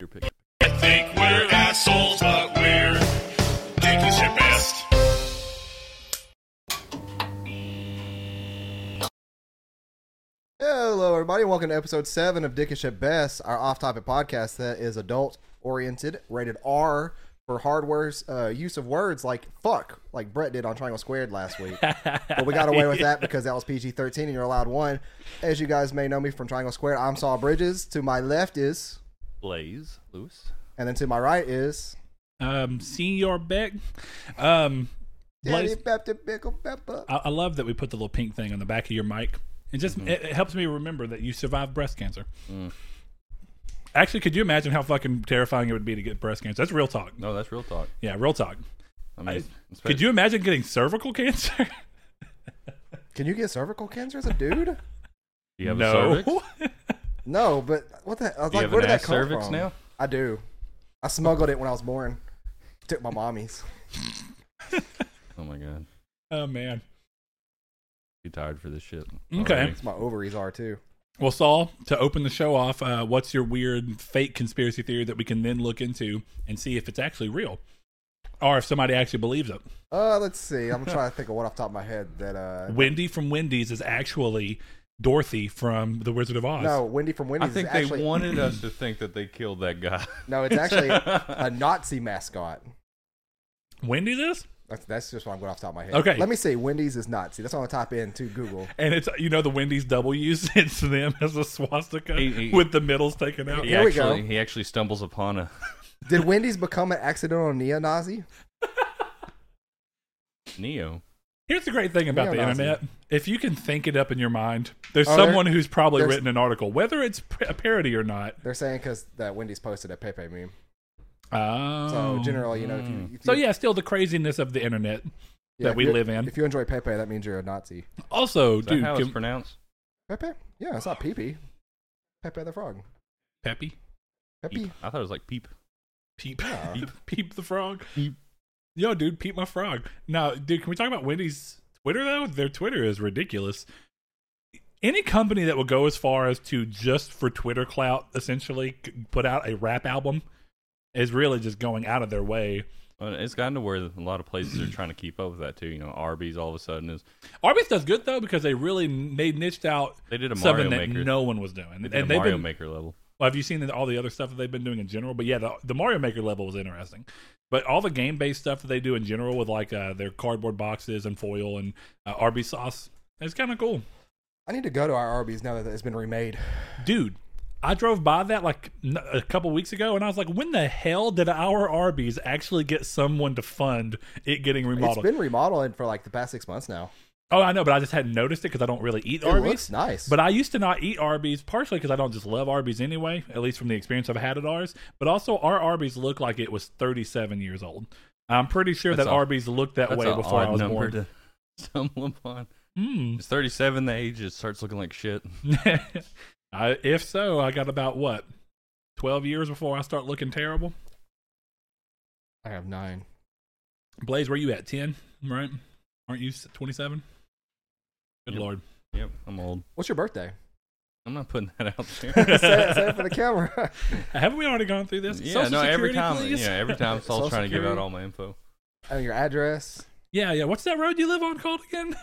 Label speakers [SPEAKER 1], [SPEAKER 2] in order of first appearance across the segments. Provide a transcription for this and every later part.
[SPEAKER 1] Your pick.
[SPEAKER 2] I think we're assholes, but we're geekies at best.
[SPEAKER 3] Hello, everybody, and welcome to episode 7 of Dickish at Best, our off topic podcast that is adult oriented, rated R for hardware's uh, use of words like fuck, like Brett did on Triangle Squared last week. but we got away with that because that was PG 13 and you're allowed one. As you guys may know me from Triangle Squared, I'm Saul Bridges. To my left is,
[SPEAKER 1] Blaze Lewis.
[SPEAKER 3] and then to my right is.
[SPEAKER 4] um, Senior Beck. Um,
[SPEAKER 3] Daddy
[SPEAKER 4] Blaze,
[SPEAKER 3] Baptist Pickle Pepper.
[SPEAKER 4] I, I love that we put the little pink thing on the back of your mic. It just
[SPEAKER 1] Mm-hmm.
[SPEAKER 4] it, it helps me remember that you survived breast cancer.
[SPEAKER 1] Mm.
[SPEAKER 4] Actually, could you imagine how fucking terrifying it would be to get breast cancer? That's real talk.
[SPEAKER 1] No, Oh, that's real talk.
[SPEAKER 4] Yeah, real talk.
[SPEAKER 1] I mean, it's-
[SPEAKER 4] Could you imagine getting cervical cancer?
[SPEAKER 3] Can you get cervical cancer as a dude?
[SPEAKER 1] Do you have a
[SPEAKER 4] no.
[SPEAKER 1] cervix?
[SPEAKER 3] no, but what the? I was
[SPEAKER 1] Do you
[SPEAKER 3] like,
[SPEAKER 1] have
[SPEAKER 3] where
[SPEAKER 1] an
[SPEAKER 3] did that
[SPEAKER 1] ass
[SPEAKER 3] come
[SPEAKER 1] cervix
[SPEAKER 3] from?
[SPEAKER 1] now?
[SPEAKER 3] I do. I smuggled it when I was born. Took my mommy's.
[SPEAKER 1] Oh my god,
[SPEAKER 4] oh man.
[SPEAKER 1] too tired for this shit.
[SPEAKER 4] Okay.
[SPEAKER 1] Already.
[SPEAKER 3] That's my ovaries are too.
[SPEAKER 4] Well, Saul, to open the show off, uh, what's your weird fake conspiracy theory that we can then look into and see if it's actually real, or if somebody actually believes it?
[SPEAKER 3] Uh, let's see. I'm trying to think of what off the top of my head that uh.
[SPEAKER 4] Wendy from Wendy's is actually Dorothy from The Wizard of Oz.
[SPEAKER 3] No, Wendy from
[SPEAKER 1] I
[SPEAKER 3] Wendy's.
[SPEAKER 1] think
[SPEAKER 3] is
[SPEAKER 1] they
[SPEAKER 3] actually,
[SPEAKER 1] wanted us to think that they killed that guy.
[SPEAKER 3] No, it's actually a Nazi mascot.
[SPEAKER 4] Wendy's is?
[SPEAKER 3] That's, that's just what I'm going off the top of my head.
[SPEAKER 4] Okay.
[SPEAKER 3] Let me see. Wendy's is Nazi. That's what I'm going to type in to Google.
[SPEAKER 4] And it's, you know, the Wendy's W's, it's them as a swastika
[SPEAKER 1] He- he-
[SPEAKER 4] with the middles taken out.
[SPEAKER 1] He
[SPEAKER 3] Here we go.
[SPEAKER 1] actually, He actually stumbles upon a
[SPEAKER 3] Did Wendy's become an accidental neo-Nazi?
[SPEAKER 1] Neo.
[SPEAKER 4] Here's the great thing about the
[SPEAKER 3] Neo-Nazi.
[SPEAKER 4] internet if you can think it up in your mind, there's
[SPEAKER 3] Oh, there-
[SPEAKER 4] someone who's probably
[SPEAKER 3] there's-
[SPEAKER 4] written an article, whether it's p- a parody or not.
[SPEAKER 3] They're saying because that Wendy's posted a Pepe meme.
[SPEAKER 4] Oh.
[SPEAKER 3] So generally, you know, if you, if you
[SPEAKER 4] So, yeah, still the craziness of the internet.
[SPEAKER 3] yeah,
[SPEAKER 4] that
[SPEAKER 3] if
[SPEAKER 4] we
[SPEAKER 3] you-
[SPEAKER 4] live in.
[SPEAKER 3] If you enjoy Pepe, that means you're a Nazi.
[SPEAKER 4] Also,
[SPEAKER 1] Is that
[SPEAKER 4] dude,
[SPEAKER 1] how it's
[SPEAKER 4] can,
[SPEAKER 1] pronounced?
[SPEAKER 3] Pepe? Yeah, it's not Pepe. Pepe the frog.
[SPEAKER 4] Peppy,
[SPEAKER 3] Pepe.
[SPEAKER 1] Peep. I thought it was like peep.
[SPEAKER 4] peep,
[SPEAKER 3] Yeah.
[SPEAKER 4] peep, peep the frog.
[SPEAKER 1] Peep.
[SPEAKER 4] Yo, dude, peep my frog. Now, dude, can we talk about Wendy's Twitter though? Their Twitter is ridiculous. Any company that would go as far as to just for Twitter clout, essentially c- put out a rap album, is really just going out of their way.
[SPEAKER 1] Uh, It's gotten to where a lot of places are trying to keep up with that too. You know, Arby's all of a sudden is
[SPEAKER 4] Arby's does good though because they really n- they niched out
[SPEAKER 1] they did a
[SPEAKER 4] something
[SPEAKER 1] Mario
[SPEAKER 4] that
[SPEAKER 1] Maker.
[SPEAKER 4] no one was doing,
[SPEAKER 1] they did
[SPEAKER 4] and
[SPEAKER 1] a
[SPEAKER 4] they've
[SPEAKER 1] Mario
[SPEAKER 4] been
[SPEAKER 1] Maker level.
[SPEAKER 4] Well, have you seen all the other stuff that they've been doing in general? But yeah, the, the Mario Maker level was interesting. But all the game based stuff that they do in general with like uh, their cardboard boxes and foil and uh, Arby's sauce, it's kind of cool.
[SPEAKER 3] I need to go to our Arby's now that it's been remade.
[SPEAKER 4] Dude, I drove by that like n- a couple weeks ago and I was like, when the hell did our Arby's actually get someone to fund it getting
[SPEAKER 3] It's
[SPEAKER 4] remodeled?
[SPEAKER 3] been remodeled for like the past six months now.
[SPEAKER 4] oh, I know, but I just hadn't noticed it because I don't really eat
[SPEAKER 3] It
[SPEAKER 4] Arby's.
[SPEAKER 3] looks nice.
[SPEAKER 4] But I used to not eat Arby's, partially because I don't just love Arby's anyway, at least from the experience I've had at ours. But also, our Arby's looked like it was 37 years old. I'm pretty sure
[SPEAKER 1] That's
[SPEAKER 4] that
[SPEAKER 1] a-
[SPEAKER 4] Arby's looked that
[SPEAKER 1] That's
[SPEAKER 4] way
[SPEAKER 1] an
[SPEAKER 4] before I
[SPEAKER 1] odd
[SPEAKER 4] was
[SPEAKER 1] number
[SPEAKER 4] born.
[SPEAKER 1] to stumble upon.
[SPEAKER 4] Hmm.
[SPEAKER 1] It's 37. The age it starts looking like shit.
[SPEAKER 4] I, if so, I got about what 12 years before I start looking terrible.
[SPEAKER 3] I have nine.
[SPEAKER 4] Blaze, where you at? 10, right? Aren't you s- 27? Good
[SPEAKER 1] Yep.
[SPEAKER 4] lord.
[SPEAKER 1] Yep, I'm old.
[SPEAKER 3] What's your birthday?
[SPEAKER 1] I'm not putting that out
[SPEAKER 3] say,
[SPEAKER 1] there.
[SPEAKER 3] it, say it for the camera.
[SPEAKER 4] Haven't we already gone through this?
[SPEAKER 1] yeah,
[SPEAKER 4] Social
[SPEAKER 1] no. every
[SPEAKER 4] Security,
[SPEAKER 1] time,
[SPEAKER 4] please?
[SPEAKER 1] yeah, every time Saul's
[SPEAKER 3] Social
[SPEAKER 1] trying to give
[SPEAKER 3] Security.
[SPEAKER 1] out all my info.
[SPEAKER 3] and your address.
[SPEAKER 4] yeah, yeah. What's that road you live on called again?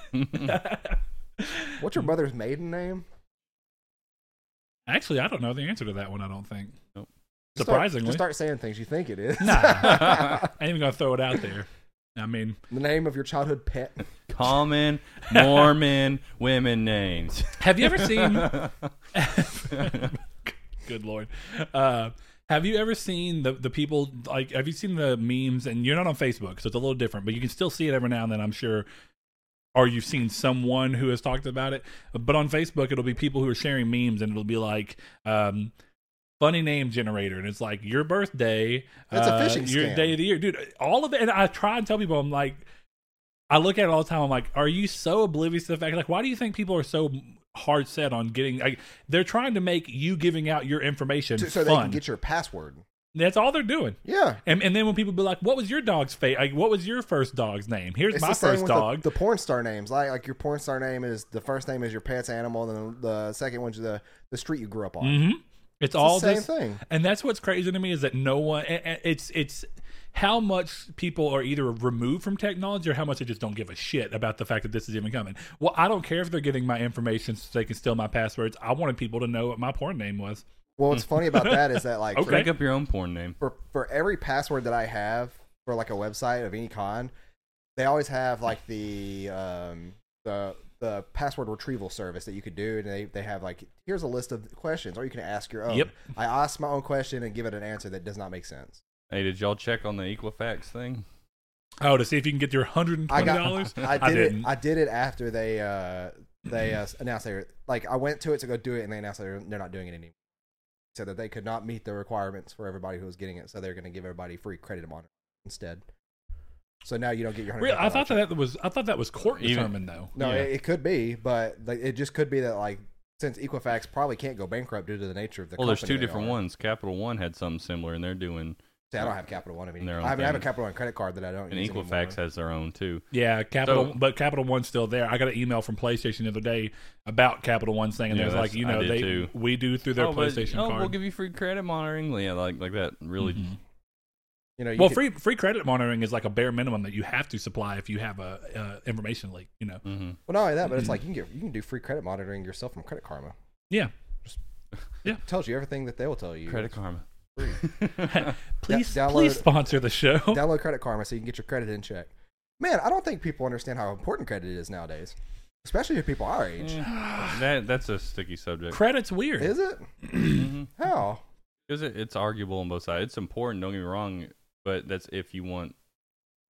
[SPEAKER 3] What's your brother's maiden name?
[SPEAKER 4] Actually, I don't know the answer to that one. I don't think.
[SPEAKER 1] Nope.
[SPEAKER 3] Just start-
[SPEAKER 4] Surprisingly,
[SPEAKER 3] just start saying things you think it is.
[SPEAKER 4] Nah. I ain't even gonna throw it out there. I mean,
[SPEAKER 3] the name of your childhood pet.
[SPEAKER 1] Common Mormon women names.
[SPEAKER 4] have you ever seen? Good lord, uh, have you ever seen the the people like? Have you seen the memes? And you're not on Facebook, so it's a little different, but you can still see it every now and then. I'm sure. Or you've seen someone who has talked about it, but on Facebook it'll be people who are sharing memes, and it'll be like, um, "Funny name generator," and it's like your birthday, uh,
[SPEAKER 3] It's a phishing
[SPEAKER 4] your
[SPEAKER 3] scam.
[SPEAKER 4] day of the year, dude. All of it, and I try and tell people, I'm like, I look at it all the time. I'm like, are you so oblivious to the fact? Like, why do you think people are so hard set on getting? Like, they're trying to make you giving out your information
[SPEAKER 3] to- so they
[SPEAKER 4] fun.
[SPEAKER 3] can get your password.
[SPEAKER 4] That's all they're doing.
[SPEAKER 3] Yeah.
[SPEAKER 4] And and then when people be like, what was your dog's fate? Like, what was your first dog's name? Here's
[SPEAKER 3] It's
[SPEAKER 4] my
[SPEAKER 3] the same
[SPEAKER 4] first
[SPEAKER 3] with
[SPEAKER 4] dog.
[SPEAKER 3] The, the porn star names. Like like your porn star name is the first name is your pet's animal, and then the second one's the the street you grew up on.
[SPEAKER 4] hmm It's,
[SPEAKER 3] It's
[SPEAKER 4] all
[SPEAKER 3] the same
[SPEAKER 4] this-
[SPEAKER 3] thing.
[SPEAKER 4] and that's what's crazy to me is that no one. a- a- It's it's how much people are either removed from technology or how much they just don't give a shit about the fact that this is even coming. Well, I don't care if they're getting my information so they can steal my passwords. I wanted people to know what my porn name was.
[SPEAKER 3] Well, what's funny about that is that like for-
[SPEAKER 4] Hmm. Okay.
[SPEAKER 1] Make up your own porn name.
[SPEAKER 3] for for every password that I have for like a website of any kind, they always have like the um the the password retrieval service that you could do, and they, they have like here's a list of questions, or you can ask your own.
[SPEAKER 4] Yep.
[SPEAKER 3] I asked my own question and give it an answer that does not make sense.
[SPEAKER 1] Hey, did y'all check on the Equifax thing?
[SPEAKER 4] Oh, to see if you can get your hundred and
[SPEAKER 3] I
[SPEAKER 4] twenty dollars.
[SPEAKER 3] got I did it I did it after they uh they uh, announced they were like I went to it to go do it, and they announced they're they're not doing it anymore. Said that they could not meet the requirements for everybody who was getting it, so they're going to give everybody free credit on it instead. So now you don't get your.
[SPEAKER 4] Really, I
[SPEAKER 3] $100
[SPEAKER 4] thought that, that was I thought that was court
[SPEAKER 1] Even-
[SPEAKER 4] determined though.
[SPEAKER 3] No,
[SPEAKER 1] Yeah.
[SPEAKER 3] it, it could be, but like, it just could be that like since Equifax probably can't go bankrupt due to the nature of the.
[SPEAKER 1] Well, there's
[SPEAKER 3] company
[SPEAKER 1] two
[SPEAKER 3] they
[SPEAKER 1] different
[SPEAKER 3] are.
[SPEAKER 1] ones. Capital One had something similar, and they're doing.
[SPEAKER 3] See, I don't have Capital One. I mean,
[SPEAKER 1] Their own
[SPEAKER 3] I, mean I have a
[SPEAKER 1] thing.
[SPEAKER 3] Capital One credit card that I don't.
[SPEAKER 1] And
[SPEAKER 3] use
[SPEAKER 1] Equifax
[SPEAKER 3] anymore.
[SPEAKER 1] has their own too.
[SPEAKER 4] Yeah, Capital,
[SPEAKER 1] So-
[SPEAKER 4] but Capital One's still there. I got an email from PlayStation the other day about Capital One saying, and
[SPEAKER 1] Yeah,
[SPEAKER 4] they was
[SPEAKER 1] that's-
[SPEAKER 4] like, you
[SPEAKER 1] I
[SPEAKER 4] know,
[SPEAKER 1] did
[SPEAKER 4] they
[SPEAKER 1] too.
[SPEAKER 4] we do through their
[SPEAKER 1] oh, but-
[SPEAKER 4] PlayStation
[SPEAKER 1] oh,
[SPEAKER 4] card.
[SPEAKER 1] we'll give you free credit monitoring. Yeah, like like that. Really,
[SPEAKER 3] Mm-hmm. You know, you
[SPEAKER 4] well,
[SPEAKER 3] could-
[SPEAKER 4] free free credit monitoring is like a bare minimum that you have to supply if you have a uh, information leak. You know,
[SPEAKER 1] mhm.
[SPEAKER 3] Well, not only that, but it's like you can get you can do free credit monitoring yourself from Credit Karma.
[SPEAKER 4] yeah.
[SPEAKER 3] It tells you everything that they will tell you.
[SPEAKER 1] Credit Karma.
[SPEAKER 4] Please,
[SPEAKER 3] download-
[SPEAKER 4] please sponsor the show.
[SPEAKER 3] Download Credit Karma so you can get your credit in check. Man, I don't think people understand how important credit is nowadays, especially if people our age.
[SPEAKER 1] Yeah. that that's a sticky subject.
[SPEAKER 4] Credit's weird.
[SPEAKER 3] Is it?
[SPEAKER 1] Mhm.
[SPEAKER 3] How?
[SPEAKER 1] Because it, it's arguable on both sides. It's important, don't get me wrong, but that's if you want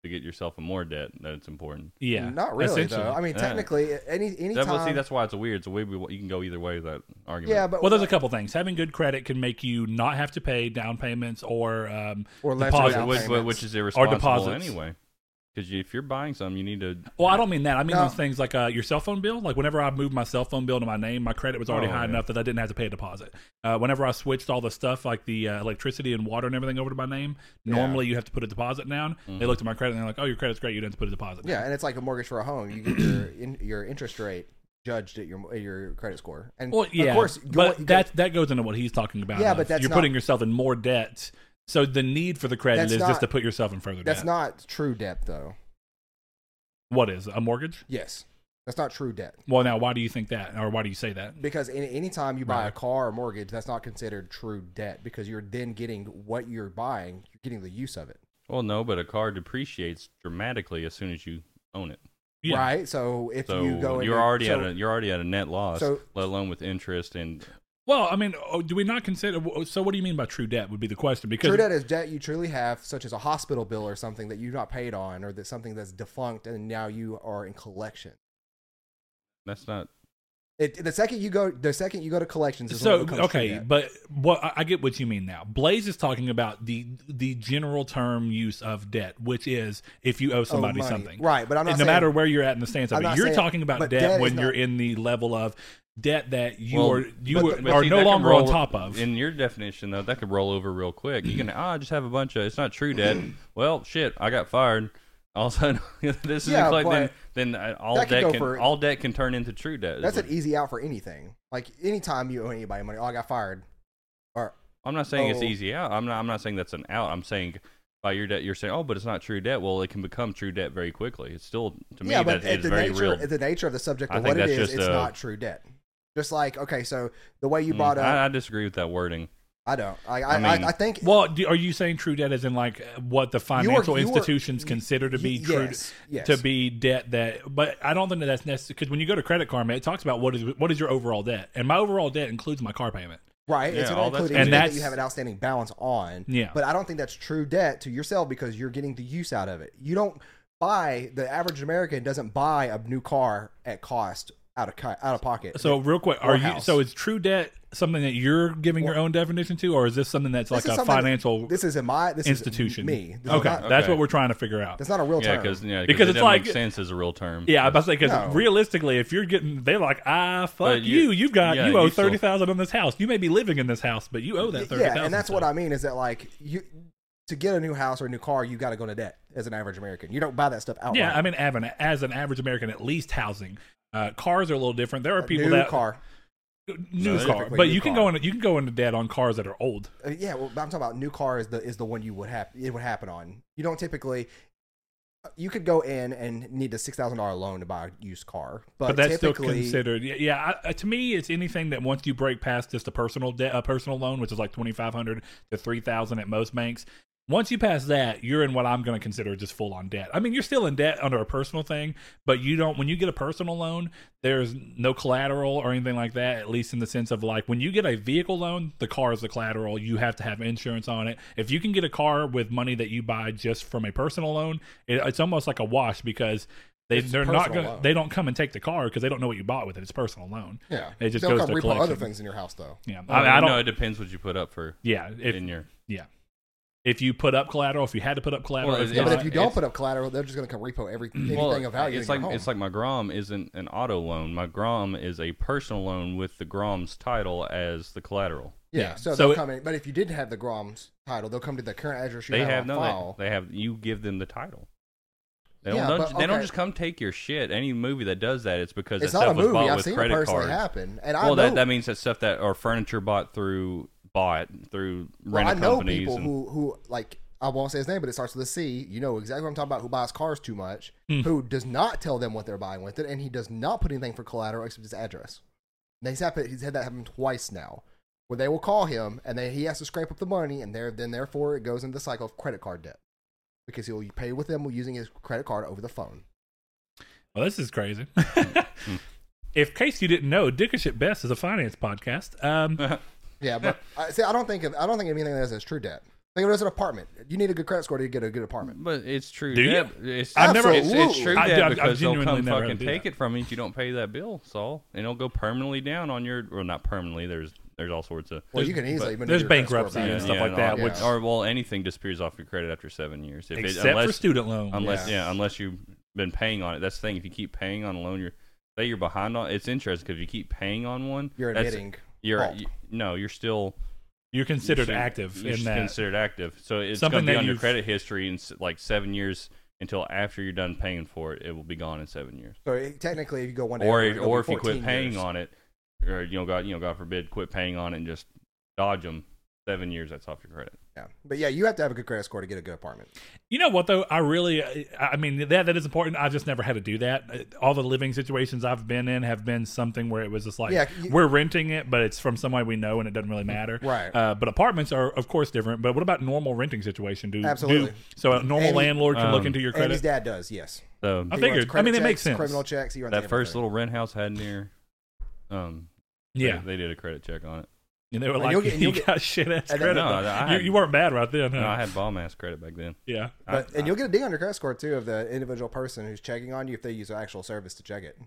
[SPEAKER 1] to get yourself in more debt, that it's important.
[SPEAKER 4] yeah,
[SPEAKER 3] Not really
[SPEAKER 4] essentially.
[SPEAKER 3] though. I mean,
[SPEAKER 1] Yeah.
[SPEAKER 3] technically, any any
[SPEAKER 1] That, well, see,
[SPEAKER 3] time.
[SPEAKER 1] that's why it's weird. It's a way we, you can go either way with that argument.
[SPEAKER 3] yeah, but
[SPEAKER 4] well, there's a couple things. Having good credit can make you not have to pay down payments or um,
[SPEAKER 3] Or lesser
[SPEAKER 4] deposits.
[SPEAKER 3] down
[SPEAKER 1] which,
[SPEAKER 3] payments.
[SPEAKER 1] which, which is irresponsible
[SPEAKER 4] deposits.
[SPEAKER 1] anyway. Because if you're buying something, you need to.
[SPEAKER 4] Well, I don't mean that. I mean
[SPEAKER 3] No.
[SPEAKER 4] those things like uh, your cell phone bill. Like whenever I moved my cell phone bill to my name, my credit was already
[SPEAKER 1] Oh,
[SPEAKER 4] high
[SPEAKER 1] yeah.
[SPEAKER 4] enough that I didn't have to pay a deposit. Uh, whenever I switched all the stuff like the uh, electricity and water and everything over to my name, normally you have to put a deposit down. They looked at my credit and they're like, "Oh, your credit's great. You didn't have to put a deposit." down."
[SPEAKER 3] Mm-hmm. Yeah, and it's like a mortgage for a home. You get your in, your interest rate judged at your at your credit score. And
[SPEAKER 4] Well, yeah,
[SPEAKER 3] of course, you
[SPEAKER 4] but
[SPEAKER 3] want- you
[SPEAKER 4] that that goes into what he's talking about.
[SPEAKER 3] Yeah,
[SPEAKER 4] of
[SPEAKER 3] but that's
[SPEAKER 4] you're
[SPEAKER 3] not-
[SPEAKER 4] putting yourself in more debt. So the need for the credit
[SPEAKER 3] That's
[SPEAKER 4] is
[SPEAKER 3] not-
[SPEAKER 4] just to put yourself in further
[SPEAKER 3] that's
[SPEAKER 4] debt.
[SPEAKER 3] not true debt though.
[SPEAKER 4] what is a mortgage?
[SPEAKER 3] Yes, that's not true debt
[SPEAKER 4] Well, now why do you think that, or why do you say that?
[SPEAKER 3] because any anytime you buy a
[SPEAKER 4] Right.
[SPEAKER 3] car or mortgage, that's not considered true debt because you're then getting what you're buying, you're getting the use of it,
[SPEAKER 1] Well, no, but a car depreciates dramatically as soon as you own it.
[SPEAKER 4] Yeah.
[SPEAKER 3] right? So if
[SPEAKER 1] So
[SPEAKER 3] you go,
[SPEAKER 1] you are
[SPEAKER 3] into-
[SPEAKER 1] already
[SPEAKER 3] so-
[SPEAKER 1] at a you're already at a net loss,
[SPEAKER 3] So-
[SPEAKER 1] let alone with interest and
[SPEAKER 4] Well, I mean, oh, do we not consider? So what do you mean by true debt? Would be the question because
[SPEAKER 3] True debt is debt you truly have, such as a hospital bill or something that you've not paid on, or that something that's defunct and now you are in collection.
[SPEAKER 1] that's not
[SPEAKER 3] It, the second you go, the second you go to collections, is when
[SPEAKER 4] so
[SPEAKER 3] it becomes true
[SPEAKER 4] okay
[SPEAKER 3] debt.
[SPEAKER 4] but what I- i get what you mean now blaze is talking about the the general term use of debt which is if you owe somebody
[SPEAKER 3] Oh, money.
[SPEAKER 4] something
[SPEAKER 3] Right, but I'm not
[SPEAKER 4] And no
[SPEAKER 3] saying-
[SPEAKER 4] matter where you're at in the stance
[SPEAKER 3] I'm
[SPEAKER 4] of
[SPEAKER 3] not
[SPEAKER 4] it you're
[SPEAKER 3] saying-
[SPEAKER 4] talking about
[SPEAKER 3] but
[SPEAKER 4] debt,
[SPEAKER 3] debt is
[SPEAKER 4] when you're
[SPEAKER 3] not-
[SPEAKER 4] in the level of debt that you
[SPEAKER 1] Well,
[SPEAKER 4] are you
[SPEAKER 1] but-
[SPEAKER 4] are,
[SPEAKER 1] but
[SPEAKER 4] are
[SPEAKER 1] see,
[SPEAKER 4] no
[SPEAKER 1] that could
[SPEAKER 4] longer on
[SPEAKER 1] roll-
[SPEAKER 4] top of
[SPEAKER 1] In your definition, though, that could roll over real quick. You can ah, I just have a bunch of. It's not true debt. well, shit, I got fired. All of a sudden, this is
[SPEAKER 3] Yeah,
[SPEAKER 1] like then
[SPEAKER 3] but
[SPEAKER 1] then uh, all
[SPEAKER 3] that could
[SPEAKER 1] debt
[SPEAKER 3] go
[SPEAKER 1] can
[SPEAKER 3] for-
[SPEAKER 1] all debt can turn into true debt. is
[SPEAKER 3] That's
[SPEAKER 1] what-
[SPEAKER 3] an easy out for anything. Like anytime you owe anybody money, oh, I got fired. Or
[SPEAKER 1] I'm not saying it's
[SPEAKER 3] oh.
[SPEAKER 1] easy out. I'm not. I'm not saying that's an out. I'm saying by your debt, you're saying oh, but it's not true debt. Well, it can become true debt very quickly. It's still to me
[SPEAKER 3] yeah,
[SPEAKER 1] that
[SPEAKER 3] but at
[SPEAKER 1] is
[SPEAKER 3] the
[SPEAKER 1] very
[SPEAKER 3] nature,
[SPEAKER 1] real.
[SPEAKER 3] at the nature of the subject
[SPEAKER 1] I
[SPEAKER 3] of
[SPEAKER 1] think
[SPEAKER 3] what it
[SPEAKER 1] that's
[SPEAKER 3] is,
[SPEAKER 1] just
[SPEAKER 3] it's
[SPEAKER 1] a-
[SPEAKER 3] not true debt. Just like okay, so the way you
[SPEAKER 1] Mm,
[SPEAKER 3] brought
[SPEAKER 1] I,
[SPEAKER 3] up,
[SPEAKER 1] I disagree with that wording.
[SPEAKER 3] I, don't. I I,
[SPEAKER 1] I
[SPEAKER 3] I,
[SPEAKER 1] mean-
[SPEAKER 3] I think
[SPEAKER 4] well do, are you saying true debt as in like what the financial
[SPEAKER 3] you are-
[SPEAKER 4] institutions consider to be
[SPEAKER 3] y-
[SPEAKER 4] true
[SPEAKER 3] yes, yes.
[SPEAKER 4] to be debt that but i don't think that that's necessary because when you go to credit karma it talks about what is what is your overall debt and my overall debt includes my car payment
[SPEAKER 3] right, it's
[SPEAKER 1] Yeah,
[SPEAKER 3] not
[SPEAKER 1] all that's
[SPEAKER 3] including anything
[SPEAKER 1] good. And
[SPEAKER 3] that
[SPEAKER 4] that's-
[SPEAKER 3] you have an outstanding balance on.
[SPEAKER 4] Yeah.
[SPEAKER 3] but I don't think that's true debt to yourself because you're getting the use out of it. You don't buy the average American doesn't buy a new car at cost out of co- out of pocket.
[SPEAKER 4] So real quick,
[SPEAKER 3] Or
[SPEAKER 4] are you
[SPEAKER 3] house.
[SPEAKER 4] so is true debt something that you're giving your own definition to, or is this something that's
[SPEAKER 3] This
[SPEAKER 4] like
[SPEAKER 3] is
[SPEAKER 4] a
[SPEAKER 3] something that-
[SPEAKER 4] financial
[SPEAKER 3] This is in my this
[SPEAKER 4] institution?
[SPEAKER 3] Is me. This is
[SPEAKER 4] okay,
[SPEAKER 3] not-
[SPEAKER 4] that's
[SPEAKER 1] Okay.
[SPEAKER 4] what we're trying to figure out.
[SPEAKER 3] That's not a real
[SPEAKER 1] Yeah,
[SPEAKER 3] term.
[SPEAKER 1] because yeah,
[SPEAKER 4] Because
[SPEAKER 1] because
[SPEAKER 4] it's
[SPEAKER 1] it doesn't make
[SPEAKER 4] like-
[SPEAKER 1] sense as a real term.
[SPEAKER 4] Yeah, I was about to say because
[SPEAKER 3] No.
[SPEAKER 4] realistically, if you're getting, they're like, ah, fuck
[SPEAKER 1] But you-
[SPEAKER 4] you, you, have got
[SPEAKER 1] yeah,
[SPEAKER 4] you owe
[SPEAKER 1] you still-
[SPEAKER 4] thirty thousand on this house. You may be living in this house, but you owe that thirty thousand.
[SPEAKER 3] yeah, and that's what I mean is that like you to get a new house or a new car, you got to go into debt as an average American. You don't buy that stuff outright.
[SPEAKER 4] Yeah, I mean, Avin, as an average American, at least housing, uh, cars are a little different. There are
[SPEAKER 3] A
[SPEAKER 4] people
[SPEAKER 3] new
[SPEAKER 4] that
[SPEAKER 3] car.
[SPEAKER 4] New car,
[SPEAKER 3] Specifically
[SPEAKER 4] but
[SPEAKER 3] new
[SPEAKER 4] you can
[SPEAKER 3] car.
[SPEAKER 4] go in. You can go into debt on cars that are old.
[SPEAKER 3] Uh, yeah, well, but I'm talking about new car is the is the one you would have it would happen on. You don't typically. uh, You could go in and need a six thousand dollar loan to buy a used car, but,
[SPEAKER 4] but that's still
[SPEAKER 3] typically-
[SPEAKER 4] considered. Yeah, yeah I, uh, to me, it's anything that once you break past just a personal debt, a personal loan, which is like twenty five hundred to three thousand at most banks. Once you pass that, you're in what I'm going to consider just full on debt. I mean, you're still in debt under a personal thing, but you don't. When you get a personal loan, there's no collateral or anything like that. At least in the sense of like when you get a vehicle loan, the car is the collateral. You have to have insurance on it. If you can get a car with money that you buy just from a personal loan, it, it's almost like a wash because they
[SPEAKER 3] It's
[SPEAKER 4] they're not
[SPEAKER 3] personal
[SPEAKER 4] going.
[SPEAKER 3] loan.
[SPEAKER 4] They don't come and take the car because they don't know what you bought with it. It's personal loan.
[SPEAKER 3] Yeah,
[SPEAKER 4] It just
[SPEAKER 3] they'll
[SPEAKER 4] goes
[SPEAKER 3] come
[SPEAKER 4] to
[SPEAKER 3] repo other
[SPEAKER 4] collection.
[SPEAKER 3] things in your house though.
[SPEAKER 4] Yeah,
[SPEAKER 1] I,
[SPEAKER 4] I, mean, I don't.
[SPEAKER 1] know it depends what you put up for
[SPEAKER 4] yeah,
[SPEAKER 1] in
[SPEAKER 4] if
[SPEAKER 1] your.
[SPEAKER 4] yeah, if you put up collateral, if you had to put up collateral,
[SPEAKER 1] Well,
[SPEAKER 4] if
[SPEAKER 1] it's-
[SPEAKER 3] Yeah,
[SPEAKER 4] not,
[SPEAKER 3] but if you don't
[SPEAKER 1] it's-
[SPEAKER 3] put up collateral, they're just going to come repo every
[SPEAKER 4] Mm-hmm.
[SPEAKER 3] anything
[SPEAKER 1] Well,
[SPEAKER 3] of value.
[SPEAKER 1] it's
[SPEAKER 3] in your
[SPEAKER 1] like
[SPEAKER 3] home.
[SPEAKER 1] it's like my Grom isn't an auto loan. My Grom is a personal loan with the Grom's title as the collateral.
[SPEAKER 3] yeah.
[SPEAKER 4] yeah.
[SPEAKER 3] So,
[SPEAKER 4] So
[SPEAKER 3] they'll
[SPEAKER 4] it-
[SPEAKER 3] come in, but if you did have the Grom's title, they'll come to the current address you
[SPEAKER 1] they
[SPEAKER 3] have
[SPEAKER 1] have
[SPEAKER 3] on
[SPEAKER 1] no.
[SPEAKER 3] file.
[SPEAKER 1] They, they have you give them the title. They don't,
[SPEAKER 3] Yeah,
[SPEAKER 1] don't-
[SPEAKER 3] but-
[SPEAKER 1] they
[SPEAKER 3] okay.
[SPEAKER 1] don't just come take your shit. Any movie that does that, it's because
[SPEAKER 3] it's
[SPEAKER 1] that
[SPEAKER 3] not a
[SPEAKER 1] stuff was
[SPEAKER 3] movie.
[SPEAKER 1] bought
[SPEAKER 3] I've
[SPEAKER 1] with
[SPEAKER 3] seen it
[SPEAKER 1] credit
[SPEAKER 3] personally
[SPEAKER 1] cards.
[SPEAKER 3] happen, and I
[SPEAKER 1] well,
[SPEAKER 3] know
[SPEAKER 1] that, that means that stuff that or furniture bought through bought through
[SPEAKER 3] well,
[SPEAKER 1] rental
[SPEAKER 3] I know
[SPEAKER 1] companies.
[SPEAKER 3] people
[SPEAKER 1] and-
[SPEAKER 3] who who like I won't say his name, but it starts with a C. You know exactly what I'm talking about. Who buys cars too much?
[SPEAKER 1] Hmm.
[SPEAKER 3] Who does not tell them what they're buying with it, and he does not put anything for collateral except his address. And He's happened. He's had that happen twice now, where they will call him and then he has to scrape up the money, and there then therefore it goes into the cycle of credit card debt because he'll pay with them using his credit card over the phone.
[SPEAKER 4] well, this is crazy. if in case you didn't know, Dickership Best is a finance podcast. Um,
[SPEAKER 3] Yeah, but I, see, I don't think of I don't think of anything of that as true debt. Think of it as an apartment. You need a good credit score to get a good apartment.
[SPEAKER 1] But it's true.
[SPEAKER 4] Do you?
[SPEAKER 1] debt. It's,
[SPEAKER 3] I've
[SPEAKER 1] it's-
[SPEAKER 3] never-
[SPEAKER 1] it's, it's
[SPEAKER 3] Ooh.
[SPEAKER 1] true
[SPEAKER 4] I-
[SPEAKER 1] debt
[SPEAKER 4] I've- I've
[SPEAKER 1] because they'll
[SPEAKER 4] genuinely
[SPEAKER 1] come
[SPEAKER 4] never
[SPEAKER 1] fucking
[SPEAKER 4] do
[SPEAKER 1] take
[SPEAKER 4] that.
[SPEAKER 1] it from you if you don't pay that bill, Saul, and it'll go permanently down on your. Well, not permanently. There's there's all sorts of.
[SPEAKER 3] Well, you can easily. maneuver
[SPEAKER 4] there's
[SPEAKER 3] your credit score
[SPEAKER 4] bankruptcy
[SPEAKER 3] back.
[SPEAKER 4] and stuff like
[SPEAKER 1] and
[SPEAKER 4] that,
[SPEAKER 1] all-
[SPEAKER 3] which-
[SPEAKER 1] or well, anything disappears off your credit after seven years. If
[SPEAKER 4] except
[SPEAKER 1] it, unless,
[SPEAKER 4] for student loans.
[SPEAKER 1] unless
[SPEAKER 3] Yeah.
[SPEAKER 1] yeah. unless you've been paying on it. That's the thing. If you keep paying on a loan, you're say you're behind on. It's interesting because if you keep paying on one,
[SPEAKER 3] You're
[SPEAKER 1] that's-
[SPEAKER 3] admitting.
[SPEAKER 1] You're
[SPEAKER 3] fault.
[SPEAKER 1] you- no, you're still
[SPEAKER 4] you're considered
[SPEAKER 1] you're-
[SPEAKER 4] active
[SPEAKER 1] you're
[SPEAKER 4] in that.
[SPEAKER 1] Considered active. So it's
[SPEAKER 4] Something
[SPEAKER 1] going to
[SPEAKER 4] that
[SPEAKER 1] be on your
[SPEAKER 4] you've-
[SPEAKER 1] credit history in s- like seven years until after you're done paying for it. It will be gone in seven years.
[SPEAKER 3] So it- technically, if you go one day,
[SPEAKER 1] Or
[SPEAKER 3] over,
[SPEAKER 1] if-
[SPEAKER 3] it'll
[SPEAKER 1] or
[SPEAKER 3] be
[SPEAKER 1] if you quit
[SPEAKER 3] 14
[SPEAKER 1] paying
[SPEAKER 3] years.
[SPEAKER 1] on it, or you know God you know God forbid quit paying on it and just dodge them. Seven years that's off your credit.
[SPEAKER 3] yeah. But yeah, you have to have a good credit score to get a good apartment.
[SPEAKER 4] You know what though? I really, I I mean, that that is important. I've just never had to do that. Uh, All the living situations I've been in have been something where it was just like
[SPEAKER 3] Yeah, you-
[SPEAKER 4] we're renting it, but it's from somebody we know, and it doesn't really matter.
[SPEAKER 3] Right.
[SPEAKER 4] Uh, but apartments are, of course, different. But what about normal renting situation? Do
[SPEAKER 3] Absolutely.
[SPEAKER 4] Do, so a normal
[SPEAKER 3] Andy-
[SPEAKER 4] landlord can look
[SPEAKER 1] Um,
[SPEAKER 4] into your
[SPEAKER 3] And his
[SPEAKER 4] credit.
[SPEAKER 3] dad does, yes.
[SPEAKER 1] So
[SPEAKER 4] I
[SPEAKER 3] He
[SPEAKER 4] figured.
[SPEAKER 3] runs
[SPEAKER 4] I
[SPEAKER 3] credit
[SPEAKER 4] mean, it
[SPEAKER 3] checks,
[SPEAKER 4] makes sense.
[SPEAKER 3] Criminal checks. He runs
[SPEAKER 1] that first
[SPEAKER 3] everything.
[SPEAKER 1] little rent house had near, um, they-
[SPEAKER 4] Yeah,
[SPEAKER 1] they, did a credit check on it.
[SPEAKER 4] and they were
[SPEAKER 3] And
[SPEAKER 4] like,
[SPEAKER 3] you'll get- and
[SPEAKER 4] "You
[SPEAKER 3] you'll get-
[SPEAKER 4] got shit ass
[SPEAKER 3] and then-
[SPEAKER 4] credit."
[SPEAKER 1] No,
[SPEAKER 4] though.
[SPEAKER 1] I
[SPEAKER 4] you,
[SPEAKER 1] had-
[SPEAKER 4] you weren't bad right then. Huh?
[SPEAKER 1] No, I had bomb ass credit back then.
[SPEAKER 4] yeah,
[SPEAKER 1] I-
[SPEAKER 3] But, and you'll get a ding on your credit score too of the individual person who's checking on you if they use an actual service to check it.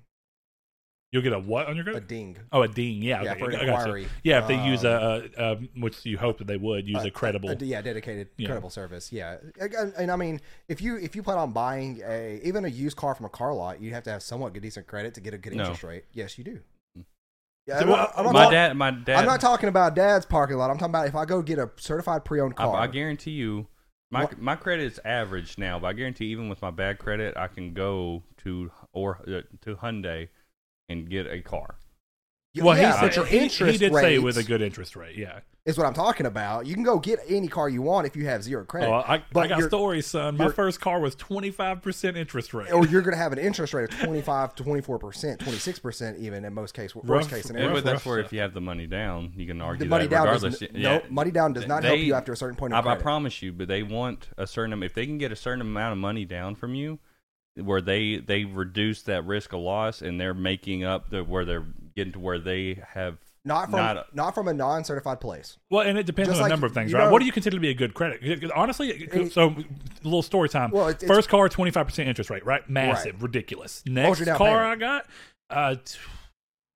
[SPEAKER 4] you'll get a what on your
[SPEAKER 3] A
[SPEAKER 4] credit?
[SPEAKER 3] ding.
[SPEAKER 4] Oh, a ding. Yeah,
[SPEAKER 3] Yeah,
[SPEAKER 4] okay.
[SPEAKER 3] for an
[SPEAKER 4] I gotcha.
[SPEAKER 3] inquiry.
[SPEAKER 4] Yeah, if they use
[SPEAKER 3] Um,
[SPEAKER 4] a, a, um which you hope that they would use a, credible.
[SPEAKER 3] Uh, a- yeah, dedicated,
[SPEAKER 4] Yeah.
[SPEAKER 3] credible service. Yeah, and, and I mean, if you if you plan on buying a even a used car from a car lot, you have to have somewhat good decent credit to get a good
[SPEAKER 1] No.
[SPEAKER 3] interest rate. Yes, you do. Yeah,
[SPEAKER 4] So
[SPEAKER 3] I'm
[SPEAKER 4] what-
[SPEAKER 3] not- I'm not
[SPEAKER 1] my
[SPEAKER 3] talking-
[SPEAKER 1] dad, my dad,
[SPEAKER 3] I'm not talking about dad's parking lot. I'm talking about if I go get a certified pre-owned
[SPEAKER 1] I,
[SPEAKER 3] car.
[SPEAKER 1] I guarantee you, my
[SPEAKER 3] What?
[SPEAKER 1] my credit is average now, but I guarantee even with my bad credit, I can go to or uh, to Hyundai and get a car.
[SPEAKER 3] You-
[SPEAKER 4] well,
[SPEAKER 3] yeah,
[SPEAKER 4] he,
[SPEAKER 3] but
[SPEAKER 4] said-
[SPEAKER 3] your
[SPEAKER 4] he-
[SPEAKER 3] interest
[SPEAKER 4] he did say
[SPEAKER 3] rate
[SPEAKER 4] with a good interest rate. Yeah.
[SPEAKER 3] is what I'm talking about. You can go get any car you want if you have zero credit,
[SPEAKER 4] Oh, I, I
[SPEAKER 3] but
[SPEAKER 4] got
[SPEAKER 3] you're-
[SPEAKER 4] stories, son. My
[SPEAKER 3] you're-
[SPEAKER 4] first car was twenty five percent interest rate.
[SPEAKER 3] or you're going to have an interest rate of 25, 24 percent, 26 percent, even in most case, worst
[SPEAKER 4] Rough-
[SPEAKER 3] case
[SPEAKER 1] And
[SPEAKER 3] scenario.
[SPEAKER 4] rough,
[SPEAKER 1] but that's
[SPEAKER 4] rough
[SPEAKER 1] where
[SPEAKER 4] stuff.
[SPEAKER 1] if you have the money down, you can argue
[SPEAKER 3] The money
[SPEAKER 1] that
[SPEAKER 3] down does
[SPEAKER 1] regardless.
[SPEAKER 3] n-
[SPEAKER 1] Yeah.
[SPEAKER 3] no money down does not help you after a certain point.
[SPEAKER 1] I,
[SPEAKER 3] Of
[SPEAKER 1] I
[SPEAKER 3] credit.
[SPEAKER 1] promise you, but they want a certain. am- If they can get a certain amount of money down from you, where they they reduce that risk of loss, and they're making up the where they're getting to where they have
[SPEAKER 3] not from
[SPEAKER 1] not
[SPEAKER 3] not,
[SPEAKER 1] a-
[SPEAKER 3] from a non-certified place.
[SPEAKER 4] Well, and it depends
[SPEAKER 3] Just
[SPEAKER 4] on a
[SPEAKER 3] like,
[SPEAKER 4] number of things,
[SPEAKER 3] you
[SPEAKER 4] right?
[SPEAKER 3] know-
[SPEAKER 4] what do you consider to be a good credit? 'Cause Honestly,
[SPEAKER 3] It-
[SPEAKER 4] so a little story time.
[SPEAKER 3] Well, it's- it's-
[SPEAKER 4] Um, First car, 25% interest rate, right? Massive, ridiculous. Next
[SPEAKER 3] your down
[SPEAKER 4] car I
[SPEAKER 3] payment?
[SPEAKER 4] got, uh,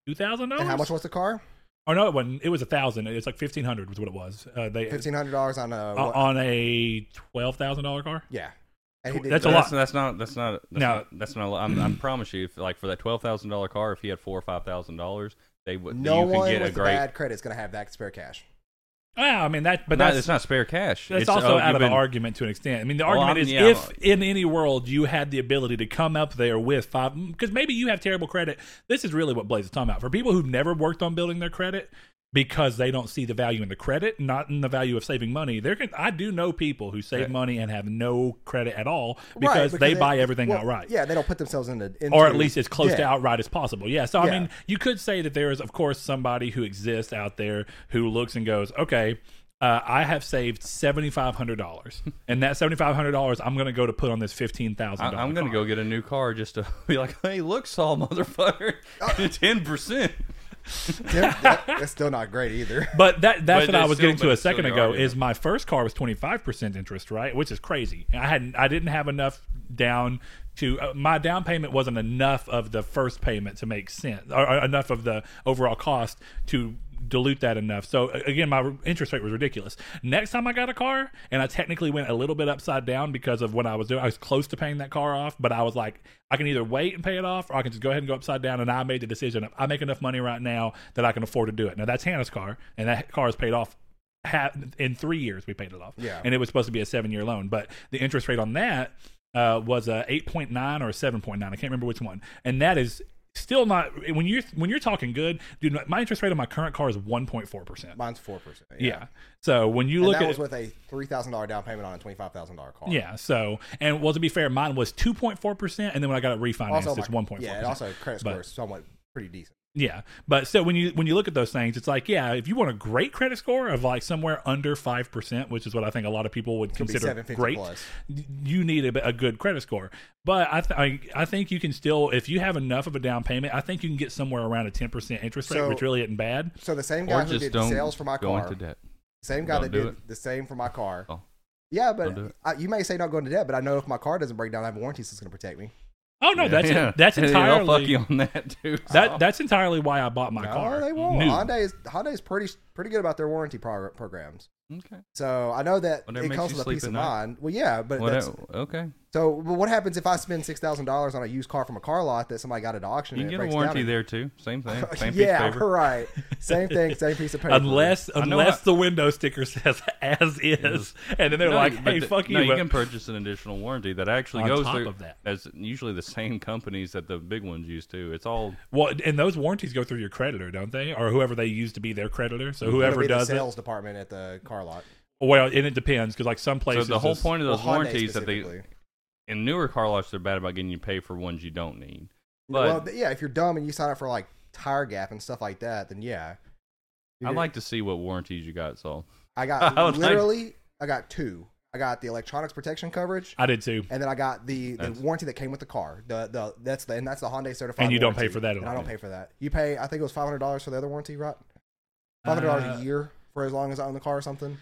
[SPEAKER 4] $2,000?
[SPEAKER 3] And how much was the car?
[SPEAKER 4] Oh, no, it wasn't. It was a 1000 It's like 1500 was what it was. Uh, they
[SPEAKER 3] Fifteen hundred dollars on a
[SPEAKER 4] uh,
[SPEAKER 3] what-
[SPEAKER 4] On a $12,000 car?
[SPEAKER 3] yeah. And he did
[SPEAKER 4] That's a
[SPEAKER 1] But
[SPEAKER 4] lot.
[SPEAKER 1] That's, that's not. That's not. That's
[SPEAKER 4] No.
[SPEAKER 1] not, that's not. I'm, I'm promise you, if, like for that twelve thousand dollar car, if he had four or five thousand dollars, they would.
[SPEAKER 3] No
[SPEAKER 1] you
[SPEAKER 3] one
[SPEAKER 1] can get
[SPEAKER 3] with
[SPEAKER 1] a great.
[SPEAKER 3] bad credit is going to have that spare cash.
[SPEAKER 4] Ah, I mean that, but
[SPEAKER 1] Not-
[SPEAKER 4] that's
[SPEAKER 1] it's not spare cash.
[SPEAKER 4] That's
[SPEAKER 1] it's,
[SPEAKER 4] also
[SPEAKER 1] oh,
[SPEAKER 4] out
[SPEAKER 1] you've
[SPEAKER 4] of
[SPEAKER 1] been,
[SPEAKER 4] an argument to an extent. I mean, the
[SPEAKER 1] Well,
[SPEAKER 4] argument
[SPEAKER 1] I'm-
[SPEAKER 4] is
[SPEAKER 1] yeah,
[SPEAKER 4] if
[SPEAKER 1] I'm-
[SPEAKER 4] in any world you had the ability to come up there with five, because maybe you have terrible credit. This is really what Blaze is talking about. For people who've never worked on building their credit because they don't see the value in the credit, not in the value of saving money. There can I do know people who save
[SPEAKER 1] Right.
[SPEAKER 4] money and have no credit at all
[SPEAKER 3] Right,
[SPEAKER 4] because, they, buy everything
[SPEAKER 3] well,
[SPEAKER 4] outright
[SPEAKER 3] Yeah, they don't put themselves into, into
[SPEAKER 4] or at least as close to
[SPEAKER 3] yeah.
[SPEAKER 4] outright as possible. Yeah. So I
[SPEAKER 3] Yeah.
[SPEAKER 4] mean, you could say that there is, of course, somebody who exists out there who looks and goes, "Okay, uh, I have saved seventy five hundred dollars, and that seventy five hundred dollars I'm going to go to put on this fifteen thousand
[SPEAKER 1] I,
[SPEAKER 4] dollars.
[SPEAKER 1] I'm gonna go get a new car just to be like, hey, look, Saul, motherfucker,
[SPEAKER 3] Uh,
[SPEAKER 1] ten percent.
[SPEAKER 3] Yeah, that- that's still not great either.
[SPEAKER 4] But that that's
[SPEAKER 1] But
[SPEAKER 4] what I
[SPEAKER 1] it's
[SPEAKER 4] was
[SPEAKER 1] still-
[SPEAKER 4] getting
[SPEAKER 1] but
[SPEAKER 4] to a
[SPEAKER 1] it's still
[SPEAKER 4] second
[SPEAKER 1] the
[SPEAKER 4] ago
[SPEAKER 1] argument.
[SPEAKER 4] is my first car was 25% interest, right? Which is crazy. I hadn't I didn't have enough down to uh, my down payment wasn't enough of the first payment to make sense or, or enough of the overall cost to dilute that enough. So a- again, my r- interest rate was ridiculous. Next time I got a car and I technically went a little bit upside down because of what I was doing. I was close to paying that car off, but I was like I can either wait and pay it off or I can just go ahead and go upside down and I made the decision of, I make enough money right now that I can afford to do it. Now that's Hannah's car and that car is paid off ha- in three years we paid it off.
[SPEAKER 3] Yeah.
[SPEAKER 4] And it was supposed to be a seven year loan, but the interest rate on that uh, was a 8.9 or a 7.9. I can't remember which one. And that is still not when you're when you're talking good, dude. My interest rate on my current car is 1.4 percent.
[SPEAKER 3] Mine's four percent.
[SPEAKER 4] Yeah. So when you
[SPEAKER 3] And
[SPEAKER 4] look
[SPEAKER 3] that
[SPEAKER 4] at
[SPEAKER 3] was with a three thousand dollar down payment on a twenty five thousand dollar car.
[SPEAKER 4] yeah, so and well to be fair, mine was 2.4 percent, and then when I got it refinanced,
[SPEAKER 3] Also,
[SPEAKER 4] it's
[SPEAKER 3] my-
[SPEAKER 4] 1.4.
[SPEAKER 3] Yeah, and also credit score
[SPEAKER 4] But-
[SPEAKER 3] is somewhat pretty decent.
[SPEAKER 4] Yeah, but still, when you when you look at those things, it's like, yeah, if you want a great credit score of like somewhere under five percent, which is what I think a lot of people would
[SPEAKER 3] be
[SPEAKER 4] consider
[SPEAKER 3] 750
[SPEAKER 4] great,
[SPEAKER 3] plus.
[SPEAKER 4] y- you need a, a good credit score. But I, th- I I think you can still, if you have enough of a down payment, I think you can get somewhere around a ten percent interest rate,
[SPEAKER 3] So-
[SPEAKER 4] which really isn't bad.
[SPEAKER 3] So the same
[SPEAKER 1] Or
[SPEAKER 3] guy who
[SPEAKER 1] just
[SPEAKER 3] did
[SPEAKER 1] don't
[SPEAKER 3] sales for my
[SPEAKER 1] go
[SPEAKER 3] car,
[SPEAKER 1] into debt.
[SPEAKER 3] same guy
[SPEAKER 1] Don't
[SPEAKER 3] that
[SPEAKER 1] do
[SPEAKER 3] did
[SPEAKER 1] it.
[SPEAKER 3] the same for my car.
[SPEAKER 1] Oh.
[SPEAKER 3] Yeah,
[SPEAKER 1] Don't do
[SPEAKER 3] but
[SPEAKER 1] it.
[SPEAKER 3] I, you may say not going to debt, but I know if my car doesn't break down, I have a warranty that's going to protect me.
[SPEAKER 4] Oh no, that's
[SPEAKER 1] Yeah.
[SPEAKER 4] that's
[SPEAKER 1] Hey,
[SPEAKER 4] entirely
[SPEAKER 1] I'll fuck you on that too.
[SPEAKER 4] that that's entirely why I bought my
[SPEAKER 3] no,
[SPEAKER 4] car.
[SPEAKER 3] they won't.
[SPEAKER 4] New.
[SPEAKER 3] Hyundai is Hyundai's pretty pretty good about their warranty prog- programs.
[SPEAKER 1] okay.
[SPEAKER 3] So I know that
[SPEAKER 1] Whatever
[SPEAKER 3] it
[SPEAKER 1] makes
[SPEAKER 3] comes
[SPEAKER 1] you
[SPEAKER 3] with a
[SPEAKER 1] sleep
[SPEAKER 3] peace
[SPEAKER 1] at
[SPEAKER 3] of
[SPEAKER 1] night.
[SPEAKER 3] mind. Well, yeah, but
[SPEAKER 1] What,
[SPEAKER 3] that's,
[SPEAKER 1] okay.
[SPEAKER 3] so well, what happens if I spend six thousand dollars on a used car from a car lot that somebody got at auction?
[SPEAKER 1] You
[SPEAKER 3] and
[SPEAKER 1] can
[SPEAKER 3] it
[SPEAKER 1] get a
[SPEAKER 3] breaks
[SPEAKER 1] warranty
[SPEAKER 3] down
[SPEAKER 1] there too. Same thing. Same piece
[SPEAKER 3] yeah,
[SPEAKER 1] of paper.
[SPEAKER 3] right. Same thing, same piece of paper.
[SPEAKER 4] Unless
[SPEAKER 1] I know
[SPEAKER 4] unless
[SPEAKER 1] I-
[SPEAKER 4] the window sticker says as is, and then they're
[SPEAKER 1] No,
[SPEAKER 4] like,
[SPEAKER 1] but
[SPEAKER 4] hey,
[SPEAKER 1] th-
[SPEAKER 4] fuck
[SPEAKER 1] no,
[SPEAKER 4] you.
[SPEAKER 1] you
[SPEAKER 4] but-
[SPEAKER 1] can purchase an additional warranty that actually
[SPEAKER 4] On
[SPEAKER 1] goes
[SPEAKER 4] top
[SPEAKER 1] through
[SPEAKER 4] of that.
[SPEAKER 1] as usually the same companies that the big ones use too. It's all
[SPEAKER 4] Well, and those warranties go through your creditor, don't they, or whoever they use to be their creditor? So
[SPEAKER 3] It'll
[SPEAKER 4] whoever
[SPEAKER 3] be the
[SPEAKER 4] does it,
[SPEAKER 3] sales department at the car lot.
[SPEAKER 4] well, and it depends because like some
[SPEAKER 1] so
[SPEAKER 4] places,
[SPEAKER 1] the whole
[SPEAKER 4] it's-
[SPEAKER 1] point of those
[SPEAKER 3] Well, Hyundai
[SPEAKER 1] warranties that they
[SPEAKER 3] specifically.
[SPEAKER 1] in newer car lots they're bad about getting you to pay for ones you don't need. But
[SPEAKER 3] well, th- yeah, if you're dumb and you sign up for like tire gap and stuff like that, then yeah,
[SPEAKER 1] I'd like to see what warranties you got, Saul.
[SPEAKER 3] I got
[SPEAKER 1] I would like-
[SPEAKER 3] literally, I got two. I got the electronics protection coverage,
[SPEAKER 4] I did too.
[SPEAKER 3] and then I got the, the
[SPEAKER 1] That's-
[SPEAKER 3] warranty that came with the car. The the that's the and that's the Hyundai certified.
[SPEAKER 4] And you don't pay
[SPEAKER 3] warranty,
[SPEAKER 4] for that at
[SPEAKER 3] and I
[SPEAKER 4] all.
[SPEAKER 3] don't pay for that. You pay, I think it was five hundred dollars for the other warranty, right? Five hundred dollars
[SPEAKER 4] Uh,
[SPEAKER 3] a year for as long as I own the car or something.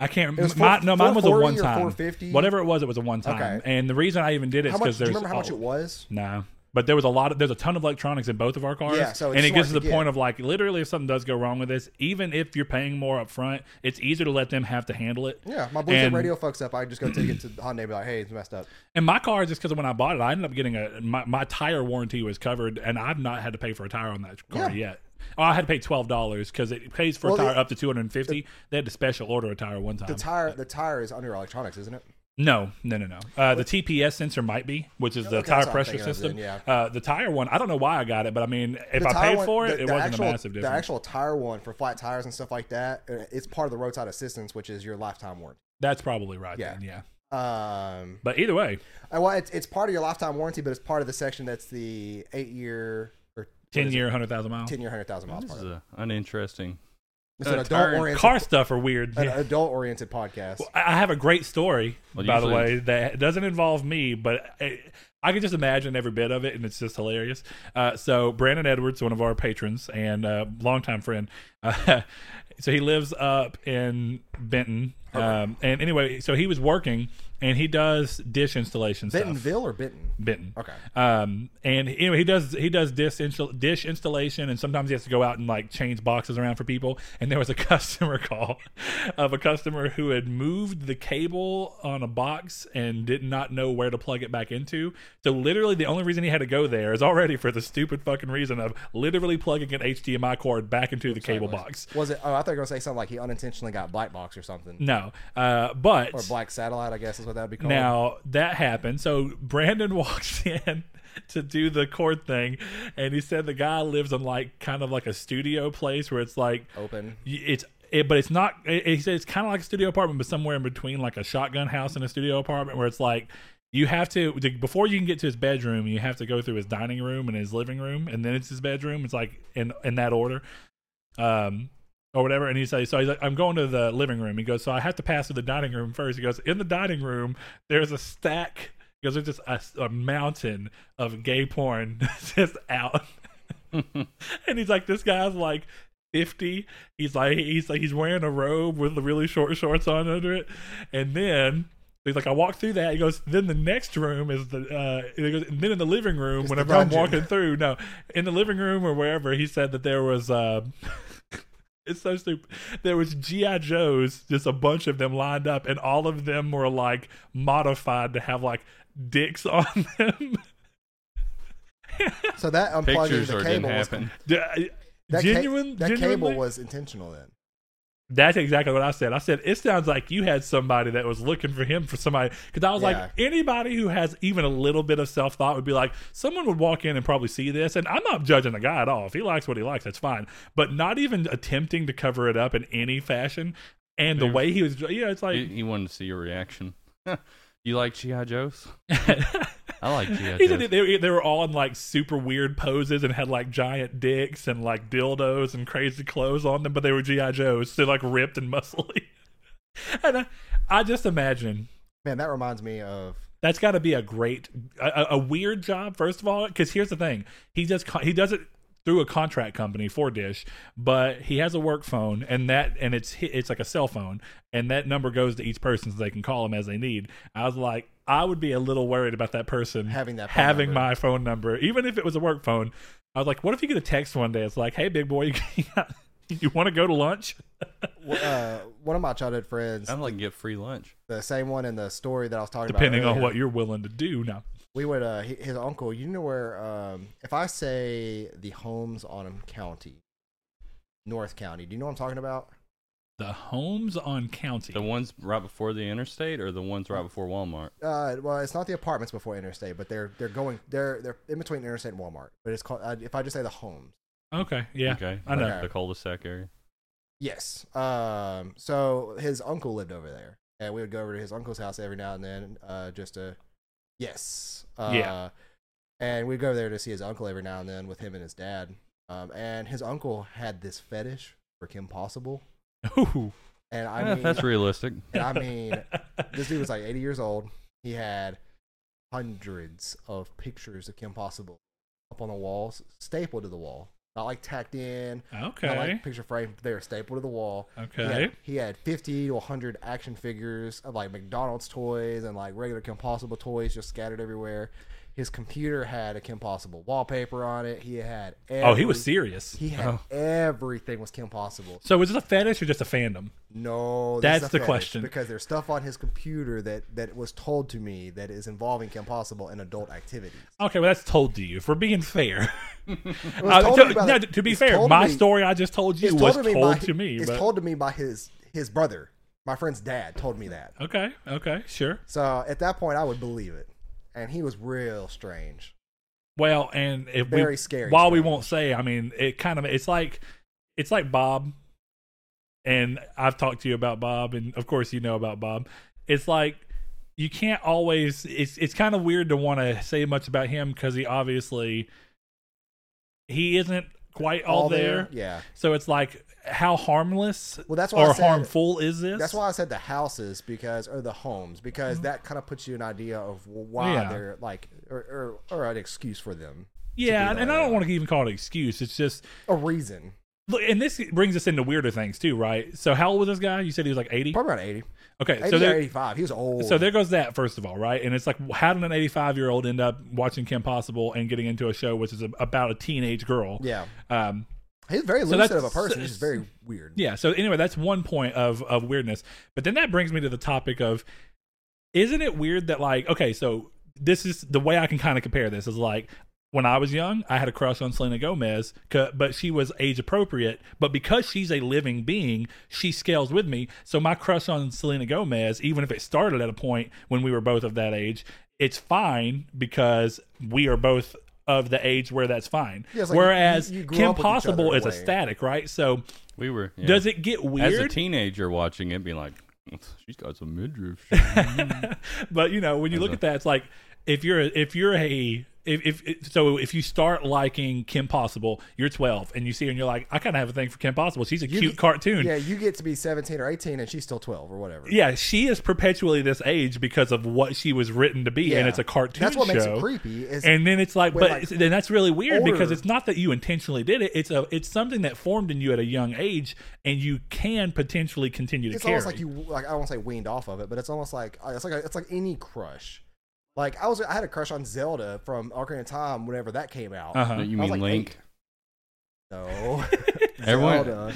[SPEAKER 4] I can't.
[SPEAKER 3] It was
[SPEAKER 4] remember.
[SPEAKER 3] four-
[SPEAKER 4] my, no, mine was a
[SPEAKER 3] 440
[SPEAKER 4] one
[SPEAKER 3] or
[SPEAKER 4] time.
[SPEAKER 3] 450?
[SPEAKER 4] Whatever it was, it was a one time.
[SPEAKER 3] Okay.
[SPEAKER 4] And the reason I even did it
[SPEAKER 3] How
[SPEAKER 4] is
[SPEAKER 3] much?
[SPEAKER 4] because
[SPEAKER 3] Do you
[SPEAKER 4] there's
[SPEAKER 3] remember how much
[SPEAKER 4] oh,
[SPEAKER 3] it was?
[SPEAKER 4] No. But there was a lot of there's a ton of electronics in both of our cars.
[SPEAKER 3] Yeah, so it's
[SPEAKER 4] and it
[SPEAKER 3] smart
[SPEAKER 4] gets to
[SPEAKER 3] to
[SPEAKER 4] the point
[SPEAKER 3] get.
[SPEAKER 4] of like literally if something does go wrong with this, even if you're paying more up front, it's easier to let them have to handle it.
[SPEAKER 3] Yeah, my Bluetooth
[SPEAKER 4] And-
[SPEAKER 3] radio fucks up. I just go take it to Hyundai and be like, hey, it's messed up.
[SPEAKER 4] And my car, just because when I bought it, I ended up getting a my, my tire warranty was covered, and I've not had to pay for a tire on that car
[SPEAKER 3] Yeah.
[SPEAKER 4] yet. Oh, I had to pay twelve dollars because it pays for
[SPEAKER 3] Well,
[SPEAKER 4] a tire
[SPEAKER 3] the-
[SPEAKER 4] up to two hundred and fifty. They had to special order a tire one time.
[SPEAKER 3] The tire, the tire is under electronics, isn't it?
[SPEAKER 4] no, no, no, no. Uh, the TPS sensor might be, which is the
[SPEAKER 3] Okay,
[SPEAKER 4] tire
[SPEAKER 3] that's what I'm
[SPEAKER 4] pressure
[SPEAKER 3] thinking of
[SPEAKER 4] system.
[SPEAKER 3] then,
[SPEAKER 4] uh, the tire one, I don't know why I got it, but I mean, if
[SPEAKER 3] The
[SPEAKER 4] I
[SPEAKER 3] tire
[SPEAKER 4] paid
[SPEAKER 3] one-
[SPEAKER 4] for it,
[SPEAKER 3] the-
[SPEAKER 4] it
[SPEAKER 3] the
[SPEAKER 4] wasn't
[SPEAKER 3] actual,
[SPEAKER 4] a massive difference.
[SPEAKER 3] The actual tire one for flat tires and stuff like that, uh, it's part of the roadside assistance, which is your lifetime warranty.
[SPEAKER 4] That's probably right.
[SPEAKER 3] Yeah.
[SPEAKER 4] Yeah, then, yeah.
[SPEAKER 3] Um,
[SPEAKER 4] But either way,
[SPEAKER 3] uh, well, it's, it's part of your lifetime warranty, but it's part of the section that's the eight year or
[SPEAKER 4] ten year, hundred thousand miles.
[SPEAKER 3] ten year, hundred thousand miles.
[SPEAKER 1] This
[SPEAKER 3] Part
[SPEAKER 1] is uh,
[SPEAKER 3] of it.
[SPEAKER 1] a uninteresting.
[SPEAKER 3] It's an
[SPEAKER 1] a
[SPEAKER 3] adult
[SPEAKER 1] tire-
[SPEAKER 3] oriented,
[SPEAKER 4] Car stuff are weird.
[SPEAKER 3] an
[SPEAKER 4] Yeah.
[SPEAKER 3] adult oriented podcast.
[SPEAKER 4] Well, I I have a great story,
[SPEAKER 1] Well,
[SPEAKER 4] by the
[SPEAKER 1] usually-
[SPEAKER 4] way, that doesn't involve me, but I, I can just imagine every bit of it, and it's just hilarious. Uh, so, Brandon Edwards, one of our patrons and uh, longtime friend, uh, so he lives up in Benton. Um, and anyway, so he was working, and he does dish installation stuff.
[SPEAKER 3] Bentonville or Benton?
[SPEAKER 4] Benton.
[SPEAKER 3] Okay.
[SPEAKER 4] Um, and anyway, he does he does dish install, dish installation, and sometimes he has to go out and like change boxes around for people. And there was a customer call of a customer who had moved the cable on a box and did not know where to plug it back into. So literally, the only reason he had to go there is already for the stupid fucking reason of literally plugging an HDMI cord back into the cable box.
[SPEAKER 3] Was it? Oh, I thought they're gonna say something like he unintentionally got black box or something,
[SPEAKER 4] No, uh, but
[SPEAKER 3] or black satellite. I guess is what that'd be called.
[SPEAKER 4] Now that happened. So Brandon walks in to do the court thing, and he said the guy lives in like kind of like a studio place where it's like
[SPEAKER 3] open.
[SPEAKER 4] y- it's. It, but it's not. It, he said it's kind of like a studio apartment, but somewhere in between, like a shotgun house and a studio apartment, where it's like you have to the- before you can get to his bedroom, you have to go through his dining room and his living room, and then it's his bedroom. It's like in in that order, um, or whatever. And he says, so he's like, I'm going to the living room. He goes, so I have to pass through the dining room first. He goes, in the dining room, there's a stack. He goes, there's just a, a mountain of gay porn just out. and he's like, this guy's like. 50 he's like he's like he's wearing a robe with the really short shorts on under it and then he's like i walked through that he goes then the next room is the uh he goes, and then in the living room
[SPEAKER 3] It's the
[SPEAKER 4] whenever i'm
[SPEAKER 3] dungeon.
[SPEAKER 4] walking through no in the living room or wherever he said that there was uh it's so stupid there was gi joes just a bunch of them lined up and all of them were like modified to have like dicks on them
[SPEAKER 3] So that unplugging
[SPEAKER 1] Pictures
[SPEAKER 3] the
[SPEAKER 1] or
[SPEAKER 3] cable
[SPEAKER 1] didn't
[SPEAKER 3] was
[SPEAKER 1] happen.
[SPEAKER 4] D- uh,
[SPEAKER 3] that, ca-
[SPEAKER 4] genuine
[SPEAKER 3] that cable
[SPEAKER 4] genuinely-
[SPEAKER 3] was intentional. Then
[SPEAKER 4] That's exactly what I said. I said it sounds like you had somebody that was looking for him for somebody because I was
[SPEAKER 3] Yeah.
[SPEAKER 4] like anybody who has even a little bit of self thought would be like someone would walk in and probably see this and I'm not judging the guy at all if he likes what he likes that's fine but not even attempting to cover it up in any fashion and the
[SPEAKER 1] Yeah.
[SPEAKER 4] way he was yeah it's like
[SPEAKER 1] He, he wanted to see your reaction. you like GI Joes? I like GI
[SPEAKER 4] He said that
[SPEAKER 1] Joes.
[SPEAKER 4] they, they were all in like super weird poses and had like giant dicks and like dildos and crazy clothes on them, but they were GI Joes. They're like ripped and muscly. and I, I just imagine
[SPEAKER 3] man, that reminds me of
[SPEAKER 4] that's got to be a great, a, a- a weird job first of all. Because here's the thing: he just co- he does it through a contract company for Dish, but he has a work phone and that and it's hi- it's like a cell phone, and that number goes to each person so they can call him as they need. I was like. I would be a little worried about that person
[SPEAKER 3] Having that phone
[SPEAKER 4] having
[SPEAKER 3] number.
[SPEAKER 4] my phone number, even if it was a work phone. I was like, what if you get a text one day? It's like, hey, big boy, you, got- you want to go to lunch?
[SPEAKER 3] uh, one of my childhood friends,
[SPEAKER 4] Um,
[SPEAKER 1] I'd like to get free lunch.
[SPEAKER 3] the same one in the story that I was talking
[SPEAKER 4] Depending
[SPEAKER 3] about.
[SPEAKER 4] on
[SPEAKER 3] earlier.
[SPEAKER 4] what you're willing to do now.
[SPEAKER 3] we would uh hi- his uncle you know where um if i say the homes on county north county do you know what i'm talking about
[SPEAKER 4] The homes on county.
[SPEAKER 1] The ones right before the interstate, or the ones right before Walmart?
[SPEAKER 3] uh well it's not the apartments before interstate but they're they're going they're they're in between interstate and walmart but it's called uh, if i just say the homes
[SPEAKER 4] Okay. Yeah.
[SPEAKER 1] Okay.
[SPEAKER 4] I know.
[SPEAKER 1] Like The cul-de-sac area.
[SPEAKER 3] yes um so his uncle lived over there and we would go over to his uncle's house every now and then uh just to yes uh
[SPEAKER 4] Yeah.
[SPEAKER 3] and we'd go over there to see his uncle every now and then with him and his dad um and his uncle had this fetish for kim possible
[SPEAKER 4] Ooh.
[SPEAKER 3] And I
[SPEAKER 1] Eh,
[SPEAKER 3] mean,
[SPEAKER 1] that's realistic.
[SPEAKER 3] and I mean, this dude was like 80 years old. He had hundreds of pictures of Kim Possible up on the walls, stapled to the wall. Not like tacked in, not
[SPEAKER 4] Okay.
[SPEAKER 3] like picture frame. They were stapled to the wall. He
[SPEAKER 4] okay.
[SPEAKER 3] had, he had 50 to 100 action figures of like McDonald's toys and like regular Kim Possible toys just scattered everywhere. His computer had a Kim Possible wallpaper on it. He had every,
[SPEAKER 4] Oh, he was serious.
[SPEAKER 3] He had
[SPEAKER 1] Oh.
[SPEAKER 3] everything was Kim Possible.
[SPEAKER 4] So is this a fetish or just a fandom?
[SPEAKER 3] No, this
[SPEAKER 4] That's
[SPEAKER 3] is a
[SPEAKER 4] the
[SPEAKER 3] fetish,
[SPEAKER 4] question.
[SPEAKER 3] Because there's stuff on his computer that that was told to me that is involving Kim Possible and adult activities.
[SPEAKER 4] Okay, well that's told to you. If we're being fair,
[SPEAKER 3] It was
[SPEAKER 4] Uh,
[SPEAKER 3] told
[SPEAKER 4] to,
[SPEAKER 3] to me by
[SPEAKER 4] no,
[SPEAKER 3] the-
[SPEAKER 4] to be
[SPEAKER 3] it's
[SPEAKER 4] fair,
[SPEAKER 3] told
[SPEAKER 4] my
[SPEAKER 3] me-
[SPEAKER 4] story I just told you
[SPEAKER 3] it's
[SPEAKER 4] was
[SPEAKER 3] by-
[SPEAKER 4] told to me.
[SPEAKER 3] It's
[SPEAKER 4] but-
[SPEAKER 3] told to me by his his brother, my friend's dad, told me that.
[SPEAKER 4] okay. Okay. Sure.
[SPEAKER 3] So at that point, I would believe it, and he was real strange.
[SPEAKER 4] Well, and if we,
[SPEAKER 3] Very scary
[SPEAKER 4] While we
[SPEAKER 3] stuff.
[SPEAKER 4] won't say, I mean, it kind of it's like it's like Bob, and I've talked to you about Bob, and of course you know about Bob. It's like you can't always. It's it's kind of weird to want to say much about him because he obviously he isn't quite all, there.
[SPEAKER 3] yeah.
[SPEAKER 4] So it's like how harmless
[SPEAKER 3] Well, that's why I
[SPEAKER 4] or
[SPEAKER 3] said-
[SPEAKER 4] harmful is this?
[SPEAKER 3] That's why I said the houses because or the homes because
[SPEAKER 4] Mm-hmm.
[SPEAKER 3] that kind of puts you an idea of why
[SPEAKER 4] Yeah.
[SPEAKER 3] they're like or, or or an excuse for them,
[SPEAKER 4] Yeah,
[SPEAKER 3] do
[SPEAKER 4] and I
[SPEAKER 3] that.
[SPEAKER 4] don't want to even call it an excuse. It's just
[SPEAKER 3] a reason.
[SPEAKER 4] look, and this brings us into weirder things too, right? So how old was this guy? You said he was like eighty.
[SPEAKER 3] Probably about eighty.
[SPEAKER 4] Okay,
[SPEAKER 3] 80
[SPEAKER 4] so
[SPEAKER 3] or
[SPEAKER 4] there,
[SPEAKER 3] 85. He was old.
[SPEAKER 4] so there goes that first of all, right? And it's like, how did an eighty-five-year-old end up watching Kim Possible and getting into a show which is a, about a teenage girl?
[SPEAKER 3] Yeah.
[SPEAKER 4] Um,
[SPEAKER 3] He's very
[SPEAKER 4] So
[SPEAKER 3] lucid
[SPEAKER 4] that's-
[SPEAKER 3] of a person.
[SPEAKER 4] so-
[SPEAKER 3] He's just very weird.
[SPEAKER 4] yeah. So anyway, that's one point of of weirdness. But then that brings me to the topic of, isn't it weird that like, okay, so this is the way I can kind of compare this is like. when I was young, I had a crush on Selena Gomez, c- but she was age appropriate. But because she's a living being, she scales with me. So my crush on Selena Gomez, even if it started at a point when we were both of that age, it's fine because we are both of the age where that's fine.
[SPEAKER 3] Yeah, it's like
[SPEAKER 4] Whereas
[SPEAKER 3] you- you grew
[SPEAKER 4] Kim
[SPEAKER 3] up with each other
[SPEAKER 4] Possible
[SPEAKER 3] in a
[SPEAKER 4] is a
[SPEAKER 3] way.
[SPEAKER 4] static, right? So
[SPEAKER 1] We were. yeah.
[SPEAKER 4] does it get weird?
[SPEAKER 1] As a teenager watching it, being like, she's got some midriff.
[SPEAKER 4] but you know when you look at that it's like if you're if you're a if, if if- so if you start liking kim possible you're 12 and you see her and you're like i kind of have a thing for kim possible she's a cute
[SPEAKER 3] get-
[SPEAKER 4] cartoon
[SPEAKER 3] Yeah,
[SPEAKER 4] yeah.
[SPEAKER 3] you get to be 17 or 18 and she's still 12 or whatever.
[SPEAKER 4] she is perpetually this age because of what she was written to be
[SPEAKER 3] Yeah.
[SPEAKER 4] and it's a cartoon
[SPEAKER 3] That's what makes it
[SPEAKER 4] show.
[SPEAKER 3] creepy, is
[SPEAKER 4] and then it's like
[SPEAKER 3] when,
[SPEAKER 4] but
[SPEAKER 3] like,
[SPEAKER 4] then that's really weird because
[SPEAKER 3] older-
[SPEAKER 4] it's not that you intentionally did it it's a it's something that formed in you at a young age and you can potentially continue to
[SPEAKER 3] it's
[SPEAKER 4] carry
[SPEAKER 3] almost like you like I don't want to say weaned off of it, but it's almost like uh, it's like a, it's like any crush. Like I was I had a crush on Zelda from Ocarina of Time whenever that came out.
[SPEAKER 4] uh-huh.
[SPEAKER 1] you
[SPEAKER 3] I was
[SPEAKER 1] mean
[SPEAKER 3] like
[SPEAKER 1] Link?
[SPEAKER 3] eight. No,
[SPEAKER 1] Everyone-
[SPEAKER 3] Zelda.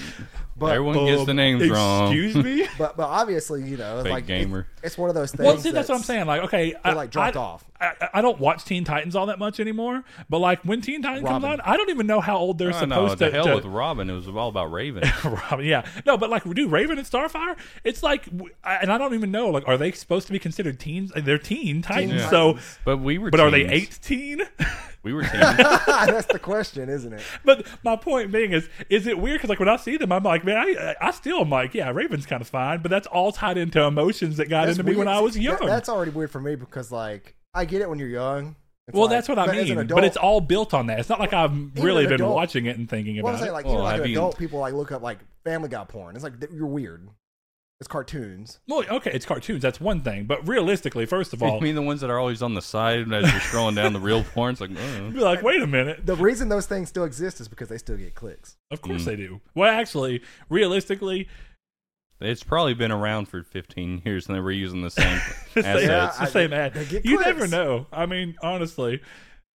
[SPEAKER 3] But
[SPEAKER 1] Everyone gets the names wrong.
[SPEAKER 4] Oh, excuse me
[SPEAKER 3] but but obviously you know it's
[SPEAKER 1] Fake
[SPEAKER 3] like it-
[SPEAKER 1] gamer.
[SPEAKER 3] it's one of those things.
[SPEAKER 4] Well, see, that's what I'm saying. Like, okay,
[SPEAKER 3] They like dropped
[SPEAKER 4] I,
[SPEAKER 3] off.
[SPEAKER 4] I, I don't watch Teen Titans all that much anymore, but like when Teen Titans comes on,
[SPEAKER 3] Robin.
[SPEAKER 4] I don't even know how old they're
[SPEAKER 1] Oh, no,
[SPEAKER 4] supposed
[SPEAKER 1] the
[SPEAKER 4] to.
[SPEAKER 1] hell
[SPEAKER 4] to-
[SPEAKER 1] with Robin. It was all about Raven.
[SPEAKER 4] Robin, yeah, no, but like, do Raven and Starfire? It's like, w- I- and I don't even know. Like, are they supposed to be considered teens? They're Teen Titans,
[SPEAKER 3] Titans.
[SPEAKER 4] so.
[SPEAKER 1] But we were.
[SPEAKER 4] But are they
[SPEAKER 1] teens.
[SPEAKER 4] 18?
[SPEAKER 1] We were teens.
[SPEAKER 3] that's the question, isn't it?
[SPEAKER 4] but my point being is, is it weird? Because like when I see them, I'm like, man, I, I still am like, yeah, Raven's kind of fine, but that's all tied into emotions that got
[SPEAKER 3] That's
[SPEAKER 4] into me when
[SPEAKER 3] weird.
[SPEAKER 4] I was
[SPEAKER 3] That-
[SPEAKER 4] young.
[SPEAKER 3] that's already weird for me because like I get it when you're young. It's
[SPEAKER 4] Well,
[SPEAKER 3] like-
[SPEAKER 4] that's what I
[SPEAKER 3] but as an
[SPEAKER 4] mean.
[SPEAKER 3] adult-
[SPEAKER 4] but it's all built on that. It's not like I've really
[SPEAKER 3] an
[SPEAKER 4] been
[SPEAKER 3] adult-
[SPEAKER 4] watching it and thinking
[SPEAKER 3] Well, I'm
[SPEAKER 4] about
[SPEAKER 3] saying
[SPEAKER 4] it.
[SPEAKER 3] like
[SPEAKER 1] Well,
[SPEAKER 3] even like
[SPEAKER 1] have
[SPEAKER 3] an
[SPEAKER 1] you-
[SPEAKER 3] adult people like look up like Family Guy porn. It's like you're weird. It's cartoons.
[SPEAKER 4] Well, okay, it's cartoons. That's one thing. But realistically, first of
[SPEAKER 1] you
[SPEAKER 4] all,
[SPEAKER 1] mean the ones that are always on the side as you're scrolling down the real porn? It's like, oh.
[SPEAKER 4] be like, wait a minute.
[SPEAKER 3] The reason those things still exist is because they still get clicks.
[SPEAKER 4] Of course
[SPEAKER 1] Hmm.
[SPEAKER 4] they do. Well, actually, realistically,
[SPEAKER 1] It's probably been around for 15 years, and they were using the same
[SPEAKER 4] the same,
[SPEAKER 1] assets.
[SPEAKER 4] the
[SPEAKER 3] I-
[SPEAKER 4] same ad.
[SPEAKER 3] they get
[SPEAKER 4] You
[SPEAKER 3] clicks.
[SPEAKER 4] never know. I mean, honestly.
[SPEAKER 3] It's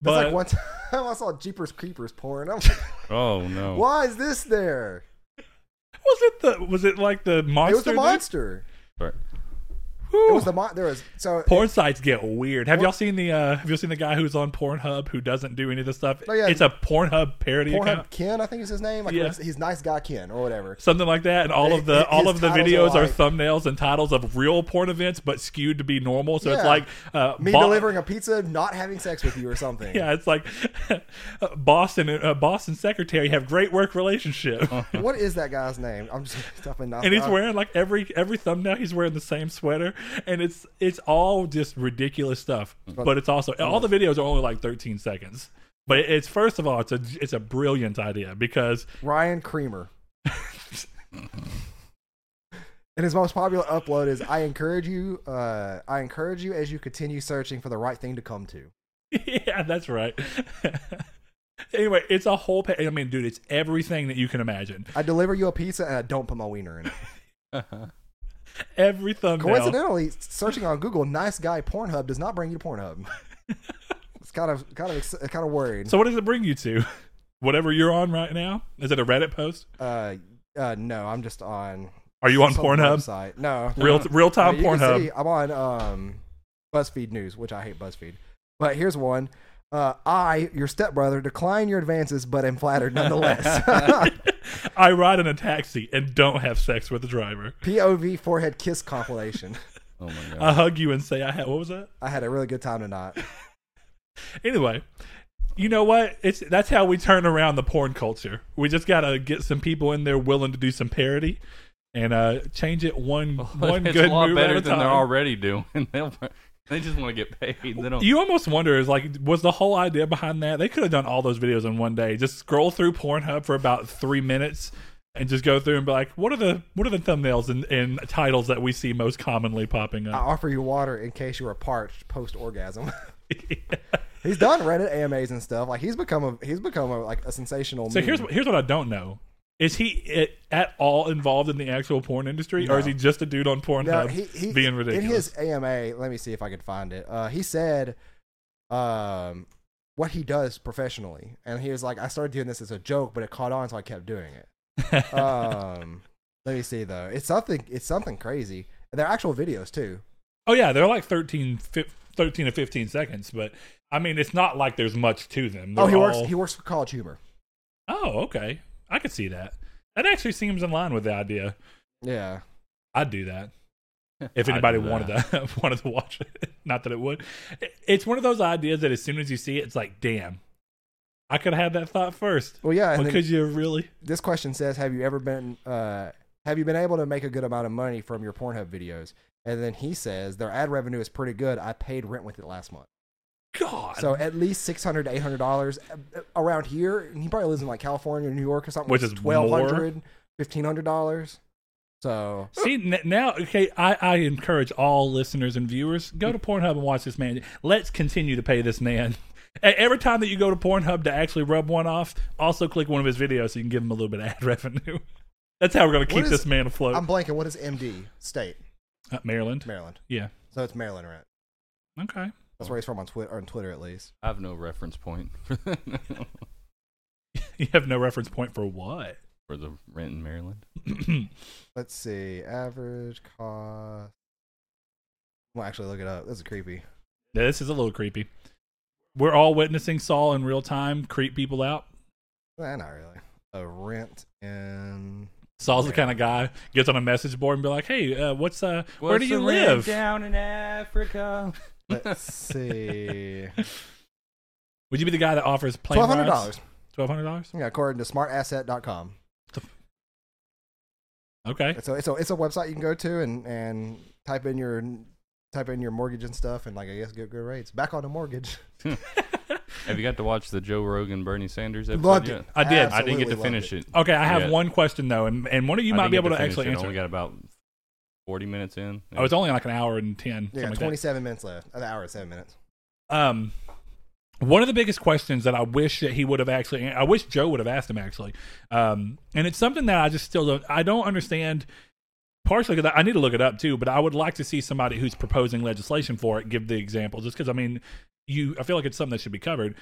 [SPEAKER 4] But
[SPEAKER 3] like one time I saw Jeepers Creepers porn. I'm like,
[SPEAKER 1] Oh no!
[SPEAKER 3] why is this there?
[SPEAKER 4] was it the was it like the monster?
[SPEAKER 3] It was the
[SPEAKER 4] that-
[SPEAKER 3] monster.
[SPEAKER 1] But
[SPEAKER 3] It
[SPEAKER 4] Whew.
[SPEAKER 3] was the mon. There was so.
[SPEAKER 4] Porn sites get weird. Have y'all seen the uh, Have you seen the guy who's on Pornhub who doesn't do any of this stuff?
[SPEAKER 3] Oh, yeah.
[SPEAKER 4] It's a Pornhub parody account.
[SPEAKER 3] Pornhub Ken, I think is his name. Like,
[SPEAKER 4] Yeah.
[SPEAKER 3] He's nice guy Ken or whatever.
[SPEAKER 4] something like that and all
[SPEAKER 3] They-
[SPEAKER 4] of the
[SPEAKER 3] his
[SPEAKER 4] all of the
[SPEAKER 3] titles are
[SPEAKER 4] videos are,
[SPEAKER 3] like-
[SPEAKER 4] thumbnails and titles of real porn events but skewed to be normal so it's
[SPEAKER 3] Yeah.
[SPEAKER 4] like uh,
[SPEAKER 3] Me
[SPEAKER 4] Bo-
[SPEAKER 3] delivering a pizza, not having sex with you or something.
[SPEAKER 4] yeah it's like uh, boston uh, boston secretary have great work relationship
[SPEAKER 3] What is that guy's name? I'm just Uh, definitely not.
[SPEAKER 4] and he's
[SPEAKER 3] I'm-
[SPEAKER 4] wearing like every every thumbnail he's wearing the same sweater and it's it's all just ridiculous stuff but it's also all the videos are only like 13 seconds but it's first of all it's a it's a brilliant idea because
[SPEAKER 3] Ryan Creamer. and his most popular upload is I encourage you, uh, I encourage you as you continue searching for the right thing to come to.
[SPEAKER 4] yeah, that's right. anyway, it's a whole. Pa- I mean, dude, it's everything that you can imagine.
[SPEAKER 3] I deliver you a pizza and I don't put my wiener in it.
[SPEAKER 4] Every thumbnail.
[SPEAKER 3] Coincidentally, searching on Google nice guy Pornhub does not bring you to Pornhub. it's kind of kind of ex- kind of worried.
[SPEAKER 4] So, what does it bring you to? Whatever you're on right now, is it a Reddit post?
[SPEAKER 3] uh, uh, no, I'm just on
[SPEAKER 4] Are you on
[SPEAKER 3] some
[SPEAKER 4] Pornhub?
[SPEAKER 3] website. No.
[SPEAKER 4] Real real
[SPEAKER 3] Uh,
[SPEAKER 4] time
[SPEAKER 3] you can
[SPEAKER 4] Pornhub.
[SPEAKER 3] see I'm on um, BuzzFeed News, which I hate BuzzFeed. But here's one. Uh, I, your stepbrother, decline your advances, but am flattered nonetheless.
[SPEAKER 4] I ride in a taxi and don't have sex with the driver.
[SPEAKER 3] POV forehead kiss compilation.
[SPEAKER 1] oh my god!
[SPEAKER 4] I hug you and say I had. What was that?
[SPEAKER 3] I had a really good time tonight.
[SPEAKER 4] Anyway, you know what? It's that's how we turn around the porn culture. We just gotta get some people in there willing to do some parody. And uh, change it one Uh, one
[SPEAKER 1] it's
[SPEAKER 4] good
[SPEAKER 1] a lot
[SPEAKER 4] move at
[SPEAKER 1] better
[SPEAKER 4] a
[SPEAKER 1] than
[SPEAKER 4] time.
[SPEAKER 1] they're already doing. They'll- they just want to get paid. They don't.
[SPEAKER 4] You almost wonder is like was the whole idea behind that? They could have done all those videos in one day. Just scroll through Pornhub for about three minutes and just go through and be like, what are the what are the thumbnails and, and titles that we see most commonly popping
[SPEAKER 3] I
[SPEAKER 4] up?
[SPEAKER 3] offer you water in case you are parched post orgasm. he's done Reddit AMAs and stuff. Like he's become a he's become a, like a sensational.
[SPEAKER 4] So here's
[SPEAKER 3] meme.
[SPEAKER 4] here's what I don't know. Is he it, at all involved in the actual porn industry, or is he just a dude on Pornhub
[SPEAKER 3] No, he, he
[SPEAKER 4] being ridiculous?
[SPEAKER 3] In his AMA, let me see if I can find it. Uh, he said, um, what he does professionally, and he was like, I started doing this as a joke, but it caught on, so I kept doing it. um, let me see though. It's something. It's something crazy. And they're actual videos too.
[SPEAKER 4] Oh yeah, they're like 13, fif- 13 to fifteen seconds, but I mean, it's not like there's much to them.
[SPEAKER 3] Oh,
[SPEAKER 4] They're
[SPEAKER 3] he works.
[SPEAKER 4] all-
[SPEAKER 3] He works for College Humor.
[SPEAKER 4] oh, okay, I could see that. That actually seems in line with the idea.
[SPEAKER 3] Yeah.
[SPEAKER 4] I'd do that if
[SPEAKER 1] I'd
[SPEAKER 4] anybody
[SPEAKER 1] do
[SPEAKER 4] wanted that wanted to watch it. Not that it would. It- It's one of those ideas that as soon as you see it, it's like, damn, I could have had that thought first.
[SPEAKER 3] Well, yeah. And
[SPEAKER 4] But
[SPEAKER 3] then
[SPEAKER 4] could you really?
[SPEAKER 3] this question says, "Have you ever been? Uh, have you been able to make a good amount of money from your Pornhub videos?" And then he says, "Their ad revenue is pretty good. I paid rent with it last month,
[SPEAKER 4] God.
[SPEAKER 3] so at least six hundred to eight hundred dollars uh, around here. And he probably lives in like California, or New York, or something,
[SPEAKER 4] Which is more.
[SPEAKER 3] twelve hundred, fifteen hundred dollars. So
[SPEAKER 4] See n- now, okay. I, I encourage all listeners and viewers go to Pornhub and watch this man. Let's continue to pay this man. E- Every time that you go to Pornhub to actually rub one off, also click one of his videos so you can give him a little bit of ad revenue. That's how we're going to keep
[SPEAKER 3] is-
[SPEAKER 4] this man afloat.
[SPEAKER 3] I'm blanking. What is MD state?
[SPEAKER 4] Uh, Maryland.
[SPEAKER 3] Maryland.
[SPEAKER 4] Yeah.
[SPEAKER 3] So it's Maryland rent.
[SPEAKER 4] Okay.
[SPEAKER 3] That's where he's from on Twitter, on Twitter at least.
[SPEAKER 1] I have no reference point for
[SPEAKER 4] You have no reference point for what?
[SPEAKER 1] the rent in Maryland.
[SPEAKER 3] Let's see. Average cost. Well, actually, look it up. This is creepy.
[SPEAKER 4] Yeah, this is a little creepy. We're all witnessing Saul in real time creep people out.
[SPEAKER 3] Nah, Eh, not really. A rent in.
[SPEAKER 4] Saul's the kind of guy gets on a message board and be like, "Hey, uh, what's uh, where do you live?"
[SPEAKER 1] Down in Africa.
[SPEAKER 3] Let's see.
[SPEAKER 4] Would you be the guy that offers plane
[SPEAKER 3] Twelve hundred dollars.
[SPEAKER 4] Twelve hundred dollars.
[SPEAKER 3] Yeah, according to smartasset.com.
[SPEAKER 4] Okay.
[SPEAKER 3] So it's a it's a website you can go to and and type in your type in your mortgage and stuff and like I guess get good rates. Back on the mortgage.
[SPEAKER 1] Have you got to watch the Joe Rogan Bernie Sanders episode?
[SPEAKER 3] Loved
[SPEAKER 1] yet?
[SPEAKER 3] it.
[SPEAKER 4] I did.
[SPEAKER 1] I didn't get to
[SPEAKER 3] Absolutely loved
[SPEAKER 1] finish it.
[SPEAKER 4] Okay. I have
[SPEAKER 1] Yeah.
[SPEAKER 4] one question though, and, and one of Oh, you
[SPEAKER 1] I
[SPEAKER 4] might
[SPEAKER 1] didn't
[SPEAKER 4] be
[SPEAKER 1] get
[SPEAKER 4] able to
[SPEAKER 1] finish
[SPEAKER 4] actually
[SPEAKER 1] it. I
[SPEAKER 4] answer.
[SPEAKER 1] only got about forty minutes in.
[SPEAKER 4] Oh, it's only like an hour and ten.
[SPEAKER 3] Yeah,
[SPEAKER 4] something like that.
[SPEAKER 3] twenty seven minutes left. An hour and seven minutes.
[SPEAKER 4] um one of the biggest questions that I wish that he would have actually I wish Joe would have asked him actually. Um and it's something that I just still don't I don't understand partially because I need to look it up too, but I would like to see somebody who's proposing legislation for it give the example just because I mean you I feel like it's something that should be covered.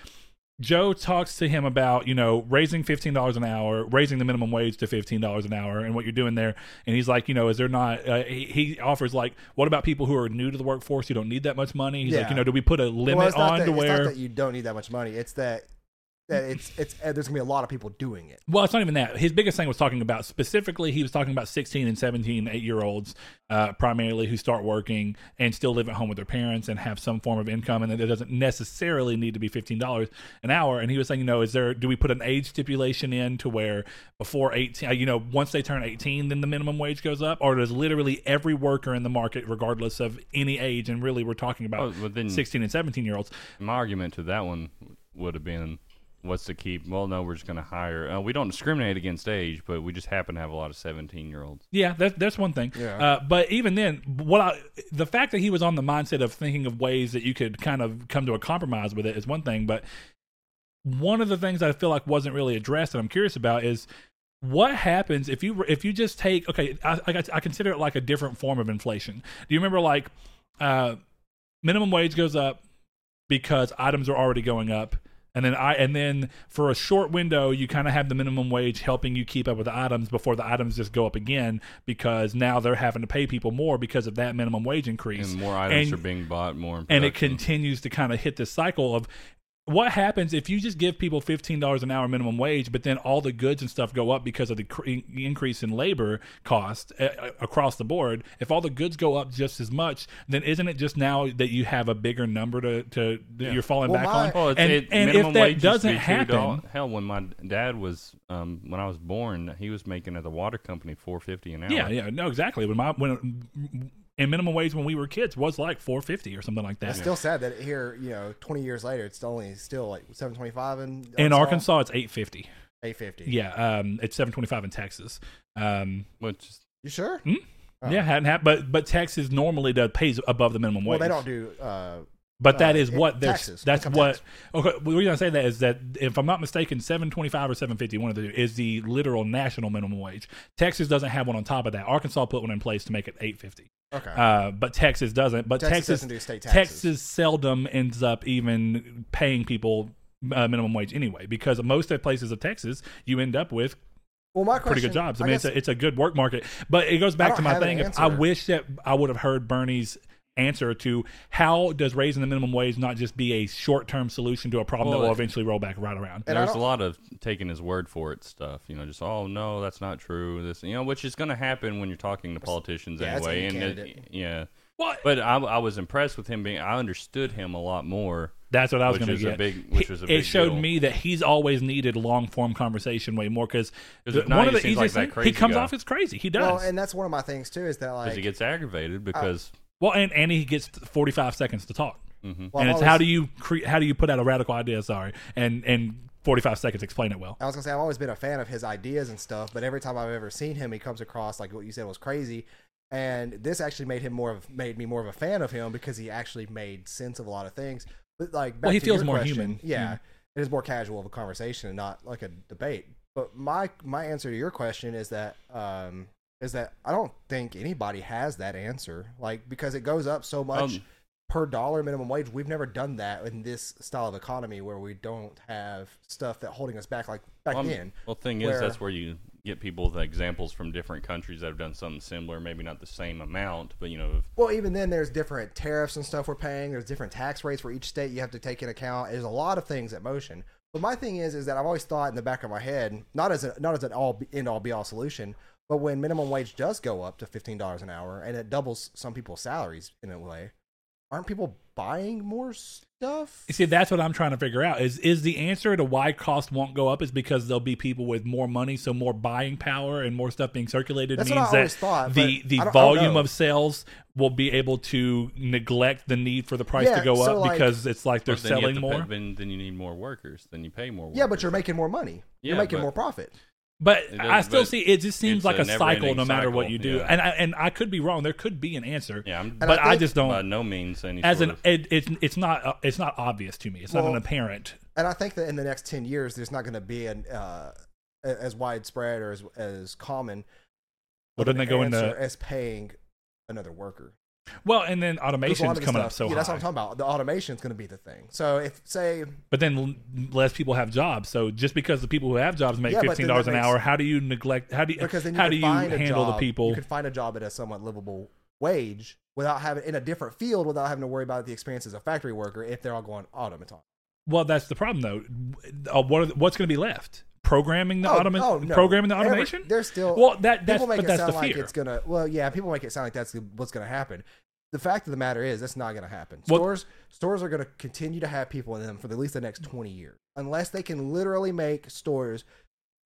[SPEAKER 4] Joe talks to him about, you know, raising $15 an hour, raising the minimum wage to $15 an hour and what you're doing there. And he's like, you know, is there not, uh, he, he offers like, what about people who are new to the workforce who don't need that much money? He's like,
[SPEAKER 3] Yeah.
[SPEAKER 4] you know, do we put a limit
[SPEAKER 3] well, it's not,
[SPEAKER 4] on
[SPEAKER 3] that,
[SPEAKER 4] to
[SPEAKER 3] it's
[SPEAKER 4] where
[SPEAKER 3] not that you don't need that much money. It's that that it's it's uh, there's gonna be a lot of people doing it.
[SPEAKER 4] Well, it's not even that. His biggest thing was talking about specifically, he was talking about 16 and 17, eight year olds uh, primarily who start working and still live at home with their parents and have some form of income. And that it doesn't necessarily need to be $15 an hour. And he was saying, you know, is there, do we put an age stipulation in to where before 18, uh, you know, once they turn 18, then the minimum wage goes up? Or does literally every worker in the market, regardless of any age, and really we're talking
[SPEAKER 1] Oh,
[SPEAKER 4] about
[SPEAKER 1] but then
[SPEAKER 4] 16 and 17 year olds?
[SPEAKER 1] my argument to that one would have been, what's the key? Well, no, we're just going to hire. Uh, we don't discriminate against age, but we just happen to have a lot of seventeen-year-olds.
[SPEAKER 4] Yeah, that, that's one thing.
[SPEAKER 3] Yeah.
[SPEAKER 4] Uh, but even then, what I, the fact that he was on the mindset of thinking of ways that you could kind of come to a compromise with it is one thing. But one of the things I feel like wasn't really addressed, and I'm curious about, is what happens if you if you just take okay, I, I, I consider it like a different form of inflation. Do you remember like uh, minimum wage goes up because items are already going up and then i and then for a short window you kind of have the minimum wage helping you keep up with the items before the items just go up again because now they're having to pay people more because of that minimum wage increase
[SPEAKER 1] And more items
[SPEAKER 4] And-
[SPEAKER 1] are being bought, more. in
[SPEAKER 4] and it
[SPEAKER 1] production.
[SPEAKER 4] continues to kind of hit this cycle of what happens if you just give people $15 an hour minimum wage but then all the goods and stuff go up because of the cr- in- increase in labor cost uh, uh, across the board if all the goods go up just as much then isn't it just now that you have a bigger number to, to that you're falling
[SPEAKER 3] Well,
[SPEAKER 4] back
[SPEAKER 3] my-
[SPEAKER 4] on
[SPEAKER 1] Well, Oh, it's,
[SPEAKER 4] and,
[SPEAKER 1] it,
[SPEAKER 4] and
[SPEAKER 1] minimum
[SPEAKER 4] if that
[SPEAKER 1] wage used to
[SPEAKER 4] doesn't
[SPEAKER 1] be
[SPEAKER 4] happen
[SPEAKER 1] $2. hell, when my dad was um, when I was born, he was making at the water company four fifty an hour.
[SPEAKER 4] yeah yeah no exactly when my when and minimum wage when we were kids was like 450 or something like that
[SPEAKER 3] It's still sad that here, you know, twenty years later, it's only still like seven twenty five in
[SPEAKER 4] in arkansas it's 850
[SPEAKER 3] eight fifty.
[SPEAKER 4] yeah um it's 725 in texas um
[SPEAKER 1] which is-
[SPEAKER 3] you sure?
[SPEAKER 4] Mm-hmm.
[SPEAKER 3] Oh.
[SPEAKER 4] Yeah, hadn't happened. But but Texas normally does pays above the minimum
[SPEAKER 3] Well,
[SPEAKER 4] wage.
[SPEAKER 3] they don't do. Uh,
[SPEAKER 4] But that
[SPEAKER 3] uh,
[SPEAKER 4] is
[SPEAKER 3] it-
[SPEAKER 4] what they're
[SPEAKER 3] taxes,
[SPEAKER 4] that's
[SPEAKER 3] income
[SPEAKER 4] what. Okay, the reason I say that is that if I'm not mistaken, seven twenty five or seven fifty, one of the two is the literal national minimum wage. Texas doesn't have one on top of that. Arkansas put one in place to make it eight fifty.
[SPEAKER 3] okay.
[SPEAKER 4] Uh, but Texas doesn't. But
[SPEAKER 3] Texas
[SPEAKER 4] Texas,
[SPEAKER 3] doesn't do state taxes.
[SPEAKER 4] Texas seldom ends up even paying people uh, minimum wage anyway, because most of the places of Texas you end up with
[SPEAKER 3] well, my question.
[SPEAKER 4] pretty good jobs. I,
[SPEAKER 3] I
[SPEAKER 4] mean,
[SPEAKER 3] guess-
[SPEAKER 4] it's a, it's a good work market. But it goes back
[SPEAKER 3] don't
[SPEAKER 4] to my
[SPEAKER 3] have an
[SPEAKER 4] thing. Of,
[SPEAKER 3] answer.
[SPEAKER 4] I wish that I would have heard Bernie's answer to how does raising the minimum wage not just be a short term solution to a problem that
[SPEAKER 1] Well,
[SPEAKER 4] will
[SPEAKER 1] it-
[SPEAKER 4] eventually roll back right around.
[SPEAKER 3] And I
[SPEAKER 1] There's a
[SPEAKER 3] don't-
[SPEAKER 1] lot of taking his word for it stuff, you know. Just oh no, that's not true. This, you know, which is going to happen when you're talking to politicians
[SPEAKER 3] Yeah, that's
[SPEAKER 1] anyway.
[SPEAKER 3] any
[SPEAKER 1] And it-
[SPEAKER 3] candidate.
[SPEAKER 1] yeah,
[SPEAKER 4] What?
[SPEAKER 1] but I, I was impressed with him being. I understood him a lot more.
[SPEAKER 4] That's what I was going
[SPEAKER 1] Which
[SPEAKER 4] to
[SPEAKER 1] is a
[SPEAKER 4] get.
[SPEAKER 1] big- which is a
[SPEAKER 4] it
[SPEAKER 1] big
[SPEAKER 4] showed
[SPEAKER 1] deal.
[SPEAKER 4] me that he's always needed long form conversation way more because
[SPEAKER 1] 'Cause if not,
[SPEAKER 4] one
[SPEAKER 1] he
[SPEAKER 4] of the
[SPEAKER 1] seems like
[SPEAKER 4] easiest
[SPEAKER 1] that
[SPEAKER 4] things-
[SPEAKER 1] crazy
[SPEAKER 4] he comes
[SPEAKER 1] guy.
[SPEAKER 4] off as crazy. He does.
[SPEAKER 3] Well, and that's one of my things too is that
[SPEAKER 1] because
[SPEAKER 3] like uh,
[SPEAKER 1] he gets aggravated because
[SPEAKER 4] and he gets 45 seconds to talk.
[SPEAKER 3] well,
[SPEAKER 4] and
[SPEAKER 3] I've
[SPEAKER 4] it's how
[SPEAKER 3] always-
[SPEAKER 4] do you cre- how do you put out a radical idea? Sorry, and and forty five seconds explain it well.
[SPEAKER 3] I was gonna say I've always been a fan of his ideas and stuff, but every time I've ever seen him, he comes across like what you said was crazy. And this actually made him more of made me more of a fan of him because he actually made sense of a lot of things. But like, back
[SPEAKER 4] Well, he
[SPEAKER 3] to
[SPEAKER 4] feels
[SPEAKER 3] your
[SPEAKER 4] more
[SPEAKER 3] question,
[SPEAKER 4] human. Mm-hmm.
[SPEAKER 3] Yeah,
[SPEAKER 4] Yeah.
[SPEAKER 3] it is more casual of a conversation and not like a debate. But my my answer to your question is that um is that I don't think anybody has that answer, like because it goes up so much.
[SPEAKER 1] Um,
[SPEAKER 3] Per dollar minimum wage, we've never done that in this style of economy where we don't have stuff that holding us back like back
[SPEAKER 1] Well, I'm-
[SPEAKER 3] then.
[SPEAKER 1] Well, thing
[SPEAKER 3] where-
[SPEAKER 1] is, that's where you get people the examples from different countries that have done something similar, maybe not the same amount, but you know, if-
[SPEAKER 3] Well, even then, there's different tariffs and stuff we're paying. There's different tax rates for each state you have to take into account. There's a lot of things at motion. But my thing is, is that I've always thought in the back of my head, not as a, not as an all end all be all solution, but when minimum wage does go up to fifteen dollars an hour and it doubles some people's salaries in a way, aren't people buying more stuff?
[SPEAKER 4] You see, that's what I'm trying to figure out. Is is the answer to why cost won't go up is because there'll be people with more money, so more buying power and more stuff being circulated
[SPEAKER 3] That's what I
[SPEAKER 4] means that
[SPEAKER 3] always thought,
[SPEAKER 4] the
[SPEAKER 3] but
[SPEAKER 4] the
[SPEAKER 3] I don't- I don't
[SPEAKER 4] volume
[SPEAKER 3] know.
[SPEAKER 4] of sales will be able to neglect the need for the price
[SPEAKER 3] Yeah,
[SPEAKER 4] to go
[SPEAKER 3] so,
[SPEAKER 4] up
[SPEAKER 3] like-
[SPEAKER 4] because it's like they're
[SPEAKER 1] but then you have
[SPEAKER 4] selling
[SPEAKER 1] to
[SPEAKER 4] more.
[SPEAKER 1] Pay, then, then you need more workers. Then you pay more. Workers.
[SPEAKER 3] yeah, but you're making more money. you're
[SPEAKER 1] Yeah,
[SPEAKER 3] making
[SPEAKER 1] but-
[SPEAKER 3] more profit.
[SPEAKER 4] But
[SPEAKER 1] It
[SPEAKER 4] I
[SPEAKER 1] does,
[SPEAKER 4] still
[SPEAKER 1] but
[SPEAKER 4] see it just seems
[SPEAKER 1] it's
[SPEAKER 4] like
[SPEAKER 1] a
[SPEAKER 4] a cycle
[SPEAKER 1] never-ending
[SPEAKER 4] no matter what
[SPEAKER 1] cycle,
[SPEAKER 4] you do.
[SPEAKER 1] yeah.
[SPEAKER 4] And I and I could be wrong. There could be an answer.
[SPEAKER 1] Yeah, I'm- And
[SPEAKER 4] but
[SPEAKER 3] I
[SPEAKER 4] I,
[SPEAKER 3] think-
[SPEAKER 4] just don't
[SPEAKER 1] by no means any
[SPEAKER 4] as
[SPEAKER 1] sort
[SPEAKER 4] an
[SPEAKER 1] of-
[SPEAKER 4] it, it's it's not uh, it's not obvious to me. It's not
[SPEAKER 3] Well-
[SPEAKER 4] an apparent.
[SPEAKER 3] and I think that in the next ten years, there's not going to be an uh, a- as widespread or as as common.
[SPEAKER 4] Well,
[SPEAKER 3] of
[SPEAKER 4] then
[SPEAKER 3] an
[SPEAKER 4] they go into-
[SPEAKER 3] answer as paying another worker.
[SPEAKER 4] Well, and then
[SPEAKER 3] 'Cause a lot
[SPEAKER 4] automation's
[SPEAKER 3] of the
[SPEAKER 4] coming up
[SPEAKER 3] stuff-
[SPEAKER 4] so
[SPEAKER 3] yeah,
[SPEAKER 4] high.
[SPEAKER 3] that's what I'm talking about. The automation is going to be the thing. So if say
[SPEAKER 4] But then l- less people have jobs. So just because the people who have jobs make
[SPEAKER 3] Yeah, but then
[SPEAKER 4] fifteen dollars
[SPEAKER 3] that
[SPEAKER 4] an
[SPEAKER 3] makes-
[SPEAKER 4] hour, how do you neglect? How do you,
[SPEAKER 3] because then you
[SPEAKER 4] how
[SPEAKER 3] could
[SPEAKER 4] do you
[SPEAKER 3] find a
[SPEAKER 4] handle
[SPEAKER 3] job,
[SPEAKER 4] the people?
[SPEAKER 3] You could find a job at a somewhat livable wage without having in a different field without having to worry about the experience as a factory worker if they're all going automaton.
[SPEAKER 4] Well, that's the problem though. Uh, what are the- what's going to be left? Programming the
[SPEAKER 3] Oh,
[SPEAKER 4] automa-
[SPEAKER 3] oh, no.
[SPEAKER 4] programming the
[SPEAKER 3] Every-
[SPEAKER 4] automation.
[SPEAKER 3] There's still
[SPEAKER 4] well that that's
[SPEAKER 3] people make
[SPEAKER 4] but
[SPEAKER 3] it
[SPEAKER 4] that's
[SPEAKER 3] sound
[SPEAKER 4] the
[SPEAKER 3] like
[SPEAKER 4] fear.
[SPEAKER 3] it's gonna. Well, yeah, people make it sound like that's what's gonna happen. The fact of the matter is, that's not gonna happen.
[SPEAKER 4] Well-
[SPEAKER 3] Stores stores are gonna continue to have people in them for at least the next twenty years, unless they can literally make stores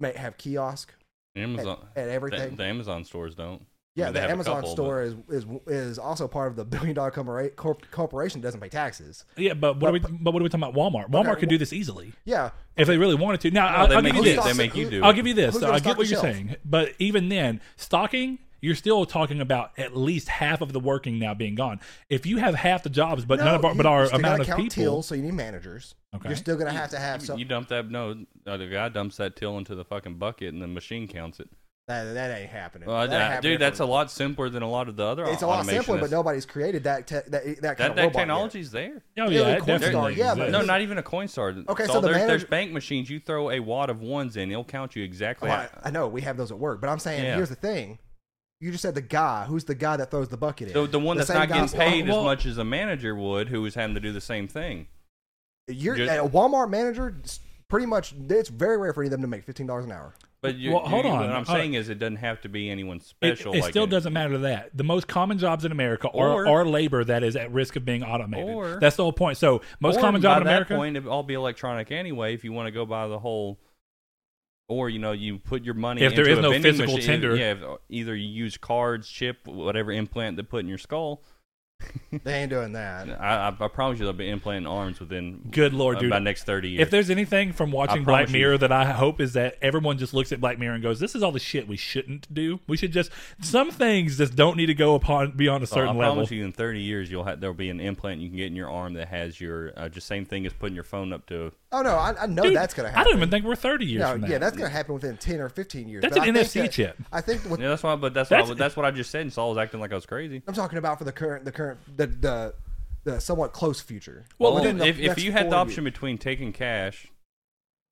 [SPEAKER 3] may have kiosk at,
[SPEAKER 1] Amazon.
[SPEAKER 3] at everything.
[SPEAKER 1] The, the Amazon stores don't.
[SPEAKER 3] yeah,
[SPEAKER 1] I mean, they
[SPEAKER 3] the
[SPEAKER 1] have a
[SPEAKER 3] Amazon
[SPEAKER 1] couple, but-
[SPEAKER 3] store is, is is also part of the billion dollar corpora- corp- corporation that doesn't pay taxes.
[SPEAKER 4] Yeah, but what are we?
[SPEAKER 3] But-
[SPEAKER 4] But what are we talking about? Walmart. Walmart
[SPEAKER 3] Okay,
[SPEAKER 4] could do this easily
[SPEAKER 3] Yeah,
[SPEAKER 4] if they really wanted to. Now
[SPEAKER 1] No,
[SPEAKER 4] I'll,
[SPEAKER 1] they
[SPEAKER 4] I'll
[SPEAKER 1] make
[SPEAKER 4] give you
[SPEAKER 1] you.
[SPEAKER 4] this.
[SPEAKER 3] stock-
[SPEAKER 1] They make you
[SPEAKER 3] who-
[SPEAKER 1] do.
[SPEAKER 4] I'll
[SPEAKER 1] it.
[SPEAKER 4] give you this.
[SPEAKER 3] Who's
[SPEAKER 4] So
[SPEAKER 3] gonna
[SPEAKER 4] I
[SPEAKER 3] stock
[SPEAKER 4] get what
[SPEAKER 3] the
[SPEAKER 4] you're
[SPEAKER 3] shelf?
[SPEAKER 4] saying, but even then, stocking. You're still talking about at least half of the working now being gone. If you have half the jobs, but none of our,
[SPEAKER 3] you-
[SPEAKER 4] but our
[SPEAKER 3] you still
[SPEAKER 4] amount
[SPEAKER 3] gotta
[SPEAKER 4] of
[SPEAKER 3] count
[SPEAKER 4] people,
[SPEAKER 3] Tills, so you need managers.
[SPEAKER 4] Okay.
[SPEAKER 3] You're still gonna have to have some.
[SPEAKER 1] You dump that no, uh, the guy dumps that till into the fucking bucket, and the machine counts it.
[SPEAKER 3] that, that ain't happening.
[SPEAKER 1] Well,
[SPEAKER 3] That ain't
[SPEAKER 1] I- I-
[SPEAKER 3] happening
[SPEAKER 1] dude, that's
[SPEAKER 3] for-
[SPEAKER 1] a lot simpler than a lot of the other.
[SPEAKER 3] It's a lot
[SPEAKER 1] automation
[SPEAKER 3] simpler, but
[SPEAKER 1] that's-
[SPEAKER 3] nobody's created that te- that that kind
[SPEAKER 1] Oh, that,
[SPEAKER 3] of
[SPEAKER 1] that
[SPEAKER 3] robot yet.
[SPEAKER 1] technology's there.
[SPEAKER 4] Oh
[SPEAKER 3] Yeah, like
[SPEAKER 4] yeah, it
[SPEAKER 3] Coin Star,
[SPEAKER 4] definitely.
[SPEAKER 3] yeah, but
[SPEAKER 4] exists.
[SPEAKER 1] No, not even a coin star.
[SPEAKER 3] Okay, so
[SPEAKER 1] so,
[SPEAKER 3] the
[SPEAKER 1] there's,
[SPEAKER 3] manager-
[SPEAKER 1] there's bank machines. You throw a wad of ones in, it'll count you exactly.
[SPEAKER 3] Well,
[SPEAKER 1] how-
[SPEAKER 3] I, I know we have those at work, but I'm saying
[SPEAKER 1] Yeah.
[SPEAKER 3] here's the thing. You just said the guy. Who's the guy that throws the bucket in?
[SPEAKER 1] the, the one that's
[SPEAKER 3] same
[SPEAKER 1] not
[SPEAKER 3] guy-
[SPEAKER 1] getting paid
[SPEAKER 4] Well-
[SPEAKER 1] as much as a manager would, who is having to do the same thing.
[SPEAKER 3] You're,
[SPEAKER 1] You're-
[SPEAKER 3] a Walmart manager. s- Pretty much, it's very rare for any of them to make fifteen dollars an hour.
[SPEAKER 1] But you,
[SPEAKER 4] Well, hold
[SPEAKER 1] you-
[SPEAKER 4] on,
[SPEAKER 1] What I'm
[SPEAKER 4] hold on.
[SPEAKER 1] saying is, it doesn't have to be anyone
[SPEAKER 4] It,
[SPEAKER 1] special.
[SPEAKER 4] it
[SPEAKER 1] like
[SPEAKER 4] still
[SPEAKER 1] in-
[SPEAKER 4] doesn't matter that the most common jobs in America are,
[SPEAKER 1] Or-
[SPEAKER 4] are labor that is at risk of being automated.
[SPEAKER 1] Or-
[SPEAKER 4] That's the whole point. So most
[SPEAKER 1] or
[SPEAKER 4] common
[SPEAKER 1] by
[SPEAKER 4] job in
[SPEAKER 1] that
[SPEAKER 4] America.
[SPEAKER 1] point, it'd all be electronic anyway. If you want to go by the whole, or you know, you put your money.
[SPEAKER 4] If there
[SPEAKER 1] into
[SPEAKER 4] is
[SPEAKER 1] a
[SPEAKER 4] no
[SPEAKER 1] vending
[SPEAKER 4] physical
[SPEAKER 1] machine,
[SPEAKER 4] tender.
[SPEAKER 1] yeah. if- either you use cards, chip, whatever implant they put in your skull.
[SPEAKER 3] They ain't doing that.
[SPEAKER 1] I, I, I promise you, they'll be implanting arms within
[SPEAKER 4] Good lord,
[SPEAKER 1] uh,
[SPEAKER 4] dude!
[SPEAKER 1] by next thirty years.
[SPEAKER 4] If there's anything from watching Black
[SPEAKER 1] I promise you.
[SPEAKER 4] Mirror that I hope is that everyone just looks at Black Mirror and goes, "This is all the shit we shouldn't do. We should just some things just don't need to go upon beyond a
[SPEAKER 1] So
[SPEAKER 4] certain
[SPEAKER 1] Oh, I
[SPEAKER 4] level."
[SPEAKER 1] promise you, in 30 years, you'll have there'll be an implant you can get in your arm that has your uh, just same thing as putting your phone up to.
[SPEAKER 3] Oh no, I, I know
[SPEAKER 4] Dude,
[SPEAKER 3] that's gonna
[SPEAKER 4] I
[SPEAKER 3] happen.
[SPEAKER 4] don't even think we're 30 years
[SPEAKER 3] No,
[SPEAKER 4] from that.
[SPEAKER 3] yeah, that's gonna happen within ten or fifteen years.
[SPEAKER 4] That's
[SPEAKER 3] but
[SPEAKER 4] an
[SPEAKER 3] I think
[SPEAKER 4] NFC
[SPEAKER 3] that-
[SPEAKER 4] chip.
[SPEAKER 3] I think what
[SPEAKER 1] Yeah, that's why. But that's
[SPEAKER 4] That's-
[SPEAKER 1] what I, that's what I just said, and Saul was acting like I was crazy.
[SPEAKER 3] I'm talking about for the current, the current, the the, the somewhat close future.
[SPEAKER 4] Well,
[SPEAKER 3] Within
[SPEAKER 1] Well,
[SPEAKER 3] the
[SPEAKER 1] if, if
[SPEAKER 3] next
[SPEAKER 1] you had
[SPEAKER 3] four
[SPEAKER 1] the option
[SPEAKER 3] years.
[SPEAKER 1] between taking cash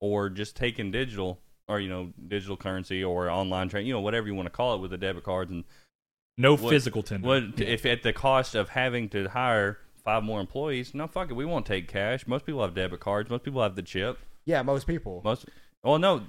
[SPEAKER 1] or just taking digital or you know digital currency or online trade, you know whatever you want to call it with the debit cards and
[SPEAKER 4] No
[SPEAKER 1] What-
[SPEAKER 4] physical tender.
[SPEAKER 1] What if at the cost of having to hire five more employees? No, fuck it. We won't take cash. Most people have debit cards. Most people have the chip.
[SPEAKER 3] Yeah, most people.
[SPEAKER 1] Most. Well, no,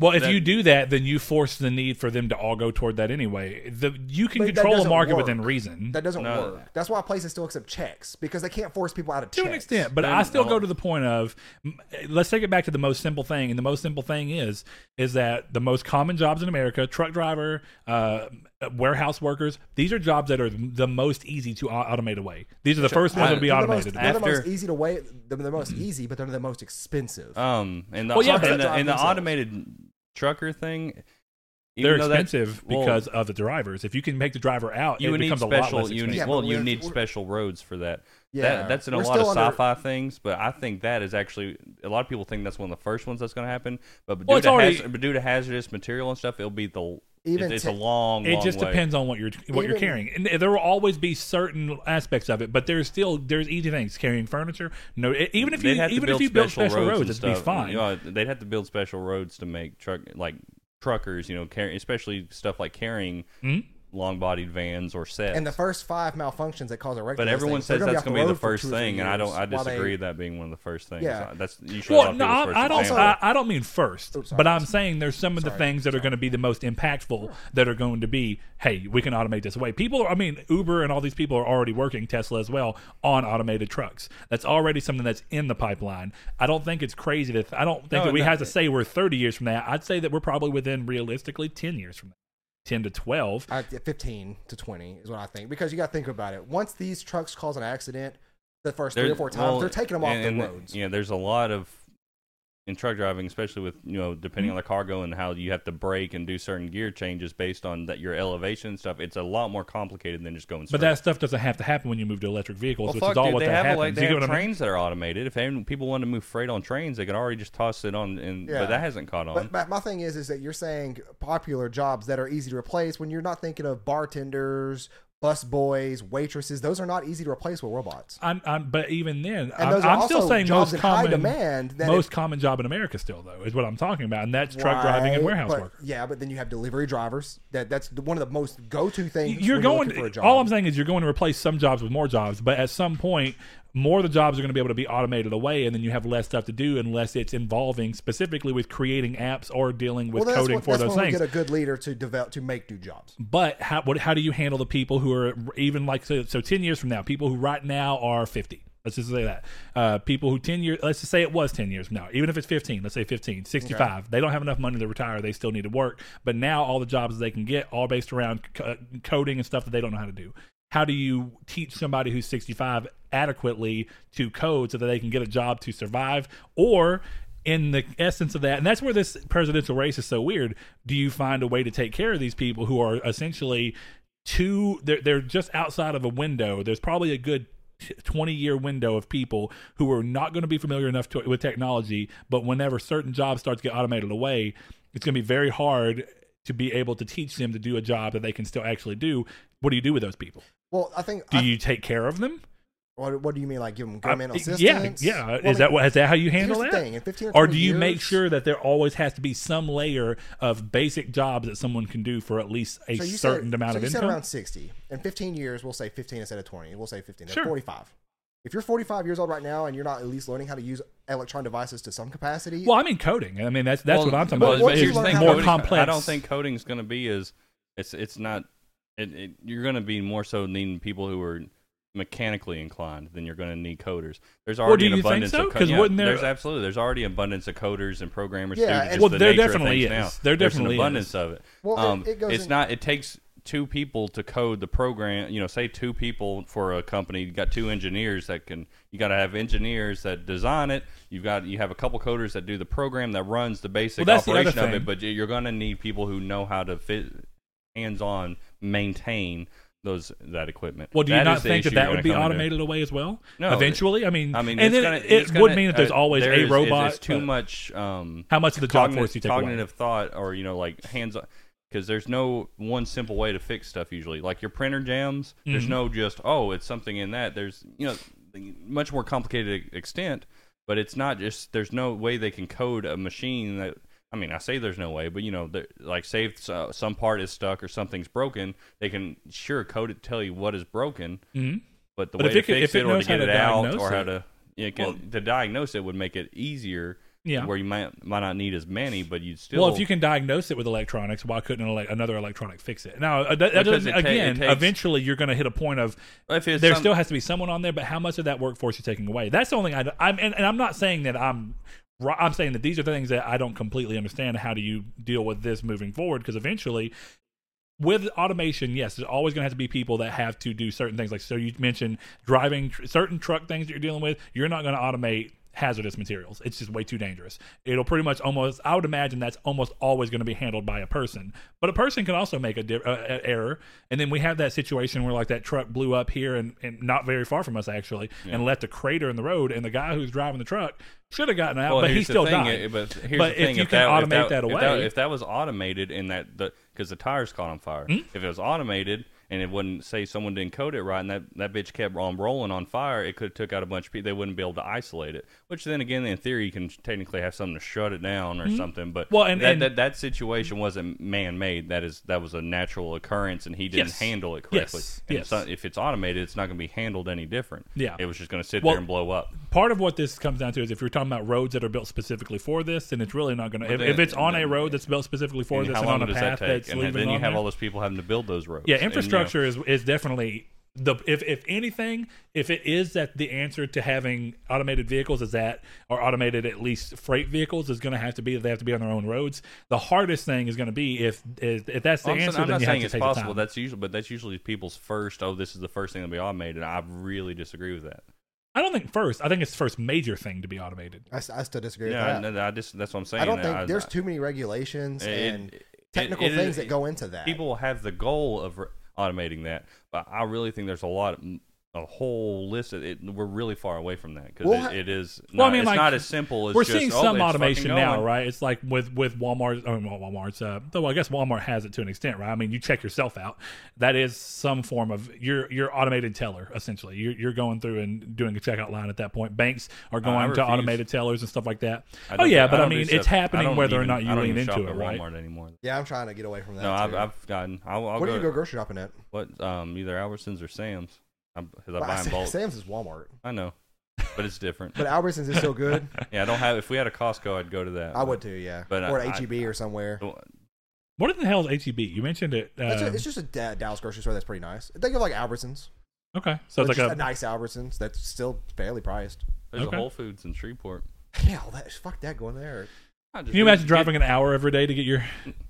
[SPEAKER 4] Well, if
[SPEAKER 1] that-
[SPEAKER 4] you do that, then you force the need for them to all go toward that anyway. The, you can
[SPEAKER 3] But that
[SPEAKER 4] control a
[SPEAKER 3] doesn't
[SPEAKER 4] market
[SPEAKER 3] work.
[SPEAKER 4] within reason
[SPEAKER 3] That doesn't
[SPEAKER 1] No.
[SPEAKER 3] work. That's why places still accept checks because they can't force people out of
[SPEAKER 4] to
[SPEAKER 3] checks.
[SPEAKER 4] an extent. But
[SPEAKER 1] Then
[SPEAKER 4] I still go
[SPEAKER 1] all-
[SPEAKER 4] to the point of m- let's take it back to the most simple thing, and the most simple thing is is that the most common jobs in America: truck driver, uh, warehouse workers. These are jobs that are the most easy to au- automate away. These are the first ones
[SPEAKER 1] I-
[SPEAKER 4] to be
[SPEAKER 3] They're the most-
[SPEAKER 4] automated. Mm-hmm.
[SPEAKER 3] they're the most
[SPEAKER 1] After-
[SPEAKER 3] easy to wait. They're the most easy, but they're the most
[SPEAKER 4] Uh,
[SPEAKER 3] expensive.
[SPEAKER 1] um, and the
[SPEAKER 4] Well, yeah, but-
[SPEAKER 1] and the, and the
[SPEAKER 3] Themselves.
[SPEAKER 1] automated trucker thing. even
[SPEAKER 4] They're
[SPEAKER 1] though that-
[SPEAKER 4] expensive
[SPEAKER 1] well,
[SPEAKER 4] because of the drivers. If you can make the driver out,
[SPEAKER 1] you
[SPEAKER 4] it
[SPEAKER 1] need
[SPEAKER 4] becomes a lot less
[SPEAKER 1] special. You
[SPEAKER 4] expensive.
[SPEAKER 1] need,
[SPEAKER 3] Yeah, but
[SPEAKER 1] well, you
[SPEAKER 3] we're-
[SPEAKER 1] need
[SPEAKER 3] we're-
[SPEAKER 1] special roads for that.
[SPEAKER 3] Yeah.
[SPEAKER 1] That, that's in a
[SPEAKER 3] We're
[SPEAKER 1] lot of
[SPEAKER 3] still under-
[SPEAKER 1] sci-fi things, but I think that is actually a lot of people think that's one of the first ones that's going to happen. But due,
[SPEAKER 4] Well, it's
[SPEAKER 1] to
[SPEAKER 4] already-
[SPEAKER 1] hazard, but due to hazardous material and stuff, it'll be the
[SPEAKER 3] Even
[SPEAKER 1] it's, it's
[SPEAKER 3] te-
[SPEAKER 1] a long.
[SPEAKER 4] It
[SPEAKER 1] long
[SPEAKER 4] just
[SPEAKER 1] way.
[SPEAKER 4] depends on what you're what you're
[SPEAKER 3] Even-
[SPEAKER 4] carrying, and there will always be certain aspects of it. But there's still there's easy things carrying furniture. No, e- even if you
[SPEAKER 1] They'd have to
[SPEAKER 4] even if you build special, roads,
[SPEAKER 1] and
[SPEAKER 4] it'd be
[SPEAKER 1] stuff.
[SPEAKER 4] fine.
[SPEAKER 1] You know, they'd have to build special roads to make truck like truckers, you know, carry, especially stuff like carrying
[SPEAKER 4] Hmm?
[SPEAKER 1] long-bodied vans or sets.
[SPEAKER 3] And the first five malfunctions that cause a wreck.
[SPEAKER 1] but everyone says that's going to be the first thing, and I don't. I disagree with that being one of the first things. Uh,
[SPEAKER 3] Yeah.
[SPEAKER 1] that's usually
[SPEAKER 4] Well,
[SPEAKER 1] a lot of
[SPEAKER 4] no,
[SPEAKER 1] people's
[SPEAKER 4] I,
[SPEAKER 1] first
[SPEAKER 4] I don't.
[SPEAKER 1] example.
[SPEAKER 4] I, I don't mean first,
[SPEAKER 3] Oops, sorry.
[SPEAKER 4] but I'm saying there's some of the
[SPEAKER 3] Sorry,
[SPEAKER 4] things that are going to be the most impactful that are going to be. Hey, we can automate this away. People, are- I mean, Uber and all these people are already working Tesla as well on automated trucks. That's already something that's in the pipeline. I don't think it's crazy to. Th- I don't think
[SPEAKER 1] No,
[SPEAKER 4] that we
[SPEAKER 1] no.
[SPEAKER 4] have to say we're 30 years from that. I'd say that we're probably within realistically 10 years from that, 10 to 12.
[SPEAKER 3] I, 15 to 20 is what I think because you got to think about it. Once these trucks cause an accident, the first three
[SPEAKER 1] There-
[SPEAKER 3] or four times
[SPEAKER 1] well,
[SPEAKER 3] they're taking them off
[SPEAKER 1] and-
[SPEAKER 3] the
[SPEAKER 1] and,
[SPEAKER 3] roads.
[SPEAKER 1] Yeah, there's a lot of in truck driving, especially with you know depending on the cargo and how you have to brake and do certain gear changes based on that your elevation and stuff. It's a lot more complicated than just going.
[SPEAKER 4] But
[SPEAKER 1] straight.
[SPEAKER 4] that stuff doesn't have to happen when you move to electric vehicles,
[SPEAKER 1] Well,
[SPEAKER 4] which
[SPEAKER 1] fuck,
[SPEAKER 4] is all
[SPEAKER 1] dude,
[SPEAKER 4] what
[SPEAKER 1] they
[SPEAKER 4] that
[SPEAKER 1] have
[SPEAKER 4] happens.
[SPEAKER 1] like they
[SPEAKER 4] You get
[SPEAKER 1] have
[SPEAKER 4] what I mean?
[SPEAKER 1] trains that are automated. If any- people want to move freight on trains, they can already just toss it on. And
[SPEAKER 3] Yeah.
[SPEAKER 1] but that hasn't caught on.
[SPEAKER 3] But, but my thing is, is that you're saying popular jobs that are easy to replace when you're not thinking of bartenders, bus boys, waitresses. Those are not easy to replace with robots.
[SPEAKER 4] I'm, I'm, but even then,
[SPEAKER 3] And
[SPEAKER 4] I'm,
[SPEAKER 3] those are
[SPEAKER 4] I'm still
[SPEAKER 3] also
[SPEAKER 4] saying
[SPEAKER 3] jobs
[SPEAKER 4] most
[SPEAKER 3] in high
[SPEAKER 4] common
[SPEAKER 3] demand that
[SPEAKER 4] most
[SPEAKER 3] if-
[SPEAKER 4] common job in America still though is what I'm talking about, and that's truck driving and
[SPEAKER 3] Right,
[SPEAKER 4] warehouse
[SPEAKER 3] but-
[SPEAKER 4] worker.
[SPEAKER 3] Yeah, but then you have delivery drivers. That that's the- one of the most go-to things.
[SPEAKER 4] You're
[SPEAKER 3] when
[SPEAKER 4] going.
[SPEAKER 3] looking for a job.
[SPEAKER 4] all I'm saying is you're going to replace some jobs with more jobs, but at some point, more of the jobs are going to be able to be automated away, and then you have less stuff to do unless it's involving specifically with creating apps or dealing
[SPEAKER 3] well,
[SPEAKER 4] with
[SPEAKER 3] that's
[SPEAKER 4] coding
[SPEAKER 3] what,
[SPEAKER 4] for
[SPEAKER 3] that's
[SPEAKER 4] those
[SPEAKER 3] when
[SPEAKER 4] things.
[SPEAKER 3] We get a good leader to develop to make new jobs.
[SPEAKER 4] But how what, how do you handle the people who are even like so, so ten years from now, people who right now are fifty. Let's just say that uh, people who ten years, let's just say it was ten years from now, even if it's fifteen, let's say 15, 65, they don't have enough money to retire. They still need to work, but now all the jobs they can get, all based around c- uh, coding and stuff that they don't know how to do. How do you teach somebody who's sixty five adequately to code so that they can get a job to survive, or in the essence of that, and that's where this presidential race is so weird. Do you find a way to take care of these people who are essentially two? They're they're just outside of a window. There's probably a good. 20 year window of people who are not going to be familiar enough to, with technology, but whenever certain jobs start to get automated away, it's going to be very hard to be able to teach them to do a job that they can still actually do. What do you do with those people?
[SPEAKER 3] Well, I think.
[SPEAKER 4] Do
[SPEAKER 3] I-
[SPEAKER 4] you take care of them?
[SPEAKER 3] what, what do you mean? Like give them governmental
[SPEAKER 4] I- e,
[SPEAKER 3] assistance?
[SPEAKER 4] Yeah, yeah.
[SPEAKER 3] Well, I
[SPEAKER 4] is that
[SPEAKER 3] mean,
[SPEAKER 4] what is that how you handle
[SPEAKER 3] here's
[SPEAKER 4] that?
[SPEAKER 3] the thing, in 15 or
[SPEAKER 4] or
[SPEAKER 3] 20
[SPEAKER 4] do you make
[SPEAKER 3] years-
[SPEAKER 4] sure that there always has to be some layer of basic jobs that someone can do for at least a
[SPEAKER 3] so you
[SPEAKER 4] certain
[SPEAKER 3] said,
[SPEAKER 4] amount
[SPEAKER 3] so
[SPEAKER 4] of
[SPEAKER 3] you
[SPEAKER 4] income?
[SPEAKER 3] said around 60. In 15 years, we'll say 15 instead of 20. We'll say 15. That's
[SPEAKER 4] Sure.
[SPEAKER 3] 45. If you're 45 years old right now and you're not at least learning how to use electronic devices to some capacity,
[SPEAKER 4] well, I mean coding. I mean that's that's
[SPEAKER 1] Well,
[SPEAKER 4] what I'm talking
[SPEAKER 1] well,
[SPEAKER 4] about.
[SPEAKER 3] once
[SPEAKER 1] but
[SPEAKER 4] It's
[SPEAKER 3] you
[SPEAKER 1] here's the
[SPEAKER 3] learn
[SPEAKER 1] thing,
[SPEAKER 3] how
[SPEAKER 4] more
[SPEAKER 3] to-
[SPEAKER 1] coding-
[SPEAKER 4] complex.
[SPEAKER 1] I don't think coding's going to be as it's it's not. It, it, you're going to be more so needing people who are mechanically inclined than you're going to need coders. There's already
[SPEAKER 4] do
[SPEAKER 1] an
[SPEAKER 4] you think
[SPEAKER 1] abundance
[SPEAKER 4] so?
[SPEAKER 1] of
[SPEAKER 4] 'Cause
[SPEAKER 1] yeah,
[SPEAKER 4] wouldn't there-
[SPEAKER 1] there's absolutely there's already abundance of coders and programmers.
[SPEAKER 3] Yeah,
[SPEAKER 1] due to
[SPEAKER 3] and-
[SPEAKER 1] just
[SPEAKER 3] Well,
[SPEAKER 1] the
[SPEAKER 4] there
[SPEAKER 1] nature of
[SPEAKER 4] definitely
[SPEAKER 1] things
[SPEAKER 4] is.
[SPEAKER 1] Now.
[SPEAKER 4] There
[SPEAKER 1] There's
[SPEAKER 4] definitely
[SPEAKER 1] an abundance
[SPEAKER 4] is.
[SPEAKER 1] of it.
[SPEAKER 3] Well, it-
[SPEAKER 1] um,
[SPEAKER 3] it goes
[SPEAKER 1] it's
[SPEAKER 3] in-
[SPEAKER 1] not. It takes two people to code the program. You know, say two people for a company. You got two engineers that can. You got to have engineers that design it. You've got you have a couple coders that do the program that runs the basic
[SPEAKER 4] Well, that's the
[SPEAKER 1] operation
[SPEAKER 4] other
[SPEAKER 1] of
[SPEAKER 4] thing.
[SPEAKER 1] it. But you- you're going to need people who know how to fit hands on maintain those that equipment.
[SPEAKER 4] Well, do you
[SPEAKER 1] That
[SPEAKER 4] not
[SPEAKER 1] is the
[SPEAKER 4] think that
[SPEAKER 1] issue
[SPEAKER 4] that
[SPEAKER 1] you're
[SPEAKER 4] would be
[SPEAKER 1] gonna come into.
[SPEAKER 4] automated away as well?
[SPEAKER 1] No,
[SPEAKER 4] eventually. I mean,
[SPEAKER 1] I mean,
[SPEAKER 4] and
[SPEAKER 1] it's
[SPEAKER 4] then
[SPEAKER 1] gonna,
[SPEAKER 4] it-
[SPEAKER 1] it's
[SPEAKER 4] it
[SPEAKER 1] gonna-
[SPEAKER 4] would mean that there's
[SPEAKER 1] uh,
[SPEAKER 4] always
[SPEAKER 1] there
[SPEAKER 4] a
[SPEAKER 1] is- it's-
[SPEAKER 4] robot.
[SPEAKER 1] It's too
[SPEAKER 4] but
[SPEAKER 1] much. Um,
[SPEAKER 4] How much of the job force
[SPEAKER 1] cognitive,
[SPEAKER 4] you take away?
[SPEAKER 1] cognitive thought or you know like hands on because there's no one simple way to fix stuff usually like your printer jams
[SPEAKER 4] Mm-hmm.
[SPEAKER 1] there's no just oh it's something in that there's you know much e, more complicated extent but it's not just there's no way they can code a machine that I mean, I say there's no way, but you know, the- like say if, uh, some part is stuck or something's broken, they can sure code it, tell you what is broken,
[SPEAKER 4] Mhm.
[SPEAKER 1] but the
[SPEAKER 4] But
[SPEAKER 1] way
[SPEAKER 4] if
[SPEAKER 1] to
[SPEAKER 4] it could-
[SPEAKER 1] fix
[SPEAKER 4] if it
[SPEAKER 1] it, or
[SPEAKER 4] knows
[SPEAKER 1] to
[SPEAKER 4] how
[SPEAKER 1] get
[SPEAKER 4] to
[SPEAKER 1] it out
[SPEAKER 4] diagnose
[SPEAKER 1] or
[SPEAKER 4] it-
[SPEAKER 1] how to it can,
[SPEAKER 4] Well-
[SPEAKER 1] to diagnose it would make it easier.
[SPEAKER 4] Yeah.
[SPEAKER 1] where you might might not need as many, but you'd still
[SPEAKER 4] well, if you can diagnose it with electronics, why couldn't an ele- another electronic fix it? Now, uh, that, that
[SPEAKER 1] Because
[SPEAKER 4] doesn't,
[SPEAKER 1] it ta- it
[SPEAKER 4] again,
[SPEAKER 1] takes-
[SPEAKER 4] eventually you're going to hit a point of
[SPEAKER 1] if it's
[SPEAKER 4] there
[SPEAKER 1] some-
[SPEAKER 4] still has to be someone on there, but how much of that workforce you're taking away? That's the only thing I, am and, and I'm not saying that I'm. ri- I'm saying that these are things that I don't completely understand. How do you deal with this moving forward? Because eventually, with automation, yes, there's always going to have to be people that have to do certain things. Like so, you mentioned driving tr- certain truck things that you're dealing with. You're not going to automate hazardous materials. It's just way too dangerous. It'll pretty much almost. I would imagine that's almost always going to be handled by a person. But a person can also make a di- uh, uh, error, and then we have that situation where like that truck blew up here and, and not very far from us actually, and left a crater in the road. And the guy who's driving the truck should have gotten out,
[SPEAKER 1] Well,
[SPEAKER 4] but he
[SPEAKER 1] here's the
[SPEAKER 4] still
[SPEAKER 1] thing,
[SPEAKER 4] died.
[SPEAKER 1] it- But here's
[SPEAKER 4] But
[SPEAKER 1] the
[SPEAKER 4] if
[SPEAKER 1] thing,
[SPEAKER 4] you
[SPEAKER 1] if
[SPEAKER 4] can
[SPEAKER 1] that, if
[SPEAKER 4] automate
[SPEAKER 1] that,
[SPEAKER 4] that
[SPEAKER 1] if
[SPEAKER 4] away-
[SPEAKER 1] if that was automated and that because the, 'cause the tires caught on fire,
[SPEAKER 4] Hmm?
[SPEAKER 1] if it was automated and it wouldn't say someone didn't code it right, and that, that bitch kept on rolling on fire, it could have took out a bunch of people. They wouldn't be able to isolate it. Which then again, in theory, you can technically have something to shut it down or something. But
[SPEAKER 4] Hmm? Well, and-
[SPEAKER 1] that,
[SPEAKER 4] and-
[SPEAKER 1] that that situation wasn't man made. That is that was a natural occurrence, and he didn't
[SPEAKER 4] Yes.
[SPEAKER 1] handle it correctly.
[SPEAKER 4] Yes.
[SPEAKER 1] And
[SPEAKER 4] Yes.
[SPEAKER 1] so- if it's automated, it's not going to be handled any different.
[SPEAKER 4] Yeah.
[SPEAKER 1] it was just going to sit
[SPEAKER 4] Well,
[SPEAKER 1] there and blow up.
[SPEAKER 4] part of what this comes down to is if you're talking about roads that are built specifically for this, then it's really not going to. If,
[SPEAKER 1] then-
[SPEAKER 4] if it's on a
[SPEAKER 1] then-
[SPEAKER 4] road that's built specifically for
[SPEAKER 1] And
[SPEAKER 4] this
[SPEAKER 1] how
[SPEAKER 4] and
[SPEAKER 1] long
[SPEAKER 4] on a
[SPEAKER 1] does
[SPEAKER 4] path
[SPEAKER 1] that take?
[SPEAKER 4] that's
[SPEAKER 1] And
[SPEAKER 4] leaving
[SPEAKER 1] then you
[SPEAKER 4] on
[SPEAKER 1] have
[SPEAKER 4] there-
[SPEAKER 1] all those people having to build those roads.
[SPEAKER 4] yeah,
[SPEAKER 1] And, you know,
[SPEAKER 4] infrastructure is is definitely the if if anything, if it is that the answer to having automated vehicles is that or automated at least freight vehicles is going to have to be that they have to be on their own roads. The hardest thing is going to be if if if that's the
[SPEAKER 1] I'm, saying-
[SPEAKER 4] answer,
[SPEAKER 1] I'm
[SPEAKER 4] then
[SPEAKER 1] not
[SPEAKER 4] you
[SPEAKER 1] saying
[SPEAKER 4] have
[SPEAKER 1] it's
[SPEAKER 4] to take the
[SPEAKER 1] possible.
[SPEAKER 4] time.
[SPEAKER 1] That's usually, but that's usually people's first. Oh, this is the first thing that'll be automated. I really disagree with that.
[SPEAKER 4] I don't think first. I think it's the first major thing to be automated.
[SPEAKER 3] I, s- I still disagree
[SPEAKER 1] Yeah,
[SPEAKER 3] with that.
[SPEAKER 1] I, I just that's what I'm saying.
[SPEAKER 3] I don't think
[SPEAKER 1] I-
[SPEAKER 3] there's
[SPEAKER 1] I-
[SPEAKER 3] too many regulations
[SPEAKER 1] it-
[SPEAKER 3] and
[SPEAKER 1] it-
[SPEAKER 3] technical
[SPEAKER 1] it is-
[SPEAKER 3] things that go into that.
[SPEAKER 1] People have the goal of re- automating that, but I really think there's a lot, a whole list. Of it, we're really far away from that because
[SPEAKER 3] Well, ha-
[SPEAKER 1] it, it is. Not,
[SPEAKER 4] Well, I mean,
[SPEAKER 1] it's
[SPEAKER 4] like,
[SPEAKER 1] not as simple as
[SPEAKER 4] we're
[SPEAKER 1] just,
[SPEAKER 4] seeing
[SPEAKER 1] oh,
[SPEAKER 4] some
[SPEAKER 1] it's fucking
[SPEAKER 4] automation now,
[SPEAKER 1] going.
[SPEAKER 4] right? It's like with with Walmart, or not Walmart's. Uh, though I guess Walmart has it to an extent, right? I mean, you check yourself out. That is some form of your your automated teller, essentially. You're, you're going through and doing a checkout line at that point. Banks are
[SPEAKER 1] I
[SPEAKER 4] going to
[SPEAKER 1] refuse.
[SPEAKER 4] automated tellers and stuff like that.
[SPEAKER 1] I
[SPEAKER 4] Oh
[SPEAKER 1] don't-
[SPEAKER 4] yeah, but I,
[SPEAKER 1] don't do
[SPEAKER 4] mean, it's
[SPEAKER 1] stuff- I
[SPEAKER 4] happening
[SPEAKER 1] don't
[SPEAKER 4] whether or
[SPEAKER 1] even-
[SPEAKER 4] not you
[SPEAKER 1] I don't
[SPEAKER 4] lean
[SPEAKER 1] even
[SPEAKER 4] into
[SPEAKER 1] shop
[SPEAKER 4] it,
[SPEAKER 1] at
[SPEAKER 4] right?
[SPEAKER 1] Walmart anymore.
[SPEAKER 3] yeah, I'm trying to get away from that.
[SPEAKER 1] No, I've,
[SPEAKER 3] too.
[SPEAKER 1] I've gotten. I'll, I'll
[SPEAKER 3] Where do
[SPEAKER 1] go,
[SPEAKER 3] you go grocery shopping at?
[SPEAKER 1] What? Um, either Albertsons or Sam's. I'm, cause
[SPEAKER 3] Well,
[SPEAKER 1] I buy
[SPEAKER 3] Sam-
[SPEAKER 1] in bulk.
[SPEAKER 3] Sam's is Walmart,
[SPEAKER 1] I know, but it's different.
[SPEAKER 3] but Albertsons is still good.
[SPEAKER 1] yeah, I don't have. If we had a Costco, I'd go to that.
[SPEAKER 3] I would too, yeah.
[SPEAKER 1] But
[SPEAKER 3] or
[SPEAKER 1] I-
[SPEAKER 3] at HEB or somewhere.
[SPEAKER 4] What in the hell is HEB? You mentioned it. Uh,
[SPEAKER 3] it's, ju- it's just a da- Dallas grocery store that's pretty nice. Think of like Albertsons.
[SPEAKER 4] okay, so it's
[SPEAKER 3] It's
[SPEAKER 4] like
[SPEAKER 3] just
[SPEAKER 4] a,
[SPEAKER 3] a, nice Albertsons that's still fairly priced.
[SPEAKER 1] There's
[SPEAKER 4] Okay.
[SPEAKER 1] a Whole Foods in Shreveport.
[SPEAKER 3] Hell, that fuck that going there.
[SPEAKER 1] I just-
[SPEAKER 4] Can you imagine driving an hour every day to get your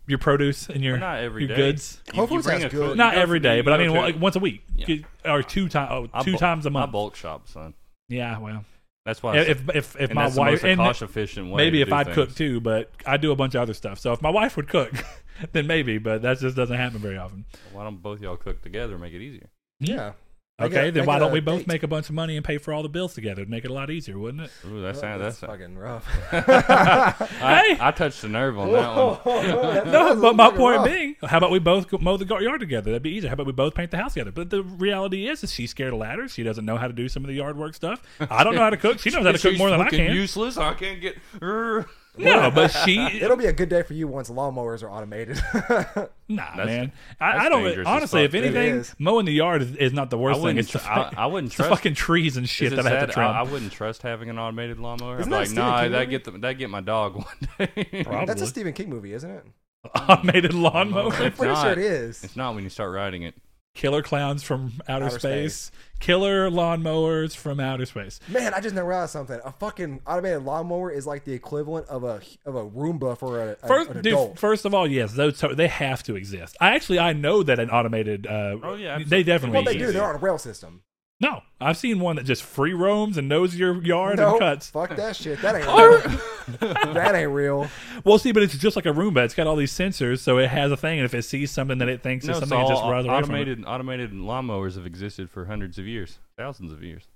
[SPEAKER 4] your produce and your
[SPEAKER 1] Not every
[SPEAKER 4] your
[SPEAKER 1] day.
[SPEAKER 4] goods?
[SPEAKER 1] You-
[SPEAKER 3] Whole
[SPEAKER 1] you
[SPEAKER 3] Foods
[SPEAKER 1] bring
[SPEAKER 3] has
[SPEAKER 1] a
[SPEAKER 3] good-
[SPEAKER 1] cook-
[SPEAKER 4] Not
[SPEAKER 1] you go
[SPEAKER 4] every
[SPEAKER 1] to-
[SPEAKER 4] day,
[SPEAKER 1] you
[SPEAKER 4] but I
[SPEAKER 1] go
[SPEAKER 4] mean,
[SPEAKER 1] to-
[SPEAKER 4] like once a week
[SPEAKER 1] Yeah.
[SPEAKER 4] or two times,
[SPEAKER 1] I
[SPEAKER 4] two
[SPEAKER 1] bu-
[SPEAKER 4] times a
[SPEAKER 1] I
[SPEAKER 4] month.
[SPEAKER 1] bulk shop, son.
[SPEAKER 4] Yeah, well,
[SPEAKER 1] That's why. I said-
[SPEAKER 4] if if if
[SPEAKER 1] and
[SPEAKER 4] my
[SPEAKER 1] that's
[SPEAKER 4] wife
[SPEAKER 1] the most
[SPEAKER 4] and
[SPEAKER 1] cost efficient way.
[SPEAKER 4] maybe
[SPEAKER 1] to
[SPEAKER 4] if
[SPEAKER 1] do
[SPEAKER 4] I'd
[SPEAKER 1] things.
[SPEAKER 4] cook too, but I do a bunch of other stuff. So if my wife would cook, then maybe, but that just doesn't happen very often.
[SPEAKER 1] why don't both y'all cook together? and Make it easier.
[SPEAKER 3] Yeah. Make
[SPEAKER 4] okay,
[SPEAKER 3] it a-
[SPEAKER 4] then
[SPEAKER 3] make
[SPEAKER 4] why
[SPEAKER 3] it
[SPEAKER 4] don't
[SPEAKER 3] a
[SPEAKER 4] we both
[SPEAKER 3] date.
[SPEAKER 4] make a bunch of money and pay for all the bills together? It'd make it a lot easier, wouldn't it?
[SPEAKER 1] Ooh, that sound,
[SPEAKER 3] That's
[SPEAKER 1] that's sound,
[SPEAKER 3] fucking rough.
[SPEAKER 1] I,
[SPEAKER 4] Hey!
[SPEAKER 1] I touched the nerve on that one.
[SPEAKER 4] No, but my point being, how about we both go- mow the gar- yard together? That'd be easier. How about we both paint the house together? But the reality is, is she's scared of ladders. She doesn't know how to do some of the yard work stuff. I don't know how to cook. She knows how to cook
[SPEAKER 1] She's
[SPEAKER 4] more than I
[SPEAKER 1] fucking
[SPEAKER 4] can.
[SPEAKER 1] Useless. I can't get. Urgh.
[SPEAKER 4] no, but she
[SPEAKER 3] It'll be a good day for you once lawnmowers are automated.
[SPEAKER 4] Nah,
[SPEAKER 1] That's-
[SPEAKER 4] man. I,
[SPEAKER 1] that's
[SPEAKER 4] I don't.
[SPEAKER 1] dangerous as
[SPEAKER 4] Honestly, if
[SPEAKER 1] fuck. It
[SPEAKER 4] anything,
[SPEAKER 3] is.
[SPEAKER 4] mowing the yard is, is not the
[SPEAKER 1] I
[SPEAKER 4] worst thing.
[SPEAKER 1] wouldn't
[SPEAKER 4] It's, the,
[SPEAKER 1] tr- I-
[SPEAKER 4] fuck-
[SPEAKER 1] I wouldn't
[SPEAKER 4] it's the
[SPEAKER 1] trust-
[SPEAKER 4] fucking trees and shit
[SPEAKER 1] Is it
[SPEAKER 4] that I have to
[SPEAKER 1] sad?
[SPEAKER 4] trim.
[SPEAKER 1] I, I wouldn't trust having an automated lawnmower.
[SPEAKER 3] Isn't
[SPEAKER 1] I'm
[SPEAKER 3] that
[SPEAKER 1] like,
[SPEAKER 3] Stephen
[SPEAKER 1] nah,
[SPEAKER 3] King
[SPEAKER 1] that
[SPEAKER 3] movie?
[SPEAKER 1] get the, that get my dog one day.
[SPEAKER 4] Probably.
[SPEAKER 3] That's a Stephen King movie, isn't it?
[SPEAKER 4] automated lawnmower,
[SPEAKER 3] I'm
[SPEAKER 1] It's
[SPEAKER 3] pretty sure
[SPEAKER 1] not.
[SPEAKER 3] it is.
[SPEAKER 1] It's not when you start riding it.
[SPEAKER 4] killer clowns from outer,
[SPEAKER 3] Outer
[SPEAKER 4] space.
[SPEAKER 3] space.
[SPEAKER 4] killer lawnmowers from outer space.
[SPEAKER 3] Man, I just now realized something. A fucking automated lawnmower is like the equivalent of a of a Roomba for a, a-
[SPEAKER 4] First,
[SPEAKER 3] an
[SPEAKER 4] dude,
[SPEAKER 3] adult.
[SPEAKER 4] first of all, yes, those to- they have to exist. I actually I know that an automated. Uh,
[SPEAKER 1] Oh, yeah,
[SPEAKER 4] they
[SPEAKER 1] absolutely.
[SPEAKER 4] definitely
[SPEAKER 3] well, they do.
[SPEAKER 4] exist.
[SPEAKER 3] They're on a rail system.
[SPEAKER 4] No, I've seen one that just free roams and knows your yard
[SPEAKER 3] No,
[SPEAKER 4] and cuts.
[SPEAKER 3] fuck that shit. That ain't real. that ain't real.
[SPEAKER 4] Well, see, but it's just like a Roomba. It's got all these sensors, so it has a thing, and if it sees something that it thinks
[SPEAKER 1] no,
[SPEAKER 4] is
[SPEAKER 1] it's
[SPEAKER 4] something, it
[SPEAKER 1] all
[SPEAKER 4] just runs away from it.
[SPEAKER 1] automated. Automated lawnmowers have existed for hundreds of years, thousands of years.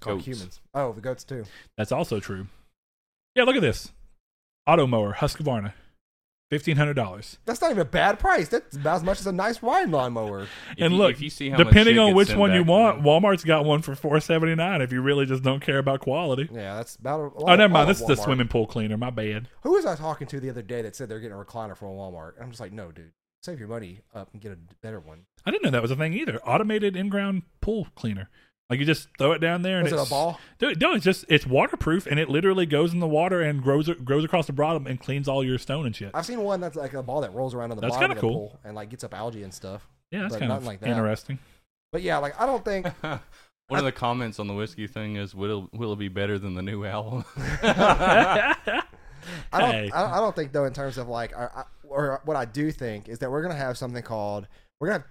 [SPEAKER 3] Called
[SPEAKER 1] Goats.
[SPEAKER 3] humans. Oh, the goats too.
[SPEAKER 4] That's also true. Yeah, look at this. Auto mower, Husqvarna. Fifteen hundred dollars.
[SPEAKER 3] That's not even a bad price. That's about as much as a nice wine lawnmower.
[SPEAKER 1] If
[SPEAKER 4] And
[SPEAKER 1] you-
[SPEAKER 4] look,
[SPEAKER 1] if you see how much
[SPEAKER 4] depending
[SPEAKER 1] shit
[SPEAKER 4] on
[SPEAKER 1] gets
[SPEAKER 4] which
[SPEAKER 1] sent
[SPEAKER 4] one you
[SPEAKER 1] back to
[SPEAKER 4] want,
[SPEAKER 1] them.
[SPEAKER 4] Walmart's got one for four seventy nine. If you really just don't care about quality.
[SPEAKER 3] Yeah, that's about. A,
[SPEAKER 4] Oh, never mind.
[SPEAKER 3] all of
[SPEAKER 4] This is the
[SPEAKER 3] Walmart.
[SPEAKER 4] swimming pool cleaner. My bad.
[SPEAKER 3] Who was I talking to the other day that said they're getting a recliner from Walmart? I'm just like, no, dude, save your money up and get a better one.
[SPEAKER 4] I didn't know that was a thing either. Automated in-ground pool cleaner. Like you just throw it down there and
[SPEAKER 3] Was it
[SPEAKER 4] it's
[SPEAKER 3] a ball?
[SPEAKER 4] Dude, no, it's just it's waterproof and it literally goes in the water and grows grows across the bottom and cleans all your stone and shit.
[SPEAKER 3] I've seen one that's like a ball that rolls around on the
[SPEAKER 4] That's
[SPEAKER 3] bottom of the
[SPEAKER 4] kinda cool.
[SPEAKER 3] pool and like gets up algae and stuff.
[SPEAKER 4] yeah, that's
[SPEAKER 3] but
[SPEAKER 4] kind of
[SPEAKER 3] nothing like that.
[SPEAKER 4] interesting.
[SPEAKER 3] But yeah, like I don't think
[SPEAKER 1] One of the comments on the whiskey thing is, "Will will it be better than the new album?"
[SPEAKER 3] I don't,
[SPEAKER 4] Hey.
[SPEAKER 3] I don't I don't think though in terms of like I, I, or what I do think is that we're gonna have something called we're gonna have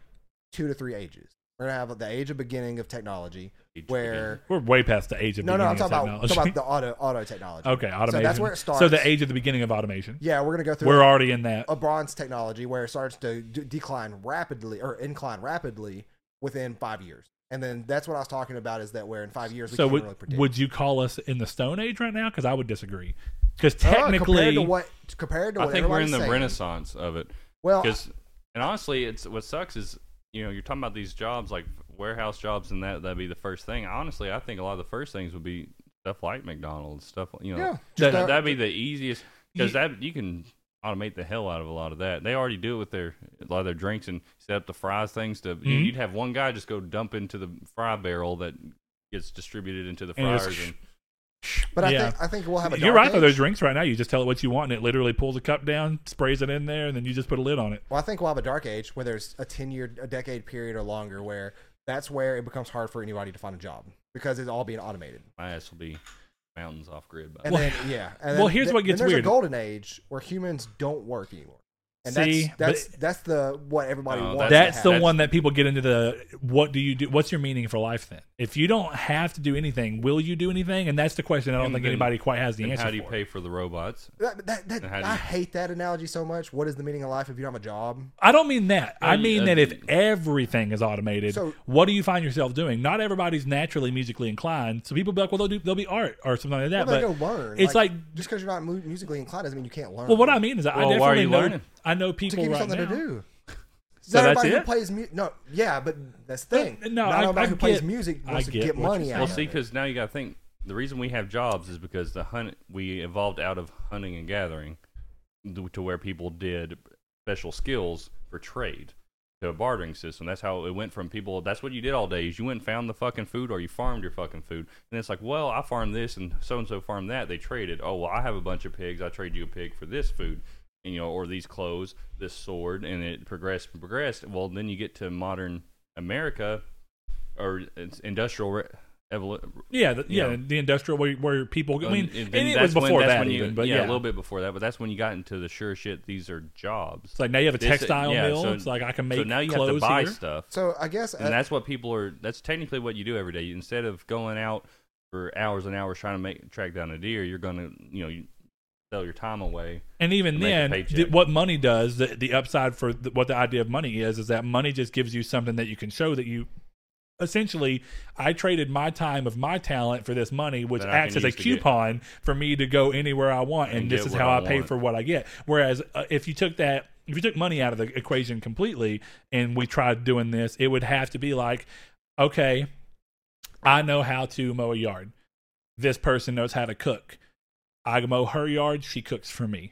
[SPEAKER 3] two to three ages. We're gonna have the age of beginning of technology
[SPEAKER 1] Age
[SPEAKER 3] where
[SPEAKER 4] We're way past the age of
[SPEAKER 3] no no I'm
[SPEAKER 4] beginning of
[SPEAKER 3] talking about, talking
[SPEAKER 4] technology.
[SPEAKER 3] about the auto auto technology.
[SPEAKER 4] okay automation.
[SPEAKER 3] that's where it starts.
[SPEAKER 4] So the age of the beginning of automation.
[SPEAKER 3] Yeah, we're gonna go through Oh,
[SPEAKER 4] We're already in that.
[SPEAKER 3] a bronze technology where it starts to d- decline rapidly or incline rapidly within five years. And then that's what I was talking about is that where in five years we
[SPEAKER 4] So
[SPEAKER 3] can't
[SPEAKER 4] would,
[SPEAKER 3] really predict. Uh,
[SPEAKER 4] would you call us in the Stone Age right now? Because I would disagree. Because
[SPEAKER 3] Uh,
[SPEAKER 4] technically,
[SPEAKER 3] compared to what compared to
[SPEAKER 1] I
[SPEAKER 3] what
[SPEAKER 1] think we're in the
[SPEAKER 3] everybody's saying,
[SPEAKER 1] renaissance of it.
[SPEAKER 3] Well,
[SPEAKER 1] because and honestly it's what sucks is you know you're talking about these jobs like warehouse jobs and that that'd be the first thing honestly i think a lot of the first things would be stuff like mcdonald's stuff you know
[SPEAKER 3] yeah,
[SPEAKER 4] That-
[SPEAKER 1] that,
[SPEAKER 3] just, uh,
[SPEAKER 1] that'd be the easiest because
[SPEAKER 4] Ye-
[SPEAKER 1] that you can automate the hell out of a lot of that they already do it with their a lot of their drinks and set up the fries things to
[SPEAKER 4] Mhm.
[SPEAKER 1] you'd have one guy just go dump into the fry barrel that gets distributed into the
[SPEAKER 4] And
[SPEAKER 1] fryers
[SPEAKER 4] just-
[SPEAKER 1] and
[SPEAKER 3] but I
[SPEAKER 4] yeah.
[SPEAKER 3] think I think we'll have a
[SPEAKER 4] you're
[SPEAKER 3] dark
[SPEAKER 4] right though.
[SPEAKER 3] age.
[SPEAKER 4] Those drinks right now, you just tell it what you want, and it literally pulls a cup down, sprays it in there, and then you just put a lid on it.
[SPEAKER 3] Well, I think we'll have a dark age where there's a 10 year, a decade period or longer where that's where it becomes hard for anybody to find a job because it's all being automated.
[SPEAKER 1] my ass will be mountains off grid by
[SPEAKER 3] And
[SPEAKER 4] Well-
[SPEAKER 3] then, yeah. And
[SPEAKER 4] well,
[SPEAKER 3] then,
[SPEAKER 4] here's
[SPEAKER 3] th-
[SPEAKER 4] what gets
[SPEAKER 3] then there's
[SPEAKER 4] weird.
[SPEAKER 3] a golden age where humans don't work anymore. And
[SPEAKER 4] See, but-
[SPEAKER 3] that's, that's, that's the, what everybody
[SPEAKER 1] No,
[SPEAKER 3] wants.
[SPEAKER 4] That's
[SPEAKER 3] to
[SPEAKER 4] the
[SPEAKER 3] have.
[SPEAKER 4] one that people get into the what do you do? What's your meaning for life then? If you don't have to do anything, will you do anything? And that's the question I don't
[SPEAKER 1] And
[SPEAKER 4] think
[SPEAKER 1] then-
[SPEAKER 4] anybody quite has the
[SPEAKER 1] and
[SPEAKER 4] answer
[SPEAKER 1] how do you
[SPEAKER 4] for.
[SPEAKER 1] pay for the robots
[SPEAKER 3] That, that, that,
[SPEAKER 1] And how do
[SPEAKER 3] I
[SPEAKER 1] you-
[SPEAKER 3] hate that analogy so much. What is the meaning of life if you don't have a job?
[SPEAKER 4] I don't mean that. I
[SPEAKER 1] you-
[SPEAKER 4] mean
[SPEAKER 1] uh,
[SPEAKER 4] that if everything is automated,
[SPEAKER 3] So-
[SPEAKER 4] what do you find yourself doing? Not everybody's naturally musically inclined, so people be like, well, they'll do, they'll be art or something like that.
[SPEAKER 3] Well,
[SPEAKER 4] but
[SPEAKER 3] they go learn.
[SPEAKER 4] It's like,
[SPEAKER 3] just because you're not mu- musically inclined doesn't mean you can't learn.
[SPEAKER 4] well, what I mean is, that I
[SPEAKER 1] Well,
[SPEAKER 4] definitely
[SPEAKER 1] why are you
[SPEAKER 4] know.
[SPEAKER 1] learning?
[SPEAKER 4] I know
[SPEAKER 3] to
[SPEAKER 4] people
[SPEAKER 3] give you
[SPEAKER 4] right
[SPEAKER 3] something
[SPEAKER 4] now.
[SPEAKER 3] to do.
[SPEAKER 4] So that's
[SPEAKER 3] everybody who
[SPEAKER 4] it?
[SPEAKER 3] plays mu- no, yeah, but that's the thing.
[SPEAKER 4] Uh, no,
[SPEAKER 3] not
[SPEAKER 4] I-
[SPEAKER 3] everybody
[SPEAKER 4] I
[SPEAKER 3] who plays
[SPEAKER 4] get-
[SPEAKER 3] music
[SPEAKER 4] I
[SPEAKER 3] wants to
[SPEAKER 4] get
[SPEAKER 3] get,
[SPEAKER 4] what
[SPEAKER 3] money
[SPEAKER 4] you're
[SPEAKER 3] out
[SPEAKER 1] Well,
[SPEAKER 3] of
[SPEAKER 1] see,
[SPEAKER 3] it.
[SPEAKER 1] because now you got to think the reason we have jobs is because the hunt we evolved out of hunting and gathering th- to where people did special skills for trade to a bartering system. That's how it went from people. That's what you did all day is you went and found the fucking food or you farmed your fucking food. And it's like, well, I farmed this and so and so farmed that. They traded. Oh, well, I have a bunch of pigs. I trade you a pig for this food. And, you know, or these clothes, this sword, and it progressed and progressed. Well, then you get to modern America or it's industrial re- evolu-
[SPEAKER 4] Yeah, the, yeah,
[SPEAKER 1] Yeah. Um,
[SPEAKER 4] the industrial where, where people. I mean,
[SPEAKER 1] and
[SPEAKER 4] and,
[SPEAKER 1] then
[SPEAKER 4] it was
[SPEAKER 1] that's when-
[SPEAKER 4] before
[SPEAKER 1] that's
[SPEAKER 4] that,
[SPEAKER 1] when you-
[SPEAKER 4] even, but
[SPEAKER 1] yeah,
[SPEAKER 4] yeah,
[SPEAKER 1] a little bit before that. But that's when you got into the sure shit. These are jobs.
[SPEAKER 4] It's like now you have a
[SPEAKER 1] This- uh,
[SPEAKER 4] textile
[SPEAKER 1] yeah,
[SPEAKER 4] mill.
[SPEAKER 1] so-
[SPEAKER 4] it's like I can make
[SPEAKER 1] so now you have
[SPEAKER 4] clothes
[SPEAKER 1] to buy
[SPEAKER 4] here.
[SPEAKER 1] stuff,
[SPEAKER 3] So I guess
[SPEAKER 1] and
[SPEAKER 3] uh,
[SPEAKER 1] that's what people are. That's technically what you do every day. Instead of going out for hours and hours trying to make track down a deer, you're gonna you know you sell your time away.
[SPEAKER 4] And even
[SPEAKER 1] to make a
[SPEAKER 4] then,
[SPEAKER 1] paycheck.
[SPEAKER 4] th- what money does, the, the upside for th what the idea of money is, is that money just gives you something that you can show that you. Essentially, I traded my time of my talent for this money, which
[SPEAKER 1] That I
[SPEAKER 4] acts
[SPEAKER 1] can
[SPEAKER 4] as a
[SPEAKER 1] use to get-
[SPEAKER 4] coupon for me to go anywhere I want, and,
[SPEAKER 1] And
[SPEAKER 4] this
[SPEAKER 1] get
[SPEAKER 4] is
[SPEAKER 1] what
[SPEAKER 4] how I,
[SPEAKER 1] I
[SPEAKER 4] pay
[SPEAKER 1] want.
[SPEAKER 4] for what I get. Whereas, uh, if you took that, if you took money out of the equation completely, and we tried doing this, it would have to be like, okay, I know how to mow a yard. This person knows how to cook. I mow her yard, she cooks for me.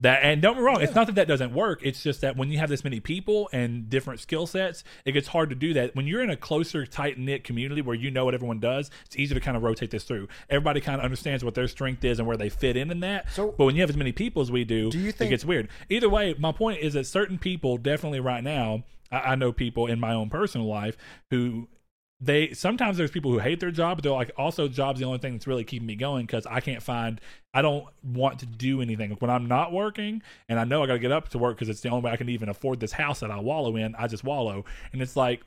[SPEAKER 4] That and don't get me wrong, it's not that that doesn't work. It's just that when you have this many people and different skill sets, it gets hard to do that. When you're in a closer, tight knit community where you know what everyone does, it's easier to kind of rotate this through. Everybody kind of understands what their strength is and where they fit in in that.
[SPEAKER 3] So-
[SPEAKER 4] but when you have as many people as we do,
[SPEAKER 3] Do you think-
[SPEAKER 4] it gets weird. Either way, my point is that certain people definitely right now, I, I know people in my own personal life who they sometimes there's people who hate their job, but they're like, also job's the only thing that's really keeping me going because I can't find, I don't want to do anything. Like when I'm not working and I know I got to get up to work because it's the only way I can even afford this house that I wallow in, I just wallow. And it's like,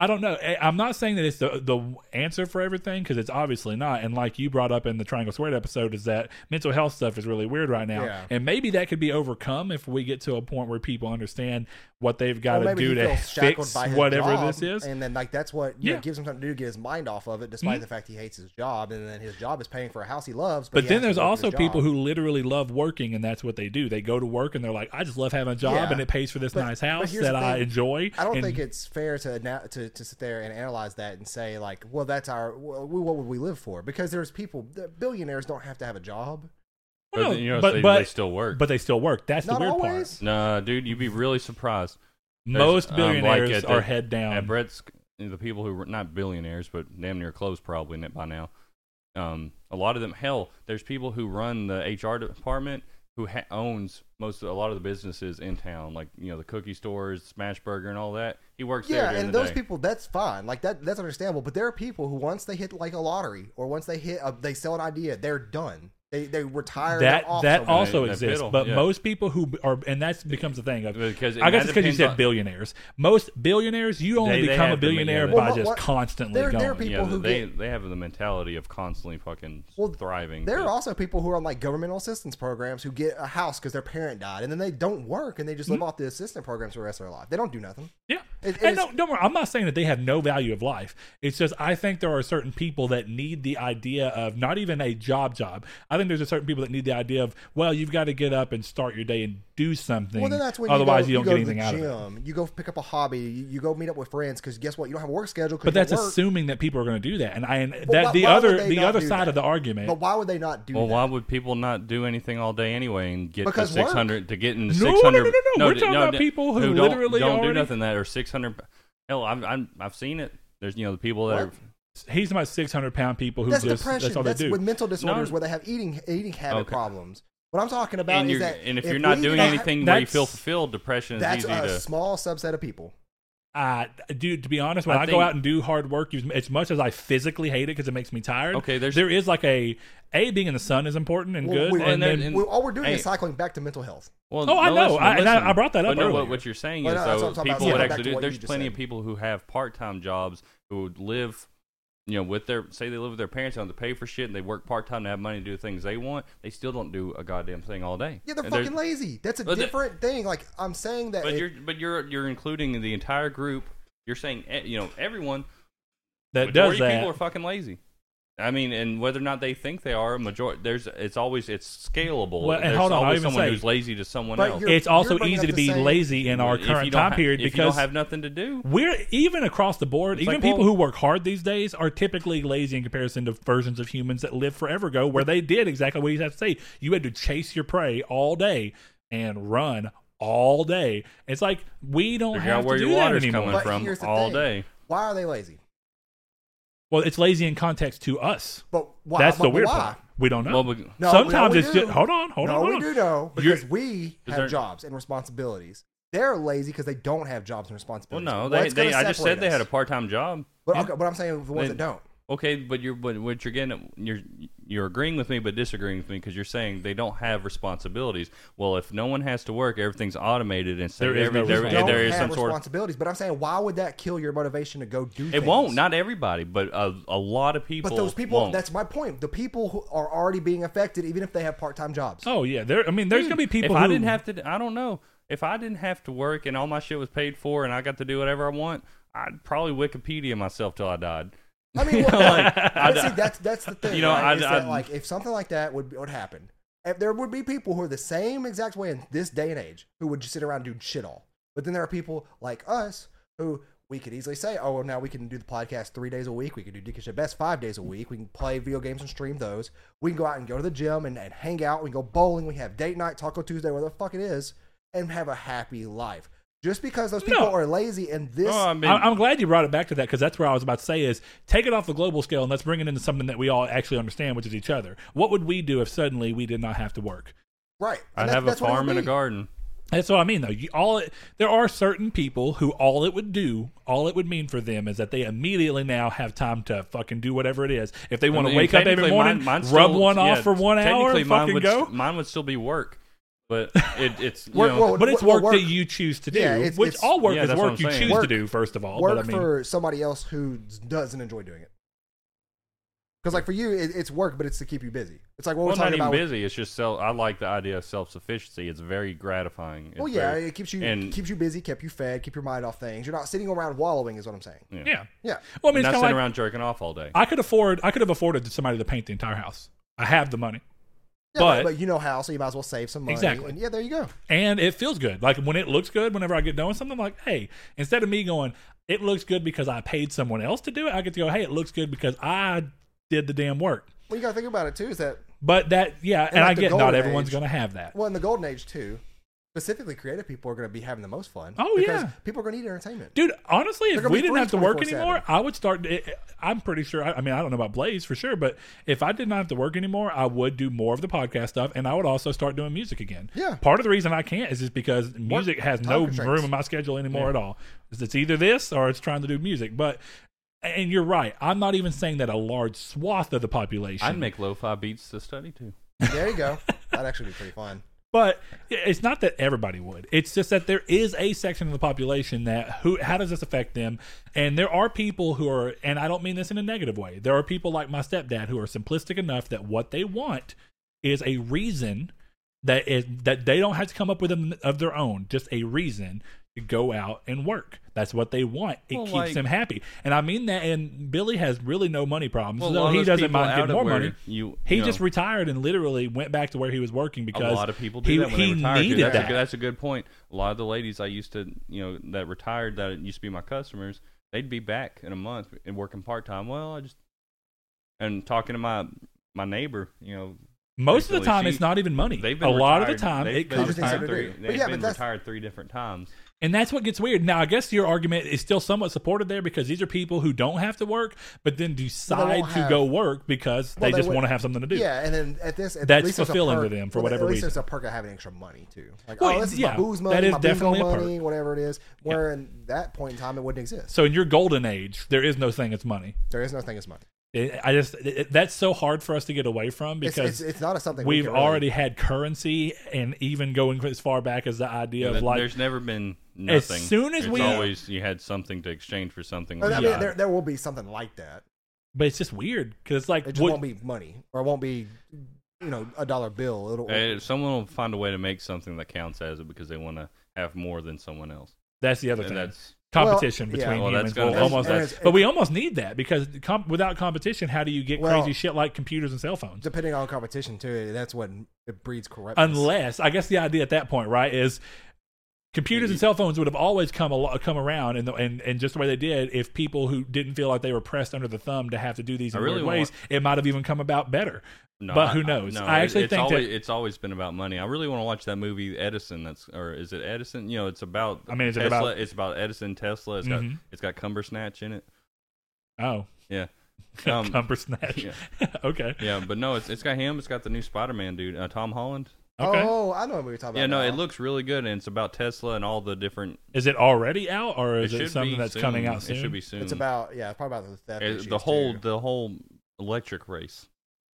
[SPEAKER 4] I don't know. I- I'm not saying that it's the the answer for everything because it's obviously not. And like you brought up in the Triangle Squared episode, is that mental health stuff is really weird right now,
[SPEAKER 3] Yeah.
[SPEAKER 4] and maybe that could be overcome if we get to a point where people understand what they've got
[SPEAKER 3] Or
[SPEAKER 4] to
[SPEAKER 3] maybe he
[SPEAKER 4] do to
[SPEAKER 3] feels shackled
[SPEAKER 4] fix
[SPEAKER 3] by his
[SPEAKER 4] whatever
[SPEAKER 3] job,
[SPEAKER 4] this is.
[SPEAKER 3] and then like that's what you know,
[SPEAKER 4] Yeah. Mm-hmm.
[SPEAKER 3] gives him something to do to get his mind off of it, despite the fact he hates his job, and then his job is paying for a house he loves. But,
[SPEAKER 4] But
[SPEAKER 3] he
[SPEAKER 4] then
[SPEAKER 3] has to
[SPEAKER 4] there's
[SPEAKER 3] work at
[SPEAKER 4] also
[SPEAKER 3] his
[SPEAKER 4] people
[SPEAKER 3] job.
[SPEAKER 4] who literally love working, and that's what they do. They go to work and they're like, "I just love having a job,
[SPEAKER 3] Yeah.
[SPEAKER 4] and it pays for this
[SPEAKER 3] But-
[SPEAKER 4] nice
[SPEAKER 3] but
[SPEAKER 4] house
[SPEAKER 3] here's the
[SPEAKER 4] that I
[SPEAKER 3] thing.
[SPEAKER 4] enjoy."
[SPEAKER 3] I don't
[SPEAKER 4] and
[SPEAKER 3] think it's fair to, ana- to to sit there and analyze that and say like, well, that's our well, we, what would we live for? Because there's people the billionaires don't have to have a job.
[SPEAKER 1] But,
[SPEAKER 4] Well,
[SPEAKER 1] you know,
[SPEAKER 4] but-
[SPEAKER 1] they,
[SPEAKER 4] but-
[SPEAKER 1] they still work.
[SPEAKER 4] but they still work. That's the
[SPEAKER 3] Not
[SPEAKER 4] weird
[SPEAKER 3] always.
[SPEAKER 1] nah, dude, you'd be really surprised.
[SPEAKER 4] part. Most
[SPEAKER 1] um, like
[SPEAKER 4] billionaires
[SPEAKER 1] at
[SPEAKER 4] are
[SPEAKER 1] the-
[SPEAKER 4] head
[SPEAKER 1] At
[SPEAKER 4] down.
[SPEAKER 1] Brett's, the people who were not billionaires, but damn near close probably n- by now. Um, a lot of them, hell, there's people who run the HR department who ha- owns most of, a lot of the businesses in town, like you know the cookie stores, Smash Burger, and all that. He works there.
[SPEAKER 3] Yeah,
[SPEAKER 1] during
[SPEAKER 3] and
[SPEAKER 1] the
[SPEAKER 3] those
[SPEAKER 1] day.
[SPEAKER 3] people, that's fine. Like that, that's understandable. But there are people who once they hit like a lottery or once they hit, a, they sell an idea, they're done. They they retire. they're
[SPEAKER 4] that
[SPEAKER 3] off
[SPEAKER 4] that
[SPEAKER 3] somewhere.
[SPEAKER 4] also
[SPEAKER 1] They- they
[SPEAKER 4] exists,
[SPEAKER 1] piddle,
[SPEAKER 4] but
[SPEAKER 1] yeah.
[SPEAKER 4] most people who b- are and that becomes the thing of
[SPEAKER 1] Because-
[SPEAKER 4] I
[SPEAKER 1] and
[SPEAKER 4] guess
[SPEAKER 1] that
[SPEAKER 4] it's because you
[SPEAKER 1] depends
[SPEAKER 4] said
[SPEAKER 1] on-
[SPEAKER 4] billionaires. Most billionaires, you only
[SPEAKER 1] They- they
[SPEAKER 4] become a
[SPEAKER 1] have to be, yeah,
[SPEAKER 4] billionaire
[SPEAKER 1] they-
[SPEAKER 4] by
[SPEAKER 3] Well,
[SPEAKER 4] just
[SPEAKER 3] what-
[SPEAKER 4] constantly
[SPEAKER 3] there- there are
[SPEAKER 4] going.
[SPEAKER 3] people-
[SPEAKER 1] yeah,
[SPEAKER 3] who
[SPEAKER 1] they they have the mentality of constantly fucking
[SPEAKER 3] Well,
[SPEAKER 1] thriving.
[SPEAKER 3] There
[SPEAKER 1] but-
[SPEAKER 3] are also people who are on like governmental assistance programs who get a house because their parent died, and then they don't work and they just live
[SPEAKER 4] Mm-hmm.
[SPEAKER 3] off the assistance programs for the rest of their life. They don't do nothing.
[SPEAKER 4] Yeah.
[SPEAKER 3] It- it
[SPEAKER 4] and
[SPEAKER 3] is-
[SPEAKER 4] don't, don't worry, I'm not saying that they have no value of life. It's just I think there are certain people that need the idea of not even a job job. I think there's a certain people that need the idea of, well, you've got to get up and start your day and do something.
[SPEAKER 3] Well, then that's when
[SPEAKER 4] Otherwise,
[SPEAKER 3] you,
[SPEAKER 4] you,
[SPEAKER 3] go,
[SPEAKER 4] don't
[SPEAKER 3] you
[SPEAKER 4] get anything
[SPEAKER 3] go
[SPEAKER 4] out
[SPEAKER 3] to the
[SPEAKER 4] of it.
[SPEAKER 3] gym. You go pick up a hobby. You, you go meet up with friends because guess what? You don't have a work schedule. 'cause
[SPEAKER 4] But
[SPEAKER 3] you're at
[SPEAKER 4] that's
[SPEAKER 3] work.
[SPEAKER 4] assuming that people are going to do that. And I and
[SPEAKER 3] But
[SPEAKER 4] that
[SPEAKER 3] why-
[SPEAKER 4] the
[SPEAKER 3] why would
[SPEAKER 4] other
[SPEAKER 3] they
[SPEAKER 4] the
[SPEAKER 3] not
[SPEAKER 4] other
[SPEAKER 3] do
[SPEAKER 4] side
[SPEAKER 3] that?
[SPEAKER 4] of the argument.
[SPEAKER 3] But why would they not do
[SPEAKER 1] Well,
[SPEAKER 3] that?
[SPEAKER 1] why would people not do anything all day anyway and get
[SPEAKER 3] Because
[SPEAKER 1] to
[SPEAKER 3] work.
[SPEAKER 1] 600 to get into
[SPEAKER 4] No, no, no,
[SPEAKER 1] 600?
[SPEAKER 4] no, no, no. We're
[SPEAKER 1] d-
[SPEAKER 4] talking about
[SPEAKER 1] d-
[SPEAKER 4] people who
[SPEAKER 1] don't,
[SPEAKER 4] literally
[SPEAKER 1] don't
[SPEAKER 4] already-
[SPEAKER 1] do nothing that are 600. Hell, I'm, I'm, I've seen it. There's, you know, the people that
[SPEAKER 3] What?
[SPEAKER 1] are.
[SPEAKER 4] He's about 600 pound people who
[SPEAKER 3] that's
[SPEAKER 4] just
[SPEAKER 3] depression.
[SPEAKER 4] that's all
[SPEAKER 3] that's
[SPEAKER 4] they do.
[SPEAKER 3] with mental disorders
[SPEAKER 1] No.
[SPEAKER 3] where they have eating eating habit
[SPEAKER 1] Okay.
[SPEAKER 3] problems. What I'm talking about
[SPEAKER 1] And,
[SPEAKER 3] is
[SPEAKER 1] you're,
[SPEAKER 3] that
[SPEAKER 1] and if, you're not
[SPEAKER 3] we
[SPEAKER 1] doing
[SPEAKER 3] don't-
[SPEAKER 1] anything where you
[SPEAKER 4] that's-
[SPEAKER 1] feel fulfilled, depression is
[SPEAKER 3] that's
[SPEAKER 1] easy
[SPEAKER 3] a
[SPEAKER 1] to.
[SPEAKER 3] small subset of people.
[SPEAKER 4] Uh, dude, to be honest, when I,
[SPEAKER 1] I
[SPEAKER 4] go
[SPEAKER 1] think-
[SPEAKER 4] out and do hard work, as as much as I physically hate it because it makes me tired,
[SPEAKER 1] Okay, there's-
[SPEAKER 4] there is like a a being in the sun is important and
[SPEAKER 3] Well,
[SPEAKER 4] good,
[SPEAKER 3] we-
[SPEAKER 4] and
[SPEAKER 1] Well, and
[SPEAKER 4] then
[SPEAKER 1] then-
[SPEAKER 3] We, all we're doing
[SPEAKER 1] Hey.
[SPEAKER 3] is cycling back to mental health.
[SPEAKER 1] Well,
[SPEAKER 4] Oh, I know.
[SPEAKER 1] listen,
[SPEAKER 4] I- and I-
[SPEAKER 1] listen.
[SPEAKER 4] I brought that up
[SPEAKER 1] But no,
[SPEAKER 4] earlier.
[SPEAKER 1] what, what you're saying
[SPEAKER 3] Well,
[SPEAKER 1] is,
[SPEAKER 3] no, that's what
[SPEAKER 1] though,
[SPEAKER 3] I'm talking about.
[SPEAKER 1] people
[SPEAKER 3] Yeah,
[SPEAKER 1] would
[SPEAKER 3] back to
[SPEAKER 1] actually do.
[SPEAKER 3] what you
[SPEAKER 1] There's
[SPEAKER 3] just
[SPEAKER 1] plenty
[SPEAKER 3] said.
[SPEAKER 1] of people who have part-time jobs who would live, you know, with their say they live with their parents on to pay for shit, and they work part-time to have money to do things they want. They still don't do a goddamn thing all day.
[SPEAKER 3] Yeah, they're
[SPEAKER 1] And there's-
[SPEAKER 3] fucking lazy. That's a
[SPEAKER 1] But the-
[SPEAKER 3] different thing. Like I'm saying that
[SPEAKER 1] But
[SPEAKER 3] it-
[SPEAKER 1] you're but you're you're including the entire group. You're saying eh, you know everyone.
[SPEAKER 4] that does
[SPEAKER 1] Majority of
[SPEAKER 4] that.
[SPEAKER 1] people are fucking lazy. I mean, and whether or not they think they are, majority there's it's always it's scalable.
[SPEAKER 4] Well, and
[SPEAKER 1] there's
[SPEAKER 4] hold on, I'll
[SPEAKER 1] always
[SPEAKER 4] even
[SPEAKER 1] someone
[SPEAKER 4] say-
[SPEAKER 1] who's lazy to someone
[SPEAKER 3] But
[SPEAKER 1] else.
[SPEAKER 3] you're-
[SPEAKER 4] it's also
[SPEAKER 3] bringing
[SPEAKER 4] easy
[SPEAKER 3] up
[SPEAKER 4] to
[SPEAKER 3] the
[SPEAKER 4] be
[SPEAKER 3] same-
[SPEAKER 4] lazy in our
[SPEAKER 1] If you
[SPEAKER 4] current
[SPEAKER 1] don't
[SPEAKER 4] time
[SPEAKER 1] ha-
[SPEAKER 4] period
[SPEAKER 1] if you
[SPEAKER 4] because
[SPEAKER 1] don't have nothing to do.
[SPEAKER 4] we're even across the board.
[SPEAKER 1] It's
[SPEAKER 4] even
[SPEAKER 1] like,
[SPEAKER 4] people
[SPEAKER 1] well-
[SPEAKER 4] who work hard these days are typically lazy in comparison to versions of humans that lived forever ago, where they did exactly what you have to say. You had to chase your prey all day and run all day. It's like we don't
[SPEAKER 1] Figure
[SPEAKER 4] have
[SPEAKER 1] out
[SPEAKER 4] to
[SPEAKER 1] where
[SPEAKER 4] do
[SPEAKER 1] your
[SPEAKER 4] that
[SPEAKER 1] water's
[SPEAKER 4] anymore.
[SPEAKER 1] coming
[SPEAKER 3] but
[SPEAKER 1] from
[SPEAKER 3] here's the
[SPEAKER 1] all
[SPEAKER 3] thing.
[SPEAKER 1] day.
[SPEAKER 3] Why are they lazy?
[SPEAKER 4] Well, it's lazy in context to us.
[SPEAKER 3] But why?
[SPEAKER 4] That's the
[SPEAKER 3] but
[SPEAKER 4] weird
[SPEAKER 3] why?
[SPEAKER 4] part. We don't know.
[SPEAKER 1] Well, but-
[SPEAKER 3] No,
[SPEAKER 4] Sometimes
[SPEAKER 3] we-
[SPEAKER 4] it's
[SPEAKER 3] we
[SPEAKER 4] just
[SPEAKER 3] do.
[SPEAKER 4] hold on, hold
[SPEAKER 3] no,
[SPEAKER 4] on. hold
[SPEAKER 3] we
[SPEAKER 4] on.
[SPEAKER 3] do know
[SPEAKER 4] You're-
[SPEAKER 3] because we
[SPEAKER 1] Is
[SPEAKER 3] have
[SPEAKER 1] there-
[SPEAKER 3] jobs and responsibilities. They're lazy because they don't have jobs and
[SPEAKER 1] Well,
[SPEAKER 3] responsibilities.
[SPEAKER 1] no, they,
[SPEAKER 3] What's gonna
[SPEAKER 1] they, I just
[SPEAKER 3] separate
[SPEAKER 1] said they
[SPEAKER 3] us?
[SPEAKER 1] had a part-time job.
[SPEAKER 3] But, okay, but I'm saying the ones
[SPEAKER 1] They-
[SPEAKER 3] that don't.
[SPEAKER 1] Okay, but you're but what you're getting at- you're you're agreeing with me but disagreeing with me because you're saying they don't have responsibilities. Well, if no one has to work, everything's automated and so
[SPEAKER 4] There is no
[SPEAKER 1] every- there,
[SPEAKER 4] responsibility.
[SPEAKER 1] and
[SPEAKER 3] Don't
[SPEAKER 1] there is
[SPEAKER 3] have
[SPEAKER 1] some sort of
[SPEAKER 3] responsibilities. But I'm saying, why would that kill your motivation to go do?
[SPEAKER 1] It
[SPEAKER 3] things?
[SPEAKER 1] won't. Not everybody, but a, a lot of people.
[SPEAKER 3] But those people.
[SPEAKER 1] won't.
[SPEAKER 3] That's my point. The people who are already being affected, even if they have part-time jobs.
[SPEAKER 4] Oh yeah, there. I mean, there's gonna be people.
[SPEAKER 1] Hmm. If
[SPEAKER 4] who,
[SPEAKER 1] I didn't have to, I don't know. If I didn't have to work and all my shit was paid for and I got to do whatever I want, I'd probably Wikipedia myself till I died.
[SPEAKER 3] I mean, well,
[SPEAKER 1] like,
[SPEAKER 3] but
[SPEAKER 1] I-
[SPEAKER 3] see, that's that's the thing.
[SPEAKER 1] You know,
[SPEAKER 3] right,
[SPEAKER 1] I-
[SPEAKER 3] is
[SPEAKER 1] I-
[SPEAKER 3] that, like if something like that would would happen, if there would be people who are the same exact way in this day and age who would just sit around and do shit all. But then there are people like us who we could easily say, oh, well, now we can do the podcast three days a week. We can do Dick and Shit Best five days a week. We can play video games and stream those. We can go out and go to the gym and, and hang out. We can go bowling. We have date night, Taco Tuesday, whatever the fuck it is, and have a happy life. Just because those people
[SPEAKER 4] No.
[SPEAKER 3] are lazy and this
[SPEAKER 1] Oh, I mean,
[SPEAKER 4] I- I'm glad you brought it back to that because that's where I was about to say is take it off the global scale and let's bring it into something that we all actually understand, which is each other. What would we do if suddenly we did not have to work?
[SPEAKER 3] right?
[SPEAKER 1] I'd
[SPEAKER 3] And that-
[SPEAKER 1] have a
[SPEAKER 3] that's what it would
[SPEAKER 1] farm and a
[SPEAKER 3] be.
[SPEAKER 1] garden.
[SPEAKER 4] That's what I mean, though. You, all it, there are certain people who all it would do, all it would mean for them is that they immediately now have time to fucking do whatever it is. If they want to
[SPEAKER 1] I mean,
[SPEAKER 4] wake up every
[SPEAKER 1] technically,
[SPEAKER 4] morning,
[SPEAKER 1] mine- mine's
[SPEAKER 4] rub
[SPEAKER 1] still-
[SPEAKER 4] one off
[SPEAKER 1] yeah,
[SPEAKER 4] for one hour,
[SPEAKER 1] technically
[SPEAKER 4] and
[SPEAKER 1] mine
[SPEAKER 4] fucking
[SPEAKER 1] would,
[SPEAKER 4] go.
[SPEAKER 1] Mine would still be work. But it, it's you
[SPEAKER 3] Work-
[SPEAKER 1] know,
[SPEAKER 3] well,
[SPEAKER 4] But it's
[SPEAKER 3] wo- well,
[SPEAKER 4] work, that
[SPEAKER 3] work-
[SPEAKER 4] you choose to do,
[SPEAKER 3] Yeah, it's-
[SPEAKER 4] which
[SPEAKER 3] it's-
[SPEAKER 4] all work
[SPEAKER 1] Yeah,
[SPEAKER 4] is
[SPEAKER 1] that's what
[SPEAKER 4] work
[SPEAKER 1] I'm
[SPEAKER 4] you
[SPEAKER 1] saying.
[SPEAKER 4] choose to
[SPEAKER 3] Work-
[SPEAKER 4] do. First of all,
[SPEAKER 3] work
[SPEAKER 4] but I mean,
[SPEAKER 3] for somebody else who doesn't enjoy doing it. Because like for you, it, it's work, but it's to keep you busy. It's like what
[SPEAKER 1] well,
[SPEAKER 3] we're
[SPEAKER 1] not
[SPEAKER 3] talking
[SPEAKER 1] even
[SPEAKER 3] about. with-
[SPEAKER 1] busy. It's just self. I like the idea of self sufficiency. It's very gratifying. It's
[SPEAKER 3] well, Oh, yeah,
[SPEAKER 1] very-
[SPEAKER 3] it keeps you
[SPEAKER 1] and-
[SPEAKER 3] keeps you busy, keep you fed, keep your mind off things. You're not sitting around wallowing, is what I'm saying.
[SPEAKER 4] yeah.
[SPEAKER 3] Yeah,
[SPEAKER 4] Well, I mean,
[SPEAKER 1] not
[SPEAKER 4] it's kind
[SPEAKER 1] sitting
[SPEAKER 4] of like
[SPEAKER 1] around jerking off all day.
[SPEAKER 4] I could afford, I could have afforded somebody to paint the entire house. I have the money,
[SPEAKER 3] yeah
[SPEAKER 4] But-
[SPEAKER 3] but, you know how, so you might as well save some money.
[SPEAKER 4] Exactly.
[SPEAKER 3] And yeah, there you go.
[SPEAKER 4] and it feels good. Like when it looks good, whenever I get done with something, I'm like, hey, instead of me going, it looks good because I paid someone else to do it, I get to go, hey, it looks good because I did the damn work.
[SPEAKER 3] Well, you got to think about it too. Is that
[SPEAKER 4] But that, yeah, and,
[SPEAKER 3] like
[SPEAKER 4] I
[SPEAKER 3] the
[SPEAKER 4] get not
[SPEAKER 3] golden
[SPEAKER 4] everyone's
[SPEAKER 3] age-
[SPEAKER 4] going to have that.
[SPEAKER 3] well in the golden age too? Specifically, creative people are going to be having the most fun.
[SPEAKER 4] Oh,
[SPEAKER 3] because
[SPEAKER 4] yeah.
[SPEAKER 3] people are going to need entertainment.
[SPEAKER 4] Dude, honestly,
[SPEAKER 3] They're
[SPEAKER 4] if
[SPEAKER 3] gonna
[SPEAKER 4] we
[SPEAKER 3] be
[SPEAKER 4] didn't
[SPEAKER 3] free
[SPEAKER 4] have to work
[SPEAKER 3] 24/7.
[SPEAKER 4] anymore, I would start. It, I'm pretty sure. I, I mean, I don't know about Blaze for sure, but if I did not have to work anymore, I would do more of the podcast stuff, and I would also start doing music again.
[SPEAKER 3] Yeah.
[SPEAKER 4] Part of the reason I can't is just because music has no
[SPEAKER 3] constraints.
[SPEAKER 4] room in my schedule anymore at all. It's- It's either this or it's trying to do music. But and you're right. I'm not even saying that a large swath of the population.
[SPEAKER 1] I'd make lo-fi beats to study to.
[SPEAKER 3] There you go. That'd actually be pretty fun.
[SPEAKER 4] But it's not that everybody would. It's just that there is a section of the population that who how does this affect them? And there are people who are and I don't mean this in a negative way. There are people like my stepdad who are simplistic enough that what they want is a reason that is that they don't have to come up with them of their own, just a reason to go out and work. That's what they want. It
[SPEAKER 1] Well,
[SPEAKER 4] keeps
[SPEAKER 1] like-
[SPEAKER 4] them happy. And I mean that and Billy has really no money problems.
[SPEAKER 1] Well, a
[SPEAKER 4] so
[SPEAKER 1] lot of
[SPEAKER 4] he
[SPEAKER 1] those
[SPEAKER 4] doesn't
[SPEAKER 1] people
[SPEAKER 4] mind
[SPEAKER 1] out
[SPEAKER 4] getting
[SPEAKER 1] of
[SPEAKER 4] more
[SPEAKER 1] where
[SPEAKER 4] money.
[SPEAKER 1] you-
[SPEAKER 4] he
[SPEAKER 1] you know.
[SPEAKER 4] just retired and literally went back to where he was working because
[SPEAKER 1] a lot of people do
[SPEAKER 4] he,
[SPEAKER 1] that when
[SPEAKER 4] he
[SPEAKER 1] they retire. too.
[SPEAKER 4] needed
[SPEAKER 1] that's,
[SPEAKER 4] that.
[SPEAKER 1] A good, that's a good point. A lot of the ladies I used to, you know, that retired that used to be my customers, they'd be back in a month and working part time. Well, I just and talking to my my neighbor, you know,
[SPEAKER 4] Most of the
[SPEAKER 1] Basically,
[SPEAKER 4] time,
[SPEAKER 1] she-
[SPEAKER 4] it's not even money.
[SPEAKER 1] they've been
[SPEAKER 4] a lot of the time,
[SPEAKER 1] retired- they've
[SPEAKER 4] it
[SPEAKER 1] been
[SPEAKER 4] comes
[SPEAKER 3] They just
[SPEAKER 1] retired
[SPEAKER 4] down,
[SPEAKER 3] to
[SPEAKER 1] three,
[SPEAKER 3] do. But
[SPEAKER 1] they've
[SPEAKER 3] yeah,
[SPEAKER 1] been
[SPEAKER 3] but that's-
[SPEAKER 1] retired three different times.
[SPEAKER 4] and that's what gets weird. Now, I guess your argument is still somewhat supported there because these are people who don't have to work, but then decide
[SPEAKER 3] won't
[SPEAKER 4] to
[SPEAKER 3] have-
[SPEAKER 4] go work because
[SPEAKER 3] Well,
[SPEAKER 4] they,
[SPEAKER 3] they
[SPEAKER 4] just
[SPEAKER 3] would-
[SPEAKER 4] want to have something to do.
[SPEAKER 3] Yeah, and then at this, at
[SPEAKER 4] That's
[SPEAKER 3] least it's a
[SPEAKER 4] fulfilling
[SPEAKER 3] perk-
[SPEAKER 4] to them for
[SPEAKER 3] well,
[SPEAKER 4] whatever
[SPEAKER 3] at least
[SPEAKER 4] reason.
[SPEAKER 3] It's a perk of having extra money too. Like,
[SPEAKER 4] Well,
[SPEAKER 3] oh, this is
[SPEAKER 4] yeah,
[SPEAKER 3] my booze
[SPEAKER 4] that
[SPEAKER 3] money,
[SPEAKER 4] is
[SPEAKER 3] my
[SPEAKER 4] definitely a
[SPEAKER 3] bingo
[SPEAKER 4] perk.
[SPEAKER 3] money, whatever it is. Where in that point in time, it wouldn't exist.
[SPEAKER 4] So in your golden age, there is no thing as money.
[SPEAKER 3] There is no thing as money.
[SPEAKER 4] It- I just it- it- that's so hard for us to get away from
[SPEAKER 3] It's,
[SPEAKER 4] because
[SPEAKER 3] it's, it's not a something we
[SPEAKER 4] we've
[SPEAKER 3] can really-
[SPEAKER 4] already had currency, and even going as far back as the idea of
[SPEAKER 1] Th-
[SPEAKER 4] like
[SPEAKER 1] There's never been nothing.
[SPEAKER 4] soon as
[SPEAKER 1] it's
[SPEAKER 4] we-
[SPEAKER 1] always you had something to exchange for something.
[SPEAKER 3] I
[SPEAKER 1] Like
[SPEAKER 3] mean,
[SPEAKER 4] Yeah.
[SPEAKER 3] there, there will be something like that.
[SPEAKER 4] but it's just weird because it's like
[SPEAKER 3] It just
[SPEAKER 4] what-
[SPEAKER 3] won't be money, or it won't be, you know, a dollar bill. It'll,
[SPEAKER 1] Uh, someone will find a way to make something that counts as it because they want to have more than someone else.
[SPEAKER 4] that's the other
[SPEAKER 1] And
[SPEAKER 4] thing.
[SPEAKER 1] that's
[SPEAKER 4] competition
[SPEAKER 3] Well, yeah.
[SPEAKER 4] between
[SPEAKER 1] Well, that's
[SPEAKER 4] humans.
[SPEAKER 1] gonna-
[SPEAKER 4] Well, almost,
[SPEAKER 3] that's-
[SPEAKER 4] but we almost need that because com- without competition, how do you get
[SPEAKER 3] Well-
[SPEAKER 4] crazy shit like computers and cell phones?
[SPEAKER 3] depending on competition too. That's what it breeds corruption.
[SPEAKER 4] Unless, I guess, the idea at that point, right, is computers and cell phones would have always come al- come around, and and and just the way they did, if people who didn't feel like they were pressed under the thumb to have to do these in
[SPEAKER 1] I really
[SPEAKER 4] weird ways, it might have even come about better.
[SPEAKER 1] No,
[SPEAKER 4] but
[SPEAKER 1] I-
[SPEAKER 4] who
[SPEAKER 1] I-
[SPEAKER 4] knows?
[SPEAKER 1] no,
[SPEAKER 4] I
[SPEAKER 1] it-
[SPEAKER 4] actually
[SPEAKER 1] it's
[SPEAKER 4] think
[SPEAKER 1] always,
[SPEAKER 4] that.
[SPEAKER 1] it's always been about money. I really want to watch that movie Edison. That's or is it Edison? You know, it's about.
[SPEAKER 4] I mean, is it
[SPEAKER 1] Tesla.
[SPEAKER 4] about-
[SPEAKER 1] It's about Edison Tesla. It's got
[SPEAKER 4] Mhm.
[SPEAKER 1] it's got Cumbersnatch in it.
[SPEAKER 4] Oh,
[SPEAKER 1] Yeah,
[SPEAKER 4] um,
[SPEAKER 1] Um,
[SPEAKER 4] Cumbersnatch.
[SPEAKER 1] yeah.
[SPEAKER 4] okay.
[SPEAKER 1] yeah, but no, it's it's got him. It's got the new Spider Man dude, uh, Tom Holland.
[SPEAKER 4] Okay.
[SPEAKER 3] Oh, I know what we were talking
[SPEAKER 1] Yeah, no,
[SPEAKER 3] about.
[SPEAKER 1] it
[SPEAKER 3] now.
[SPEAKER 1] looks really good, and it's about Tesla and all the different.
[SPEAKER 4] Is it already out, or is it,
[SPEAKER 1] should
[SPEAKER 4] something
[SPEAKER 1] be
[SPEAKER 4] that's
[SPEAKER 1] soon.
[SPEAKER 4] coming out soon?
[SPEAKER 1] It should be soon.
[SPEAKER 3] It's about yeah, probably about the theft.
[SPEAKER 1] Uh,
[SPEAKER 3] issues,
[SPEAKER 1] the whole
[SPEAKER 3] too.
[SPEAKER 1] the whole electric race.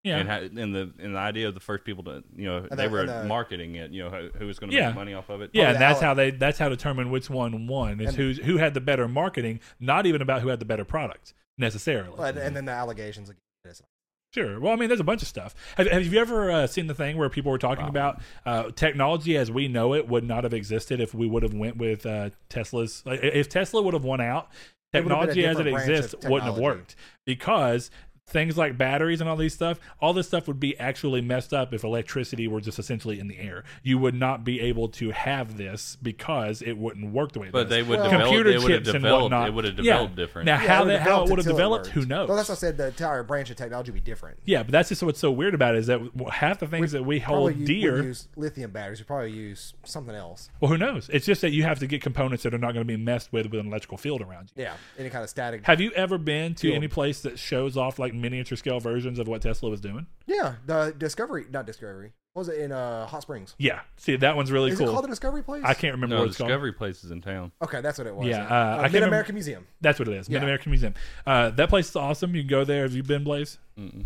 [SPEAKER 4] Yeah.
[SPEAKER 1] and, ha- and the and the idea of the first people to you know
[SPEAKER 3] And
[SPEAKER 1] they
[SPEAKER 3] the-
[SPEAKER 1] were
[SPEAKER 3] and the-
[SPEAKER 1] marketing it. You know who, who was going to
[SPEAKER 4] Yeah.
[SPEAKER 1] make money off of it.
[SPEAKER 4] Yeah,
[SPEAKER 3] Probably
[SPEAKER 4] and
[SPEAKER 3] the
[SPEAKER 4] that's
[SPEAKER 3] Allen-
[SPEAKER 4] how they that's how determine which one won is
[SPEAKER 3] Oh, And-
[SPEAKER 4] who's who had the better marketing, not even about who had the better product necessarily.
[SPEAKER 3] But- and then the allegations. against Edison.
[SPEAKER 4] sure. Well, I mean, there's a bunch of stuff. Have, have you ever uh, seen the thing where people were talking about uh, technology as we know it would not have existed if we would have went with uh, Tesla's like, i- if Tesla would have won out,
[SPEAKER 3] It would have been a
[SPEAKER 4] technology as it
[SPEAKER 3] different branch of
[SPEAKER 4] exists wouldn't have
[SPEAKER 3] technology.
[SPEAKER 4] worked because things like batteries and all these stuff all this stuff would be actually messed up if electricity were just essentially in the air you would not be able to have this because it wouldn't work the way it
[SPEAKER 1] But
[SPEAKER 4] does.
[SPEAKER 1] they would
[SPEAKER 3] Well-
[SPEAKER 1] develop.
[SPEAKER 4] computer
[SPEAKER 1] it would have
[SPEAKER 4] chips and
[SPEAKER 1] developed.
[SPEAKER 4] whatnot
[SPEAKER 1] It would have
[SPEAKER 4] Yeah.
[SPEAKER 1] developed different.
[SPEAKER 4] now
[SPEAKER 3] Yeah,
[SPEAKER 4] how
[SPEAKER 3] it
[SPEAKER 4] the, how it would
[SPEAKER 3] until
[SPEAKER 4] have developed who
[SPEAKER 3] worked.
[SPEAKER 4] knows
[SPEAKER 3] Well, that's what I said. The entire branch of technology would be different.
[SPEAKER 4] yeah but that's just what's so weird about it is that w- half the things that we
[SPEAKER 3] Probably
[SPEAKER 4] hold
[SPEAKER 3] you
[SPEAKER 4] dear
[SPEAKER 3] would use lithium batteries. You probably use something else.
[SPEAKER 4] well who knows it's just that you have to get components that are not going to be messed with with an electrical field around you
[SPEAKER 3] Yeah, any kind of static.
[SPEAKER 4] Have you ever been to
[SPEAKER 3] Fuel.
[SPEAKER 4] any place that shows off like miniature scale versions of what Tesla was doing?
[SPEAKER 3] Yeah, the Discovery, not Discovery. What was it in uh, Hot Springs?
[SPEAKER 4] Yeah. See, that one's really
[SPEAKER 3] Is it
[SPEAKER 4] cool.
[SPEAKER 3] called the Discovery Place?
[SPEAKER 4] I can't remember
[SPEAKER 1] No,
[SPEAKER 4] what it's called.
[SPEAKER 1] Discovery Place is in town.
[SPEAKER 3] Okay, that's what it was.
[SPEAKER 4] Yeah, uh, I
[SPEAKER 3] uh,
[SPEAKER 4] can't
[SPEAKER 3] Mid
[SPEAKER 4] remember-
[SPEAKER 3] American Museum.
[SPEAKER 4] That's what it is. Mid
[SPEAKER 3] Yeah.
[SPEAKER 4] American Museum. Uh, that place is awesome. You can go there. Have you been, Blaze?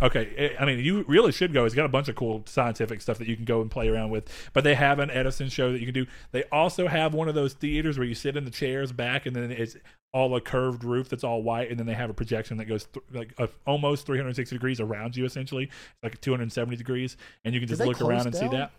[SPEAKER 4] Okay. I I mean, you really should go. It's got a bunch of cool scientific stuff that you can go and play around with. But they have an Edison show that you can do. They also have one of those theaters where you sit in the chairs back, and then it's all a curved roof that's all white, and then they have a projection that goes th- like uh, almost 360 degrees around you, essentially, like 270 degrees, and you can just
[SPEAKER 3] they
[SPEAKER 4] look around
[SPEAKER 3] close
[SPEAKER 4] and see
[SPEAKER 3] down?
[SPEAKER 4] that.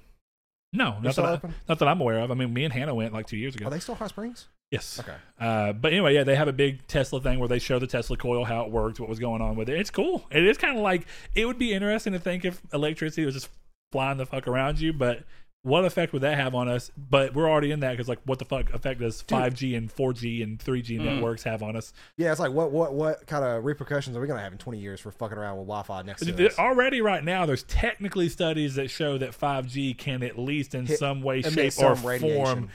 [SPEAKER 4] No, not
[SPEAKER 3] still
[SPEAKER 4] that, I,
[SPEAKER 3] open?
[SPEAKER 4] not that I'm aware of. I mean, me and Hannah went like two years ago.
[SPEAKER 3] Are they still Hot Springs?
[SPEAKER 4] Yes.
[SPEAKER 3] Okay.
[SPEAKER 4] Uh, but anyway, yeah, they have a big Tesla thing where they show the Tesla coil, how it worked, what was going on with it. It's cool. It is kind of like it would be interesting to think if electricity was just flying the fuck around you, but what effect would that have on us? But we're already in that because like, what the fuck effect does five G and four G and three
[SPEAKER 3] Mm.
[SPEAKER 4] G networks have on us?
[SPEAKER 3] Yeah, it's like what what what kind of repercussions are we gonna have in twenty years for fucking around with Wi-Fi next to
[SPEAKER 4] Th-
[SPEAKER 3] us?
[SPEAKER 4] Already, right now, there's technically studies that show that five G can at least in
[SPEAKER 3] Hit-
[SPEAKER 4] some way,
[SPEAKER 3] emit
[SPEAKER 4] shape,
[SPEAKER 3] some
[SPEAKER 4] or form
[SPEAKER 3] radiation.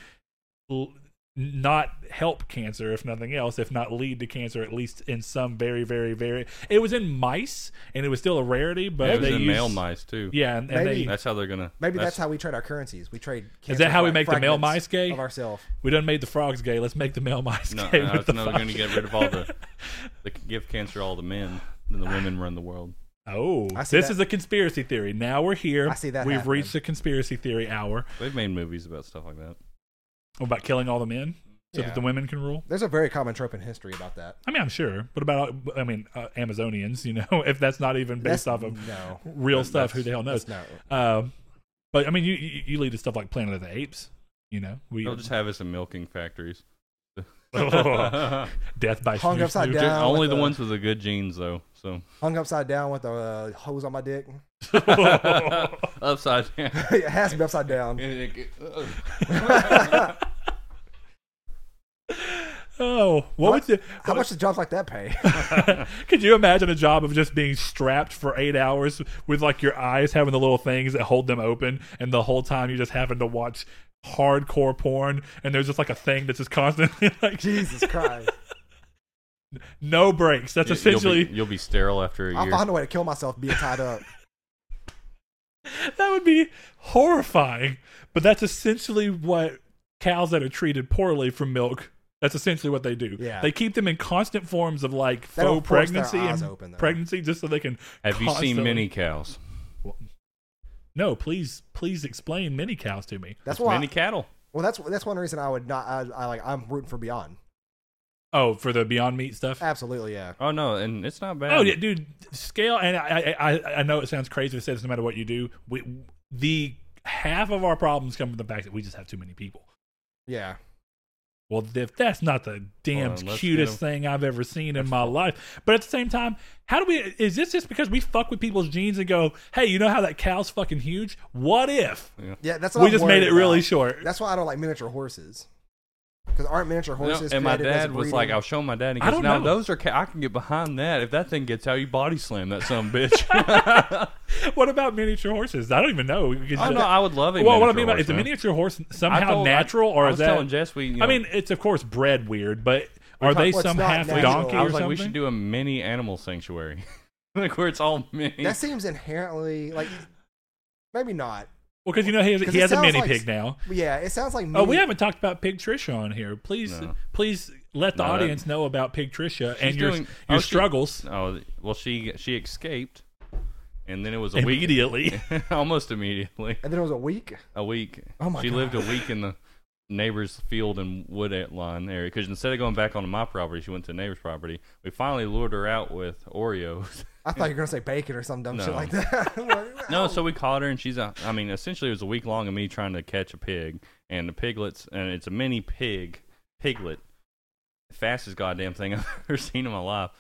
[SPEAKER 4] l- not help cancer if nothing else if not lead to cancer at least in some very very very it was in mice and it was still a rarity but
[SPEAKER 1] Yeah, it was
[SPEAKER 4] they
[SPEAKER 1] in
[SPEAKER 4] use,
[SPEAKER 1] male mice too.
[SPEAKER 4] yeah and, and
[SPEAKER 3] Maybe.
[SPEAKER 4] they
[SPEAKER 1] that's how they're gonna.
[SPEAKER 3] Maybe that's, how we trade our currencies. We trade.
[SPEAKER 4] Is that how we
[SPEAKER 3] cancer
[SPEAKER 4] make the male
[SPEAKER 3] fragments
[SPEAKER 4] mice gay?
[SPEAKER 3] Of ourselves.
[SPEAKER 4] we done made the frogs gay let's make the male mice
[SPEAKER 1] No,
[SPEAKER 4] gay
[SPEAKER 1] no,
[SPEAKER 4] with
[SPEAKER 1] that's
[SPEAKER 4] the
[SPEAKER 1] no, they're
[SPEAKER 4] fuck.
[SPEAKER 1] gonna get rid of all the. They can give cancer to all the men, then the women run the world.
[SPEAKER 4] oh
[SPEAKER 3] I
[SPEAKER 4] this
[SPEAKER 3] see
[SPEAKER 4] is
[SPEAKER 3] that.
[SPEAKER 4] a conspiracy theory now we're here
[SPEAKER 3] I see that
[SPEAKER 4] we've
[SPEAKER 3] happening.
[SPEAKER 4] reached the conspiracy theory hour
[SPEAKER 1] They've made movies about stuff like that.
[SPEAKER 4] about killing all the men so
[SPEAKER 3] Yeah.
[SPEAKER 4] that the women can rule
[SPEAKER 3] There's a very common trope in history about that.
[SPEAKER 4] I mean, I'm sure. What about, I mean, uh, Amazonians? You know, if that's not even based
[SPEAKER 3] That's-
[SPEAKER 4] off of
[SPEAKER 3] no.
[SPEAKER 4] real stuff, who the hell knows?
[SPEAKER 3] That's not.
[SPEAKER 4] Um, but I mean, you you you lead to stuff like Planet of the Apes. You know, we
[SPEAKER 1] They'll Oh, just have us in milking factories.
[SPEAKER 4] Oh. death by
[SPEAKER 3] Hung
[SPEAKER 4] snoo-
[SPEAKER 3] upside
[SPEAKER 4] snoo-
[SPEAKER 3] down.
[SPEAKER 1] Only
[SPEAKER 3] with
[SPEAKER 1] the
[SPEAKER 3] the-
[SPEAKER 1] ones with the good genes, though. So
[SPEAKER 3] Hung upside down with a uh, hose on my dick.
[SPEAKER 1] upside down.
[SPEAKER 3] it has to be upside down.
[SPEAKER 4] Oh, what would you?
[SPEAKER 3] How much does jobs like that pay?
[SPEAKER 4] Could you imagine a job of just being strapped for eight hours with like your eyes having the little things that hold them open, and the whole time you just having to watch hardcore porn, and there's just like a thing that's just constantly like
[SPEAKER 3] Jesus Christ!
[SPEAKER 4] no breaks. That's essentially
[SPEAKER 1] you'll be, you'll be sterile after a
[SPEAKER 3] I'll
[SPEAKER 1] year.
[SPEAKER 3] find a way to kill myself being tied up.
[SPEAKER 4] That would be horrifying. But that's essentially what cows that are treated poorly from milk. That's essentially what they do.
[SPEAKER 3] Yeah.
[SPEAKER 4] They keep them in constant forms of like
[SPEAKER 3] They don't force
[SPEAKER 4] faux
[SPEAKER 3] their
[SPEAKER 4] pregnancy
[SPEAKER 3] eyes
[SPEAKER 4] and
[SPEAKER 3] open, though.
[SPEAKER 4] pregnancy just so they can
[SPEAKER 1] Have you seen
[SPEAKER 4] constantly-
[SPEAKER 1] mini cows?
[SPEAKER 4] No, please please explain mini cows to me.
[SPEAKER 3] That's why.
[SPEAKER 1] Mini cattle.
[SPEAKER 3] well, that's that's one reason I would not. I, I like. I'm rooting for Beyond.
[SPEAKER 4] Oh, for the Beyond Meat
[SPEAKER 3] Uh,
[SPEAKER 4] stuff?
[SPEAKER 3] Absolutely, yeah.
[SPEAKER 1] Oh no, and it's not bad.
[SPEAKER 4] Oh yeah, dude, scale and I I I- I know it sounds crazy to say this no matter what you do. We the half of our problems come from the fact that we just have too many people.
[SPEAKER 3] Yeah.
[SPEAKER 4] Well, if that's not the damn
[SPEAKER 1] Hold on, let's
[SPEAKER 4] cutest
[SPEAKER 1] get
[SPEAKER 4] thing I've ever seen in my life, but at the same time, how do we? Is this just because we fuck with people's genes and go, "Hey, you know how that cow's fucking huge? What if
[SPEAKER 3] Yeah, that's what
[SPEAKER 4] we
[SPEAKER 3] I'm
[SPEAKER 4] just made
[SPEAKER 3] worried
[SPEAKER 4] it really
[SPEAKER 3] about.
[SPEAKER 4] short?"
[SPEAKER 3] That's why I don't like miniature horses. Because aren't miniature
[SPEAKER 1] You know,
[SPEAKER 3] horses?
[SPEAKER 1] and my
[SPEAKER 3] created as
[SPEAKER 1] dad was
[SPEAKER 3] breeding-
[SPEAKER 1] like,
[SPEAKER 4] "Oh,
[SPEAKER 1] "I'll show my dad." He
[SPEAKER 4] I
[SPEAKER 1] goes,
[SPEAKER 4] don't
[SPEAKER 1] "Now
[SPEAKER 4] know."
[SPEAKER 1] those are ca- I can get behind that. If that thing gets out, you body slam that some bitch."
[SPEAKER 4] What about miniature horses? I don't even know. We could
[SPEAKER 1] oh
[SPEAKER 4] just-
[SPEAKER 1] no, I would love it.
[SPEAKER 4] well, what I mean about is the miniature horse somehow natural, or
[SPEAKER 1] I
[SPEAKER 4] is
[SPEAKER 1] was
[SPEAKER 4] that?
[SPEAKER 1] telling Jess we. You know,
[SPEAKER 4] I mean, it's of course bred weird, but are
[SPEAKER 3] talk-
[SPEAKER 4] they
[SPEAKER 3] what's
[SPEAKER 4] some
[SPEAKER 3] not
[SPEAKER 4] half
[SPEAKER 3] natural.
[SPEAKER 4] donkey
[SPEAKER 1] I
[SPEAKER 4] or
[SPEAKER 1] was like,
[SPEAKER 4] something?
[SPEAKER 1] we should do a mini animal sanctuary, like where it's all mini.
[SPEAKER 3] that seems inherently like maybe not.
[SPEAKER 4] well, because you know he has,
[SPEAKER 3] 'Cause
[SPEAKER 4] he
[SPEAKER 3] it
[SPEAKER 4] has a
[SPEAKER 3] sounds
[SPEAKER 4] mini
[SPEAKER 3] like-
[SPEAKER 4] pig now.
[SPEAKER 3] Yeah, it sounds like.
[SPEAKER 4] Oh, we
[SPEAKER 3] mini-
[SPEAKER 4] haven't talked about Pig Trisha on here. Please,
[SPEAKER 1] No.
[SPEAKER 4] please let the
[SPEAKER 1] No, that-
[SPEAKER 4] audience know about Pig Trisha and
[SPEAKER 1] She's
[SPEAKER 4] your
[SPEAKER 1] doing-
[SPEAKER 4] your
[SPEAKER 1] oh, she-
[SPEAKER 4] struggles
[SPEAKER 1] oh well, she she escaped, and then it was a week,
[SPEAKER 4] immediately.
[SPEAKER 1] almost immediately,
[SPEAKER 3] And then it was a week.
[SPEAKER 1] a week.
[SPEAKER 3] Oh, my
[SPEAKER 1] She
[SPEAKER 3] God.
[SPEAKER 1] lived a week in the neighbor's field and wood at lawn area because instead of going back onto my property, she went to the neighbor's property. We finally lured her out with Oreos.
[SPEAKER 3] I thought you were gonna say bacon or some dumb
[SPEAKER 1] No.
[SPEAKER 3] shit like that. I'm like,
[SPEAKER 1] No, so we caught her, and she's a. I mean, essentially, it was a week long of me trying to catch a pig, and the piglets, and it's a mini pig, piglet, fastest goddamn thing I've ever seen in my life.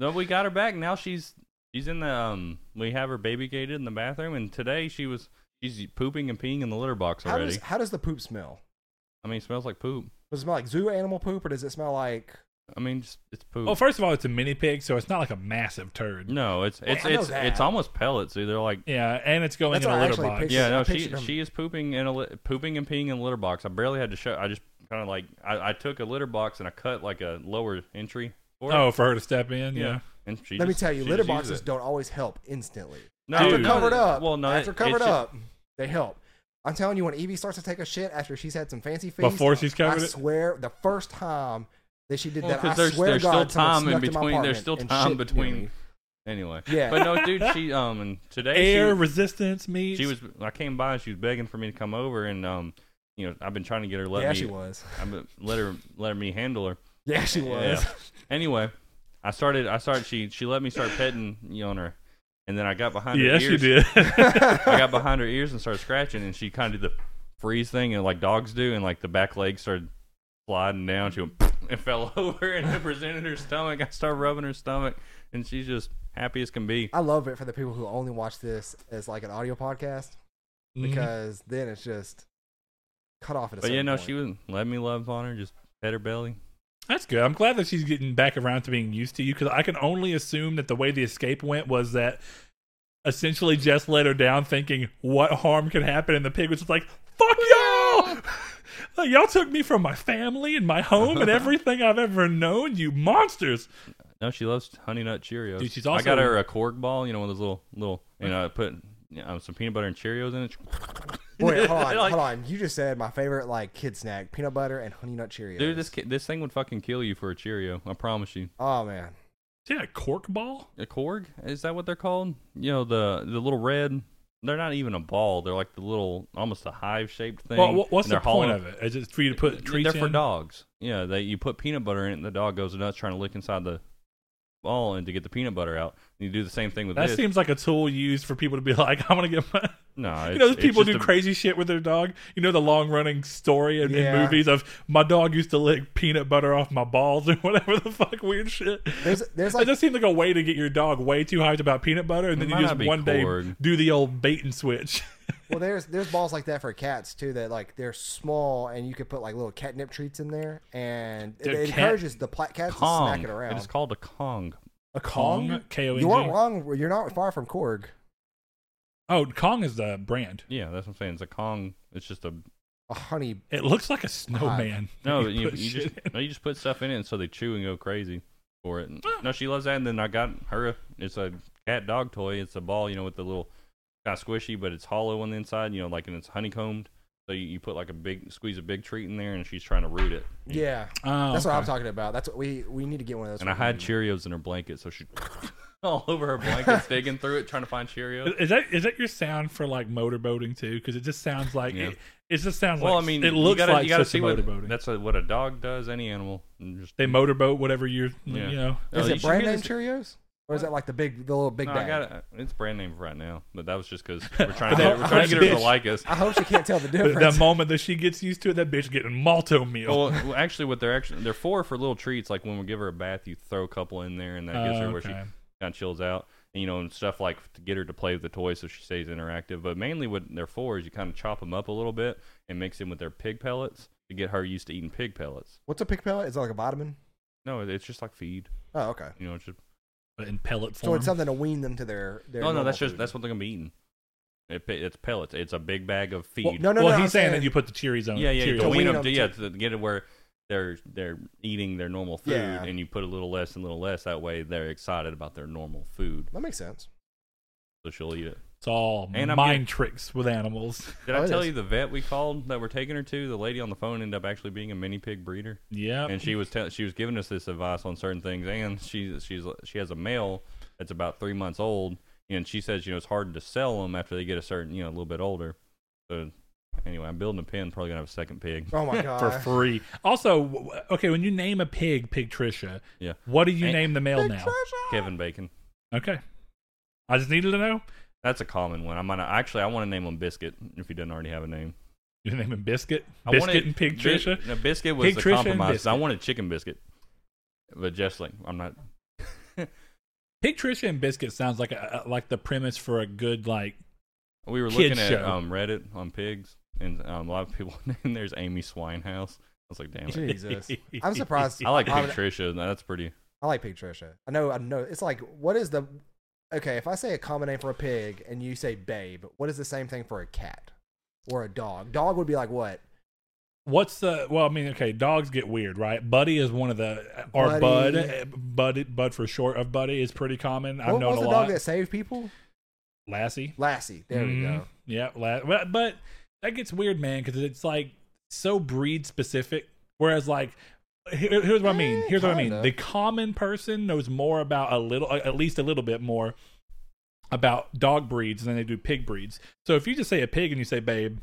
[SPEAKER 1] No, we got her back. Now she's she's in the um. We have her baby gated in the bathroom, and today she was she's pooping and peeing in the litter box
[SPEAKER 3] how
[SPEAKER 1] already.
[SPEAKER 3] does how does the poop smell?
[SPEAKER 1] I mean, it smells like poop.
[SPEAKER 3] Does it smell like zoo animal poop or does it smell like?
[SPEAKER 1] I mean, just, it's poop.
[SPEAKER 3] Oh,
[SPEAKER 4] well, first of all, it's a mini pig, so it's not like a massive turd.
[SPEAKER 1] no, it's it's
[SPEAKER 3] I know
[SPEAKER 1] it's
[SPEAKER 3] that.
[SPEAKER 1] it's almost pellets. Dude. They're like
[SPEAKER 4] Yeah, and it's going
[SPEAKER 3] That's
[SPEAKER 4] in a
[SPEAKER 3] what I
[SPEAKER 4] litter
[SPEAKER 3] actually
[SPEAKER 4] box.
[SPEAKER 3] pictured.
[SPEAKER 1] Yeah,
[SPEAKER 3] I
[SPEAKER 1] no, she
[SPEAKER 3] pictured 'em.
[SPEAKER 1] she is pooping in a li- pooping and peeing in a litter box. I barely had to show. I just kind of like I, I took a litter box and I cut like a lower entry. For it.
[SPEAKER 4] Oh, for her to step in. Yeah.
[SPEAKER 1] And she
[SPEAKER 3] Oh, Let me
[SPEAKER 1] just-
[SPEAKER 3] tell you,
[SPEAKER 1] she
[SPEAKER 3] litter
[SPEAKER 1] just uses
[SPEAKER 3] boxes
[SPEAKER 1] it.
[SPEAKER 3] don't always help instantly.
[SPEAKER 1] No,
[SPEAKER 3] after
[SPEAKER 1] no,
[SPEAKER 3] covered up,
[SPEAKER 1] Well, no,
[SPEAKER 3] after
[SPEAKER 1] it-
[SPEAKER 3] covered
[SPEAKER 1] it's just-
[SPEAKER 3] up, they help. I'm telling you, when Evie starts to take a shit after she's had some fancy feast,
[SPEAKER 4] Before she's covered
[SPEAKER 3] I
[SPEAKER 4] it?
[SPEAKER 3] swear, the first time that she did
[SPEAKER 1] Well,
[SPEAKER 3] that,
[SPEAKER 1] 'cause
[SPEAKER 3] I
[SPEAKER 1] there's-
[SPEAKER 3] swear
[SPEAKER 1] there's
[SPEAKER 3] to God,
[SPEAKER 1] still
[SPEAKER 3] someone
[SPEAKER 1] time in
[SPEAKER 3] snuck to my
[SPEAKER 1] between- there's
[SPEAKER 3] apartment
[SPEAKER 1] still
[SPEAKER 3] and
[SPEAKER 1] time
[SPEAKER 3] shit
[SPEAKER 1] between-
[SPEAKER 3] me.
[SPEAKER 1] Anyway,
[SPEAKER 3] Yeah.
[SPEAKER 1] But no, dude, she um and today
[SPEAKER 4] Air
[SPEAKER 1] she,
[SPEAKER 4] resistance meets.
[SPEAKER 1] she was I came by and she was begging for me to come over and um you know I've been trying to get her to let
[SPEAKER 3] yeah,
[SPEAKER 1] me
[SPEAKER 3] she was.
[SPEAKER 1] I've been, let her let me handle her.
[SPEAKER 3] Yeah, she was.
[SPEAKER 1] Yeah. Anyway, I started I started she she let me start petting you on her, and then I got behind her
[SPEAKER 4] Yes,
[SPEAKER 1] ears.
[SPEAKER 4] you did.
[SPEAKER 1] I got behind her ears and started scratching, and she kind of did the freeze thing, and like dogs do, and like the back leg started sliding down. She went and fell over, and it presented her stomach. I started rubbing her stomach, and she's just happy as can be.
[SPEAKER 3] I love it for the people who only watch this as like an audio podcast
[SPEAKER 4] Mm-hmm.
[SPEAKER 3] because then it's just cut off at a
[SPEAKER 1] But yeah,
[SPEAKER 3] certain
[SPEAKER 1] no,
[SPEAKER 3] point.
[SPEAKER 1] she was let me love on her, just pet her belly.
[SPEAKER 4] That's good. I'm glad that she's getting back around to being used to you because I can only assume that the way the escape went was that essentially Jess let her down thinking what harm could happen, and the pig was just like, fuck y'all! like, y'all took me from my family and my home and everything I've ever known, you monsters!
[SPEAKER 1] No, she loves Honey Nut Cheerios.
[SPEAKER 4] Dude, she's
[SPEAKER 1] I
[SPEAKER 4] also-
[SPEAKER 1] got her a cork ball, you know, one of those little little, you know, I put you know, some peanut butter and Cheerios in it.
[SPEAKER 3] Wait, hold on,
[SPEAKER 1] Like-
[SPEAKER 3] hold on. You just said my favorite like kid snack: peanut butter and honey nut Cheerios.
[SPEAKER 1] Dude, this ki- this thing would fucking kill you for a Cheerio. I promise you.
[SPEAKER 3] Oh man,
[SPEAKER 4] She had a cork ball?
[SPEAKER 1] A corg? Is that what they're called? You know, the the little red. They're not even a ball. They're like the little, almost a hive shaped thing.
[SPEAKER 4] Well, wha- what's
[SPEAKER 1] and
[SPEAKER 4] the
[SPEAKER 1] they're
[SPEAKER 4] point
[SPEAKER 1] hollow.
[SPEAKER 4] of it? Is it for you to put treats
[SPEAKER 1] They're for
[SPEAKER 4] in?
[SPEAKER 1] dogs. Yeah, they you put peanut butter in it, and the dog goes nuts trying to lick inside the ball and to get the peanut butter out. And you do the same thing with
[SPEAKER 4] That
[SPEAKER 1] this.
[SPEAKER 4] seems like a tool used for people to be like, I'm going to get my.
[SPEAKER 1] no,
[SPEAKER 4] You
[SPEAKER 1] it's-
[SPEAKER 4] know, those
[SPEAKER 1] it's
[SPEAKER 4] people do
[SPEAKER 1] just a-
[SPEAKER 4] crazy shit with their dog. You know, the long running story in, in
[SPEAKER 3] Yeah.
[SPEAKER 4] movies of my dog used to lick peanut butter off my balls or whatever the fuck weird shit.
[SPEAKER 3] there's there's
[SPEAKER 4] It
[SPEAKER 3] like
[SPEAKER 4] just seems like a way to get your dog way too hyped about peanut butter, and then you
[SPEAKER 1] might
[SPEAKER 4] just
[SPEAKER 1] not be
[SPEAKER 4] one day
[SPEAKER 1] corn.
[SPEAKER 4] do the old bait and switch.
[SPEAKER 3] well there's there's balls like that for cats too that like they're small and you could put like little catnip treats in there and it,
[SPEAKER 4] Dude,
[SPEAKER 3] it
[SPEAKER 4] cat-
[SPEAKER 3] encourages the pla- cats
[SPEAKER 1] Kong.
[SPEAKER 3] to snack it around.
[SPEAKER 1] It is called a Kong.
[SPEAKER 3] a
[SPEAKER 4] K O N G.
[SPEAKER 3] You aren't wrong. You're not far from Korg.
[SPEAKER 4] Oh, Kong is the brand.
[SPEAKER 1] Yeah, that's what I'm saying. It's a Kong. It's just a
[SPEAKER 3] A honey.
[SPEAKER 4] It looks like a snowman.
[SPEAKER 1] no.
[SPEAKER 4] that
[SPEAKER 1] You, you
[SPEAKER 4] put shit
[SPEAKER 1] just
[SPEAKER 4] in.
[SPEAKER 1] no, you just put stuff in it, and so they chew and go crazy for it.
[SPEAKER 4] Ah.
[SPEAKER 1] And- no, she loves that. And then I got her. a- It's a cat dog toy. It's a ball, you know, with the little kind of squishy, but it's hollow on the inside. You know, like and it's honeycombed. So you, you put like a big squeeze a big treat in there, and she's trying to root it.
[SPEAKER 3] Yeah,
[SPEAKER 4] Oh,
[SPEAKER 3] that's what I'm
[SPEAKER 4] okay.
[SPEAKER 3] talking about. That's what we we need to get one of those.
[SPEAKER 1] And I hide Cheerios in her blanket, so she all over her blanket, digging through it, trying to find Cheerios.
[SPEAKER 4] Is that is that your sound for like motorboating too? Because it just sounds like
[SPEAKER 1] Yeah.
[SPEAKER 4] it, it. just sounds
[SPEAKER 1] Well, I
[SPEAKER 4] like
[SPEAKER 1] mean,
[SPEAKER 4] it
[SPEAKER 1] you
[SPEAKER 4] looks
[SPEAKER 1] gotta,
[SPEAKER 4] like
[SPEAKER 1] you gotta
[SPEAKER 4] such
[SPEAKER 1] see
[SPEAKER 4] a
[SPEAKER 1] what
[SPEAKER 4] motorboating.
[SPEAKER 1] that's a, what a dog does. Any animal, and just
[SPEAKER 4] they motorboat whatever you're
[SPEAKER 1] Yeah.
[SPEAKER 4] you know
[SPEAKER 1] Oh,
[SPEAKER 3] Is
[SPEAKER 1] you
[SPEAKER 3] it
[SPEAKER 1] should
[SPEAKER 3] brand
[SPEAKER 1] hear
[SPEAKER 3] name
[SPEAKER 1] this-
[SPEAKER 3] Cheerios or is that like the big the little big
[SPEAKER 1] No,
[SPEAKER 3] bag?
[SPEAKER 1] I got it. It's brand name right now, but that was just because we're
[SPEAKER 4] But that-
[SPEAKER 1] trying to get, we're trying to get her to
[SPEAKER 4] bitch.
[SPEAKER 1] like us.
[SPEAKER 3] I hope she can't tell the
[SPEAKER 4] But the
[SPEAKER 3] difference.
[SPEAKER 4] moment that she gets used to it that bitch getting malto meal
[SPEAKER 1] Well, well, actually, what they're actually they're for for little treats. Like when we give her a bath, you throw a couple in there, and that gets her
[SPEAKER 4] Oh,
[SPEAKER 1] where she
[SPEAKER 4] okay.
[SPEAKER 1] kind of chills out, and you know, and stuff like to get her to play with the toys so she stays interactive. But mainly, what they're for is you kind of chop them up a little bit and mix them with their pig pellets to get her used to eating pig pellets.
[SPEAKER 3] What's a pig pellet? Is that like a vitamin?
[SPEAKER 1] No, it- it's just like feed.
[SPEAKER 3] Oh, okay.
[SPEAKER 1] You know, it's just
[SPEAKER 4] but in pellet
[SPEAKER 3] So
[SPEAKER 4] form.
[SPEAKER 3] it's something to wean them to their. their
[SPEAKER 1] Oh, no, no.
[SPEAKER 3] normal
[SPEAKER 1] That's just
[SPEAKER 3] food.
[SPEAKER 1] that's what they're gonna be eating. It, it's pellets. It's a big bag of feed.
[SPEAKER 3] no, no,
[SPEAKER 4] well,
[SPEAKER 3] no.
[SPEAKER 4] he's
[SPEAKER 3] I'm
[SPEAKER 4] saying,
[SPEAKER 3] saying-
[SPEAKER 4] that you put the Cheerios on.
[SPEAKER 1] Yeah, yeah,
[SPEAKER 4] Cheerios.
[SPEAKER 1] to wean
[SPEAKER 3] wean
[SPEAKER 1] them,
[SPEAKER 3] them
[SPEAKER 1] to,
[SPEAKER 3] to-
[SPEAKER 1] yeah, to get it where they're they're eating their normal food,
[SPEAKER 3] Yeah.
[SPEAKER 1] and you put a little less and little less. That way, they're excited about their normal food,
[SPEAKER 3] That makes sense.
[SPEAKER 1] so she'll eat it.
[SPEAKER 4] It's all
[SPEAKER 1] And I'm
[SPEAKER 4] mind
[SPEAKER 1] getting-
[SPEAKER 4] tricks with animals.
[SPEAKER 1] Did
[SPEAKER 3] Oh,
[SPEAKER 1] I
[SPEAKER 3] it
[SPEAKER 1] tell
[SPEAKER 3] is.
[SPEAKER 1] you the vet we called that we're taking her to? The lady on the phone ended up actually being a mini pig breeder,
[SPEAKER 4] Yeah,
[SPEAKER 1] and she was tell she was giving us this advice on certain things. And she's she's she has a male that's about three months old, and she says you know it's hard to sell them after they get a certain you know a little bit older. So anyway, I'm building a pen, probably gonna have a second pig.
[SPEAKER 3] Oh my
[SPEAKER 4] for
[SPEAKER 3] god.
[SPEAKER 4] free. Also, w- w- okay, when you name a pig Pigtricia,
[SPEAKER 1] Yeah,
[SPEAKER 4] what do you
[SPEAKER 1] Ain't-
[SPEAKER 4] name the male now?
[SPEAKER 1] Kevin Bacon.
[SPEAKER 4] Okay, I just needed to know.
[SPEAKER 1] That's a common one. I'm gonna actually I want to name him Biscuit if he doesn't already have a name.
[SPEAKER 4] You name him Biscuit,
[SPEAKER 1] I
[SPEAKER 4] Biscuit
[SPEAKER 1] wanted-
[SPEAKER 4] and Pig
[SPEAKER 1] Bi-
[SPEAKER 4] Trisha.
[SPEAKER 1] no, Biscuit was
[SPEAKER 4] Pig
[SPEAKER 1] the
[SPEAKER 4] Trisha and
[SPEAKER 1] compromise.
[SPEAKER 4] Biscuit.
[SPEAKER 1] I wanted Chicken Biscuit, but just like I'm not.
[SPEAKER 4] Pig Trisha and Biscuit sounds like a, a- like the premise for a good like.
[SPEAKER 1] We were
[SPEAKER 4] Kid
[SPEAKER 1] looking at
[SPEAKER 4] show.
[SPEAKER 1] um, Reddit on pigs, and um, a lot of people named there's Amy Swinehouse. I was like, damn it.
[SPEAKER 3] Jesus. I'm surprised.
[SPEAKER 1] I like
[SPEAKER 3] I,
[SPEAKER 1] Pig Trisha. and That's pretty.
[SPEAKER 3] I like Pig Trisha. I know. I know. It's like what is the okay? If I say a common name for a pig and you say babe, what is the same thing for a cat or a dog? Dog would be like what?
[SPEAKER 4] What's the well? I mean, okay, dogs get weird, right? Buddy is one of the or
[SPEAKER 3] Buddy.
[SPEAKER 4] Bud, Bud, Bud for short of Buddy is pretty common. I've
[SPEAKER 3] What
[SPEAKER 4] known
[SPEAKER 3] was
[SPEAKER 4] a
[SPEAKER 3] the
[SPEAKER 4] lot.
[SPEAKER 3] dog that saved people?
[SPEAKER 4] Lassie,
[SPEAKER 3] Lassie. There we
[SPEAKER 4] Mhm.
[SPEAKER 3] go.
[SPEAKER 4] Yeah, la- but, but that gets weird, man, because it's like so breed specific. Whereas, like, here- here's what I mean.
[SPEAKER 3] Eh,
[SPEAKER 4] Here's what I mean.
[SPEAKER 3] kinda.
[SPEAKER 4] The common person knows more about a little, at least a little bit more about dog breeds than they do pig breeds. So if you just say a pig and you say babe,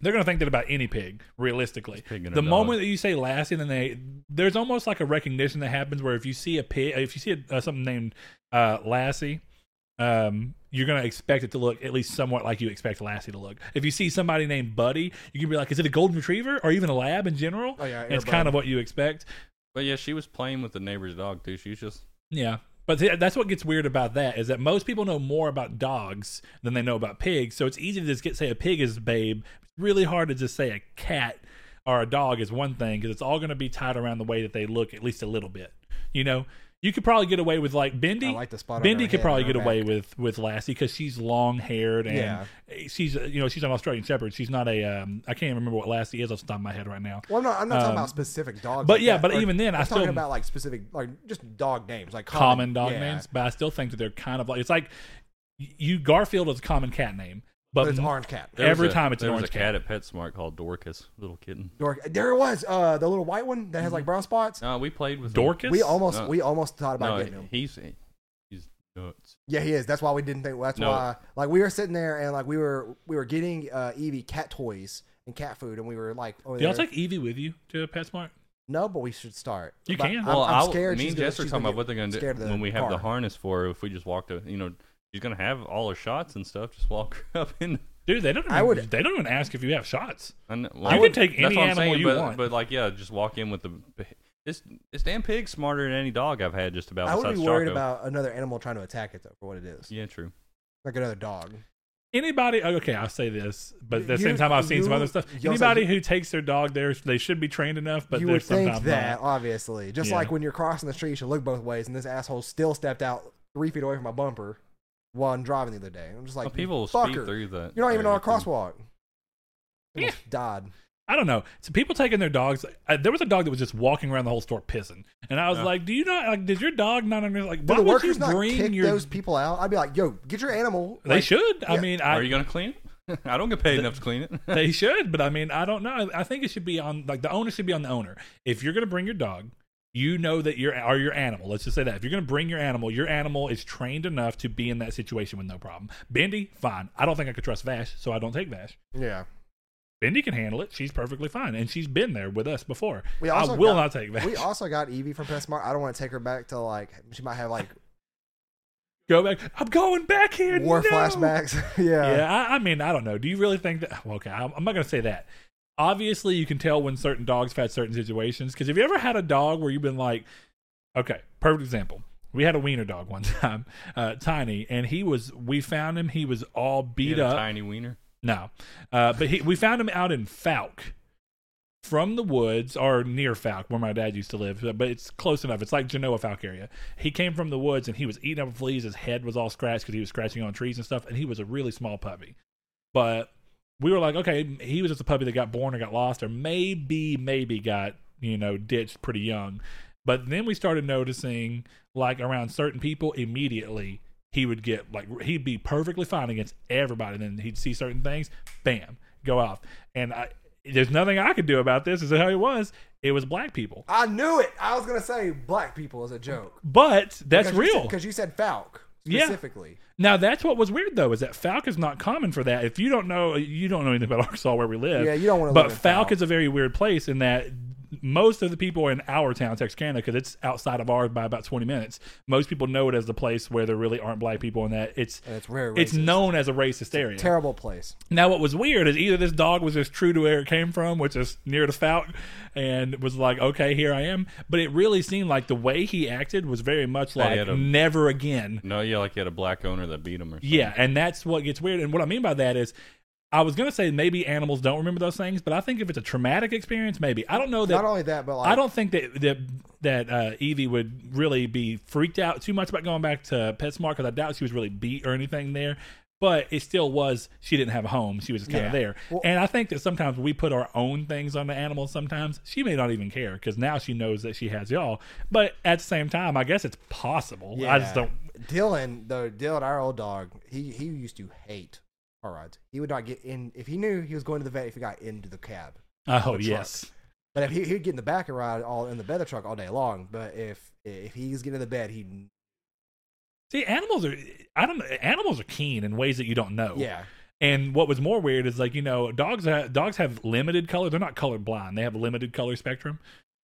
[SPEAKER 4] they're gonna think that about any pig, realistically.
[SPEAKER 1] pig and a
[SPEAKER 4] the
[SPEAKER 1] dog.
[SPEAKER 4] moment that you say Lassie, then they there's almost like a recognition that happens where if you see a pig, if you see a, uh, something named uh, Lassie, um, you're gonna expect it to look at least somewhat like you expect Lassie to look. If you see somebody named Buddy, you can be like, is it a golden retriever or even a lab in general?
[SPEAKER 3] Oh, yeah,
[SPEAKER 4] And it's
[SPEAKER 3] Air
[SPEAKER 4] kind
[SPEAKER 3] Bud.
[SPEAKER 4] of what you expect.
[SPEAKER 1] But yeah, she was playing with the neighbor's dog too. She was just
[SPEAKER 4] Yeah. But th- that's what gets weird about that is that most people know more about dogs than they know about pigs. So it's easy to just get say a pig is babe. It's really hard to just say a cat or a dog is one thing because it's all going to be tied around the way that they look at least a little bit. You know, you could probably get away with like Bendy.
[SPEAKER 3] I like the spot on
[SPEAKER 4] Bendy
[SPEAKER 3] her
[SPEAKER 4] could
[SPEAKER 3] head
[SPEAKER 4] probably
[SPEAKER 3] and her
[SPEAKER 4] get away
[SPEAKER 3] back.
[SPEAKER 4] with with Lassie because she's long haired and
[SPEAKER 3] Yeah.
[SPEAKER 4] she's uh, you know she's an Australian Shepherd. She's not a um, I can't remember what Lassie is off the top of my head right now.
[SPEAKER 3] Well, I'm not. I'm not talking about specific dogs.
[SPEAKER 4] Um, but
[SPEAKER 3] like
[SPEAKER 4] yeah,
[SPEAKER 3] that.
[SPEAKER 4] but
[SPEAKER 3] Like,
[SPEAKER 4] even then, I
[SPEAKER 3] I'm talking
[SPEAKER 4] still-
[SPEAKER 3] about like specific, like just dog names, like
[SPEAKER 4] common dog
[SPEAKER 3] yeah.
[SPEAKER 4] names, but I still think that they're kind of like it's like you Garfield is a common cat name, but,
[SPEAKER 3] But it's orange cat.
[SPEAKER 1] there was
[SPEAKER 4] Every
[SPEAKER 1] a-
[SPEAKER 4] time it's an
[SPEAKER 1] there was
[SPEAKER 4] orange
[SPEAKER 1] a cat at PetSmart called Dorcas, little kitten.
[SPEAKER 3] Dork- There it was. Uh, the little white one that has
[SPEAKER 4] Mm-hmm.
[SPEAKER 3] like brown spots.
[SPEAKER 1] No, Uh, we played with him.
[SPEAKER 4] Dorcas.
[SPEAKER 3] We almost,
[SPEAKER 1] No.
[SPEAKER 3] we almost thought about
[SPEAKER 1] No,
[SPEAKER 3] getting him.
[SPEAKER 1] he's he's nuts.
[SPEAKER 3] Yeah, he is. That's why we didn't think. That's
[SPEAKER 1] No.
[SPEAKER 3] why, like, we were sitting there and like we were, we were getting uh, Evie cat toys and cat food, and we were like, oh,
[SPEAKER 4] Do y'all take Evie with you to PetSmart?
[SPEAKER 3] no, but we should start.
[SPEAKER 4] You
[SPEAKER 3] But
[SPEAKER 4] can.
[SPEAKER 3] I'm,
[SPEAKER 1] well,
[SPEAKER 3] I'm
[SPEAKER 1] I-
[SPEAKER 3] scared.
[SPEAKER 1] Me
[SPEAKER 3] she's
[SPEAKER 1] and
[SPEAKER 3] gonna-
[SPEAKER 1] Jess are
[SPEAKER 3] she's
[SPEAKER 1] talking
[SPEAKER 3] gonna
[SPEAKER 1] about what they're going
[SPEAKER 3] get
[SPEAKER 1] to
[SPEAKER 3] scared of
[SPEAKER 1] do when we have the
[SPEAKER 3] car.
[SPEAKER 1] harness for. her, If we just walk to, you know, she's going to have all her shots and stuff. Just walk her up in.
[SPEAKER 4] Dude, they don't. Even,
[SPEAKER 3] I would-
[SPEAKER 4] They don't even ask if you have shots.
[SPEAKER 1] I know-
[SPEAKER 4] you can
[SPEAKER 1] would-
[SPEAKER 4] take
[SPEAKER 1] that's
[SPEAKER 4] any
[SPEAKER 1] what I'm
[SPEAKER 4] animal
[SPEAKER 1] saying,
[SPEAKER 4] you
[SPEAKER 1] but,
[SPEAKER 4] want.
[SPEAKER 1] but like, yeah, just walk in with the. This this damn pig's smarter than any dog I've had. Just about.
[SPEAKER 3] I would
[SPEAKER 1] besides
[SPEAKER 3] be worried
[SPEAKER 1] Charco.
[SPEAKER 3] about another animal trying to attack it though, for what it is,
[SPEAKER 1] Yeah, true.
[SPEAKER 3] like another dog.
[SPEAKER 4] Anybody? oh, Okay, I'll say this, but at the
[SPEAKER 3] You-
[SPEAKER 4] same time, I've seen some
[SPEAKER 3] you-
[SPEAKER 4] other stuff.
[SPEAKER 3] y'all say-
[SPEAKER 4] Anybody who takes their dog there, they should be trained enough. But
[SPEAKER 3] you would
[SPEAKER 4] there's
[SPEAKER 3] think
[SPEAKER 4] sometimes
[SPEAKER 3] that,
[SPEAKER 4] not.
[SPEAKER 3] obviously. Just
[SPEAKER 4] Yeah.
[SPEAKER 3] like when you're crossing the street, you should look both ways, and this asshole still stepped out three feet away from my bumper while I'm driving the other day. I'm just like,
[SPEAKER 1] Well, people will speed
[SPEAKER 3] fucker,
[SPEAKER 1] through that.
[SPEAKER 3] you're not even on a
[SPEAKER 1] everything.
[SPEAKER 3] crosswalk. Almost Died.
[SPEAKER 4] I don't know. So people taking their dogs. Uh, there was a dog that was just walking around the whole store pissing, and I was
[SPEAKER 1] Yeah.
[SPEAKER 4] like, "Do you not like? Did your dog not understand? Like,
[SPEAKER 3] Do
[SPEAKER 4] why
[SPEAKER 3] the
[SPEAKER 4] would you
[SPEAKER 3] workers not kick
[SPEAKER 4] bring your?
[SPEAKER 3] those people out? I'd be like, yo, get your animal.
[SPEAKER 4] they
[SPEAKER 3] like,
[SPEAKER 4] should. I
[SPEAKER 3] yeah.
[SPEAKER 4] mean,
[SPEAKER 1] Are
[SPEAKER 4] I,
[SPEAKER 1] you going to clean it? I don't get paid enough to clean it.
[SPEAKER 4] they should, but I mean, I don't know. I think it should be on like the owner should be on the owner. If you're going to bring your dog, you know that your or your animal. Let's just say that if you're going to bring your animal, your animal is trained enough to be in that situation with no problem. Bendy, fine. I don't think I could trust Vash, so I don't take Vash.
[SPEAKER 3] Yeah.
[SPEAKER 4] Bendy can handle it. She's perfectly fine, and she's been there with us before.
[SPEAKER 3] We
[SPEAKER 4] I
[SPEAKER 3] also
[SPEAKER 4] will
[SPEAKER 3] got-
[SPEAKER 4] not take Vash.
[SPEAKER 3] We also got Evie from PetSmart. I don't want to take her back to like she might have like
[SPEAKER 4] Go back. I'm going back here.
[SPEAKER 3] war
[SPEAKER 4] no!
[SPEAKER 3] flashbacks. yeah.
[SPEAKER 4] yeah, I, I mean, I don't know. Do you really think that? Well, okay, I'm, I'm not going to say that. Obviously, you can tell when certain dogs have had certain situations. Because have you ever had a dog where you've been like, okay, perfect example. We had a wiener dog one time, uh, Tiny, and he was. We found him. He was all
[SPEAKER 1] He
[SPEAKER 4] beat
[SPEAKER 1] had a
[SPEAKER 4] up.
[SPEAKER 1] tiny wiener.
[SPEAKER 4] No, uh, but he, we found him out in Falk, from the woods or near Falk, where my dad used to live. But it's close enough. It's like Genoa Falk area. He came from the woods and he was eating up fleas. His head was all scratched because he was scratching on trees and stuff. And he was a really small puppy. But we were like, okay, he was just a puppy that got born or got lost, or maybe, maybe got you know ditched pretty young. But then we started noticing, like around certain people, immediately he would get like he'd be perfectly fine against everybody. And then he'd see certain things, bam, go off. And I, there's nothing I could do about this. Is how it was. It was black people,
[SPEAKER 3] I knew it. I was gonna say black people is a joke.
[SPEAKER 4] but that's real.
[SPEAKER 3] Because you said Falk
[SPEAKER 4] Yeah.
[SPEAKER 3] specifically.
[SPEAKER 4] now that's what was weird though is that Falk is not common for that. If you don't know, you don't know anything about Arkansas where we live.
[SPEAKER 3] Yeah, you don't wanna
[SPEAKER 4] But
[SPEAKER 3] live in
[SPEAKER 4] Falk,
[SPEAKER 3] Falk.
[SPEAKER 4] is a very weird place in that most of the people in our town, Texarkana, because it's outside of ours by about 20 minutes. Most people know it as the place where there really aren't black people, and that it's
[SPEAKER 3] And it's very
[SPEAKER 4] it's
[SPEAKER 3] racist.
[SPEAKER 4] known as a racist area.
[SPEAKER 3] Terrible place.
[SPEAKER 4] Now, what was weird is either this dog was just true to where it came from, which is near the Falk, and was like, okay, here I am. But it really seemed like the way he acted was very much like
[SPEAKER 1] had a-
[SPEAKER 4] never again.
[SPEAKER 1] No, yeah, like he had a black owner that beat him or something.
[SPEAKER 4] Yeah, and that's what gets weird. And what I mean by that is, I was gonna say maybe animals don't remember those things, but I think if it's a traumatic experience, maybe I don't know that.
[SPEAKER 3] Not only that, but like
[SPEAKER 4] I don't think that that that uh, Evie would really be freaked out too much about going back to PetSmart because I doubt she was really beat or anything there. but it still was she didn't have a home. She was just kind
[SPEAKER 3] Yeah.
[SPEAKER 4] of there.
[SPEAKER 3] Well-
[SPEAKER 4] and I think that sometimes we put our own things on the animals. Sometimes she may not even care because now she knows that she has y'all. But at the same time, I guess it's possible. I just
[SPEAKER 3] Yeah.
[SPEAKER 4] don't.
[SPEAKER 3] Dylan, though, Dylan, our old dog, he he used to hate car rides. He would not get in if he knew he was going to the vet. If he got into the cab,
[SPEAKER 4] Oh
[SPEAKER 3] truck.
[SPEAKER 4] yes,
[SPEAKER 3] but if he he'd get in the back and ride all in the bed of the truck all day long. But if if he's getting in the bed, he
[SPEAKER 4] see, animals are. I don't. Animals are keen in ways that you don't know.
[SPEAKER 3] yeah
[SPEAKER 4] And what was more weird is like you know dogs ha- dogs have limited color. They're not colorblind. They have a limited color spectrum.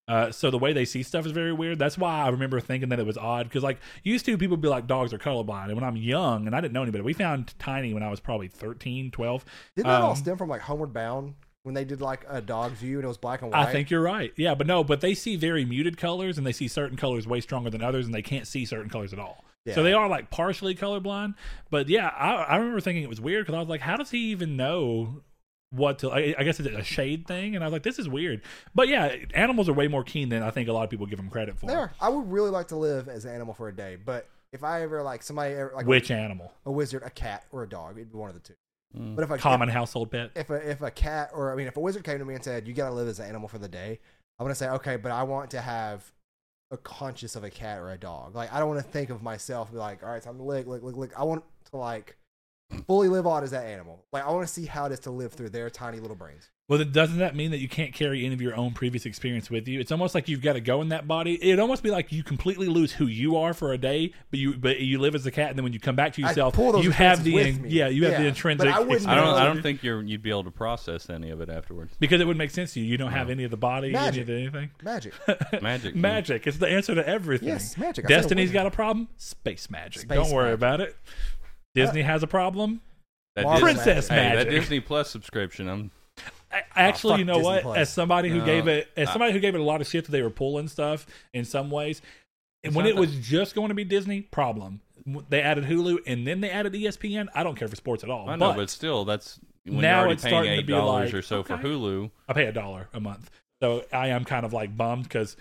[SPEAKER 4] Uh, so the way they see stuff is very weird. That's why I remember thinking that it was odd because like used to people would be like dogs are colorblind. And when I'm young and I didn't know any better, we found Tiny when I was probably 13, 12.
[SPEAKER 3] didn't that all
[SPEAKER 4] Um,
[SPEAKER 3] stem from like Homeward Bound when they did like a dog's view and it was black and white.
[SPEAKER 4] I think you're right. Yeah, but no, but they see very muted colors and they see certain colors way stronger than others and they can't see certain colors at all.
[SPEAKER 3] Yeah.
[SPEAKER 4] So they are like partially colorblind. But yeah, I, I remember thinking it was weird because I was like, how does he even know what to? I, I guess it's a shade thing. And I was like, this is weird. But yeah, animals are way more keen than I think a lot of people give them credit for.
[SPEAKER 3] there. I would really like to live as an animal for a day, but if I ever like somebody ever like
[SPEAKER 4] Which animal?
[SPEAKER 3] a wizard, a cat, or a dog, it'd be one of the two. But if I
[SPEAKER 4] Mm. Common household pet.
[SPEAKER 3] if a, if a cat or I mean if a wizard came to me and said you got to live as an animal for the day, I want to say okay, but I want to have a conscience of a cat or a dog. Like I don't want to think of myself and be like all right, time to lick, lick, lick, lick. I want to like fully live on as that animal. Like I want to see how it is to live through their tiny little brains.
[SPEAKER 4] Well, then doesn't that mean that you can't carry any of your own previous experience with you? It's almost like you've got to go in that body. It'd almost be like you completely lose who you are for a day, but you but you live as a cat, and then when you come back to
[SPEAKER 3] I
[SPEAKER 4] yourself,
[SPEAKER 3] pull those
[SPEAKER 4] you have the
[SPEAKER 3] experiences with me.
[SPEAKER 4] yeah, you have
[SPEAKER 3] Yeah,
[SPEAKER 4] the
[SPEAKER 3] but
[SPEAKER 4] intrinsic.
[SPEAKER 3] I wouldn't
[SPEAKER 1] I don't. I
[SPEAKER 4] experience.
[SPEAKER 1] don't think you're. You'd be able to process any of it afterwards.
[SPEAKER 4] because it would make sense to you. You don't have any of the body,
[SPEAKER 3] Magic.
[SPEAKER 4] any of the anything.
[SPEAKER 3] Magic.
[SPEAKER 1] Magic.
[SPEAKER 4] Magic. It's the answer to everything.
[SPEAKER 3] Yes, magic. I said it
[SPEAKER 4] Destiny's
[SPEAKER 3] wouldn't.
[SPEAKER 4] got a problem. Space magic.
[SPEAKER 3] Space
[SPEAKER 4] don't worry
[SPEAKER 3] magic. Uh,
[SPEAKER 4] about it. Disney has a problem.
[SPEAKER 1] That
[SPEAKER 3] Marvel
[SPEAKER 4] Princess
[SPEAKER 1] Hey, that
[SPEAKER 4] magic.
[SPEAKER 1] Disney Plus subscription. I'm.
[SPEAKER 4] I- actually,
[SPEAKER 3] Oh, fuck
[SPEAKER 4] you know
[SPEAKER 3] Disney
[SPEAKER 4] what?
[SPEAKER 3] Plus.
[SPEAKER 4] As somebody who
[SPEAKER 1] No, Uh,
[SPEAKER 4] gave it, as
[SPEAKER 1] I-
[SPEAKER 4] somebody who gave it a lot of shit that they were pulling stuff in some ways, and
[SPEAKER 1] It's
[SPEAKER 4] when
[SPEAKER 1] not
[SPEAKER 4] it was just going to be Disney, problem. They added Hulu and then they added E ESPN. I don't care for sports at all.
[SPEAKER 1] I know,
[SPEAKER 4] but,
[SPEAKER 1] but, still, that's
[SPEAKER 4] now
[SPEAKER 1] when you're already
[SPEAKER 4] it's
[SPEAKER 1] paying
[SPEAKER 4] starting to
[SPEAKER 1] eight
[SPEAKER 4] be
[SPEAKER 1] dollars
[SPEAKER 4] like,
[SPEAKER 1] or so for
[SPEAKER 4] okay.
[SPEAKER 1] Hulu.
[SPEAKER 4] I pay a dollar a month, so I am kind of like bummed because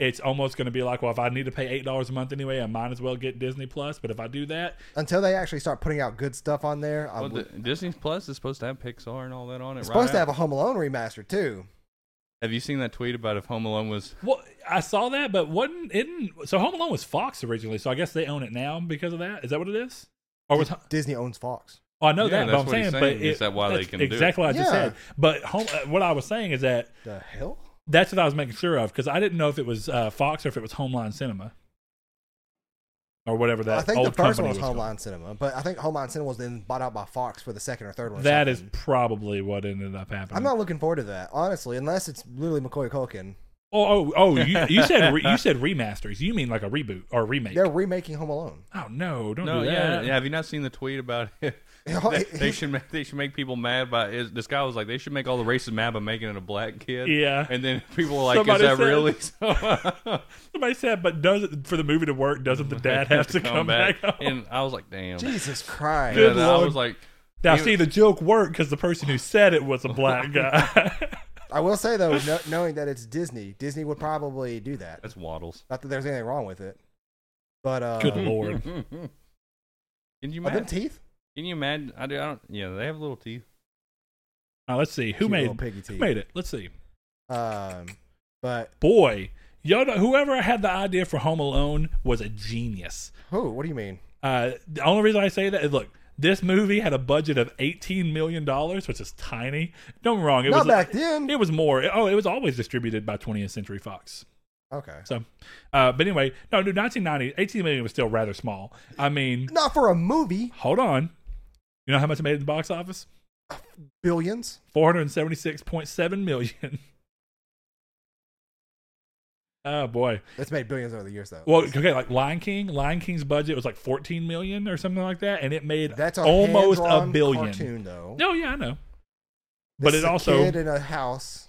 [SPEAKER 4] it's almost going to be like, well, if I need to pay eight dollars a month anyway, I might as well get Disney Plus. But if I do that,
[SPEAKER 3] Until they actually start putting out good stuff on there, I'm
[SPEAKER 1] Well, the, Disney Plus is supposed to have Pixar and all that on it.
[SPEAKER 3] supposed
[SPEAKER 1] right
[SPEAKER 3] to have a Home Alone remaster too.
[SPEAKER 1] Have you seen that tweet about if Home Alone was?
[SPEAKER 4] well, I saw that, but wasn't it? So Home Alone was Fox originally, so I guess they own it now because of that. Is that what it is? Or was
[SPEAKER 3] Disney owns Fox.
[SPEAKER 4] Oh, I know that,
[SPEAKER 1] Yeah, that's
[SPEAKER 4] but I'm
[SPEAKER 1] what he's
[SPEAKER 4] saying,
[SPEAKER 1] saying.
[SPEAKER 4] but
[SPEAKER 1] Is that why they
[SPEAKER 4] that's
[SPEAKER 1] can do it?
[SPEAKER 4] exactly what I just
[SPEAKER 3] Yeah.
[SPEAKER 4] said. But home, uh, what I was saying is that
[SPEAKER 3] The hell?
[SPEAKER 4] that's what I was making sure of because I didn't know if it was uh, Fox or if it was Homeline Cinema or whatever that.
[SPEAKER 3] I think the first
[SPEAKER 4] old company
[SPEAKER 3] one was
[SPEAKER 4] called.
[SPEAKER 3] Homeland Cinema, but I think Homeland Cinema was then bought out by Fox for the second or third one. or
[SPEAKER 4] That is
[SPEAKER 3] something.
[SPEAKER 4] probably what ended up happening.
[SPEAKER 3] I'm not looking forward to that, honestly, unless it's literally McCoy Culkin.
[SPEAKER 4] Oh, oh, oh! You, you said re, you said remasters. You mean like a reboot or a remake?
[SPEAKER 3] They're remaking Home Alone.
[SPEAKER 4] Oh no! Don't
[SPEAKER 1] No,
[SPEAKER 4] do
[SPEAKER 1] yeah,
[SPEAKER 4] that.
[SPEAKER 1] yeah. Have you not seen the tweet about it? they, they should make, they should make people mad by is, this guy was like they should make all the races mad by making it a black kid.
[SPEAKER 4] Yeah.
[SPEAKER 1] and then people were like,
[SPEAKER 4] Somebody
[SPEAKER 1] is that
[SPEAKER 4] said-
[SPEAKER 1] really? So,
[SPEAKER 4] Somebody said, but does it for the movie to work? Doesn't the dad have to come, back? home?
[SPEAKER 1] And I was like, damn.
[SPEAKER 3] Jesus Christ.
[SPEAKER 1] And I
[SPEAKER 4] Lord.
[SPEAKER 1] was like,
[SPEAKER 4] now,
[SPEAKER 1] he-
[SPEAKER 4] see, the joke worked because the person who said it was a black guy.
[SPEAKER 3] I will say, though, no, knowing that it's Disney, Disney would probably do that.
[SPEAKER 1] that's waddles.
[SPEAKER 3] Not that there's anything wrong with it. But, uh,
[SPEAKER 4] Good lord.
[SPEAKER 1] Can you
[SPEAKER 3] are them
[SPEAKER 1] imagine?
[SPEAKER 3] teeth?
[SPEAKER 1] Can you imagine? I, do, I don't. Yeah, they have little teeth.
[SPEAKER 4] Now, let's see who
[SPEAKER 3] Cute
[SPEAKER 4] made
[SPEAKER 3] little piggy
[SPEAKER 4] who
[SPEAKER 3] teeth.
[SPEAKER 4] made it. Let's see.
[SPEAKER 3] Um, but,
[SPEAKER 4] Boy, Yoda, whoever had the idea for Home Alone was a genius.
[SPEAKER 3] who? What do you mean?
[SPEAKER 4] Uh, the only reason I say that is look, this movie had a budget of eighteen million dollars, which is tiny. Don't get me wrong, it
[SPEAKER 3] Not
[SPEAKER 4] was
[SPEAKER 3] back then.
[SPEAKER 4] It was more. Oh, it was always distributed by 20th Century Fox.
[SPEAKER 3] Okay.
[SPEAKER 4] So, uh, but anyway, no, dude, 1990, 18 million was still rather small. I mean,
[SPEAKER 3] Not for a movie.
[SPEAKER 4] hold on. You know how much it made at the box office?
[SPEAKER 3] Billions.
[SPEAKER 4] 476.7 million. oh boy.
[SPEAKER 3] That's made billions over the years, though.
[SPEAKER 4] Well, okay, like Lion King, Lion King's budget was like 14 million or something like that and it made
[SPEAKER 3] that's a
[SPEAKER 4] almost a
[SPEAKER 3] hand-drawn
[SPEAKER 4] billion.
[SPEAKER 3] cartoon, though.
[SPEAKER 4] No, yeah, I know.
[SPEAKER 3] This
[SPEAKER 4] but
[SPEAKER 3] is
[SPEAKER 4] it
[SPEAKER 3] a
[SPEAKER 4] also
[SPEAKER 3] kid in a house.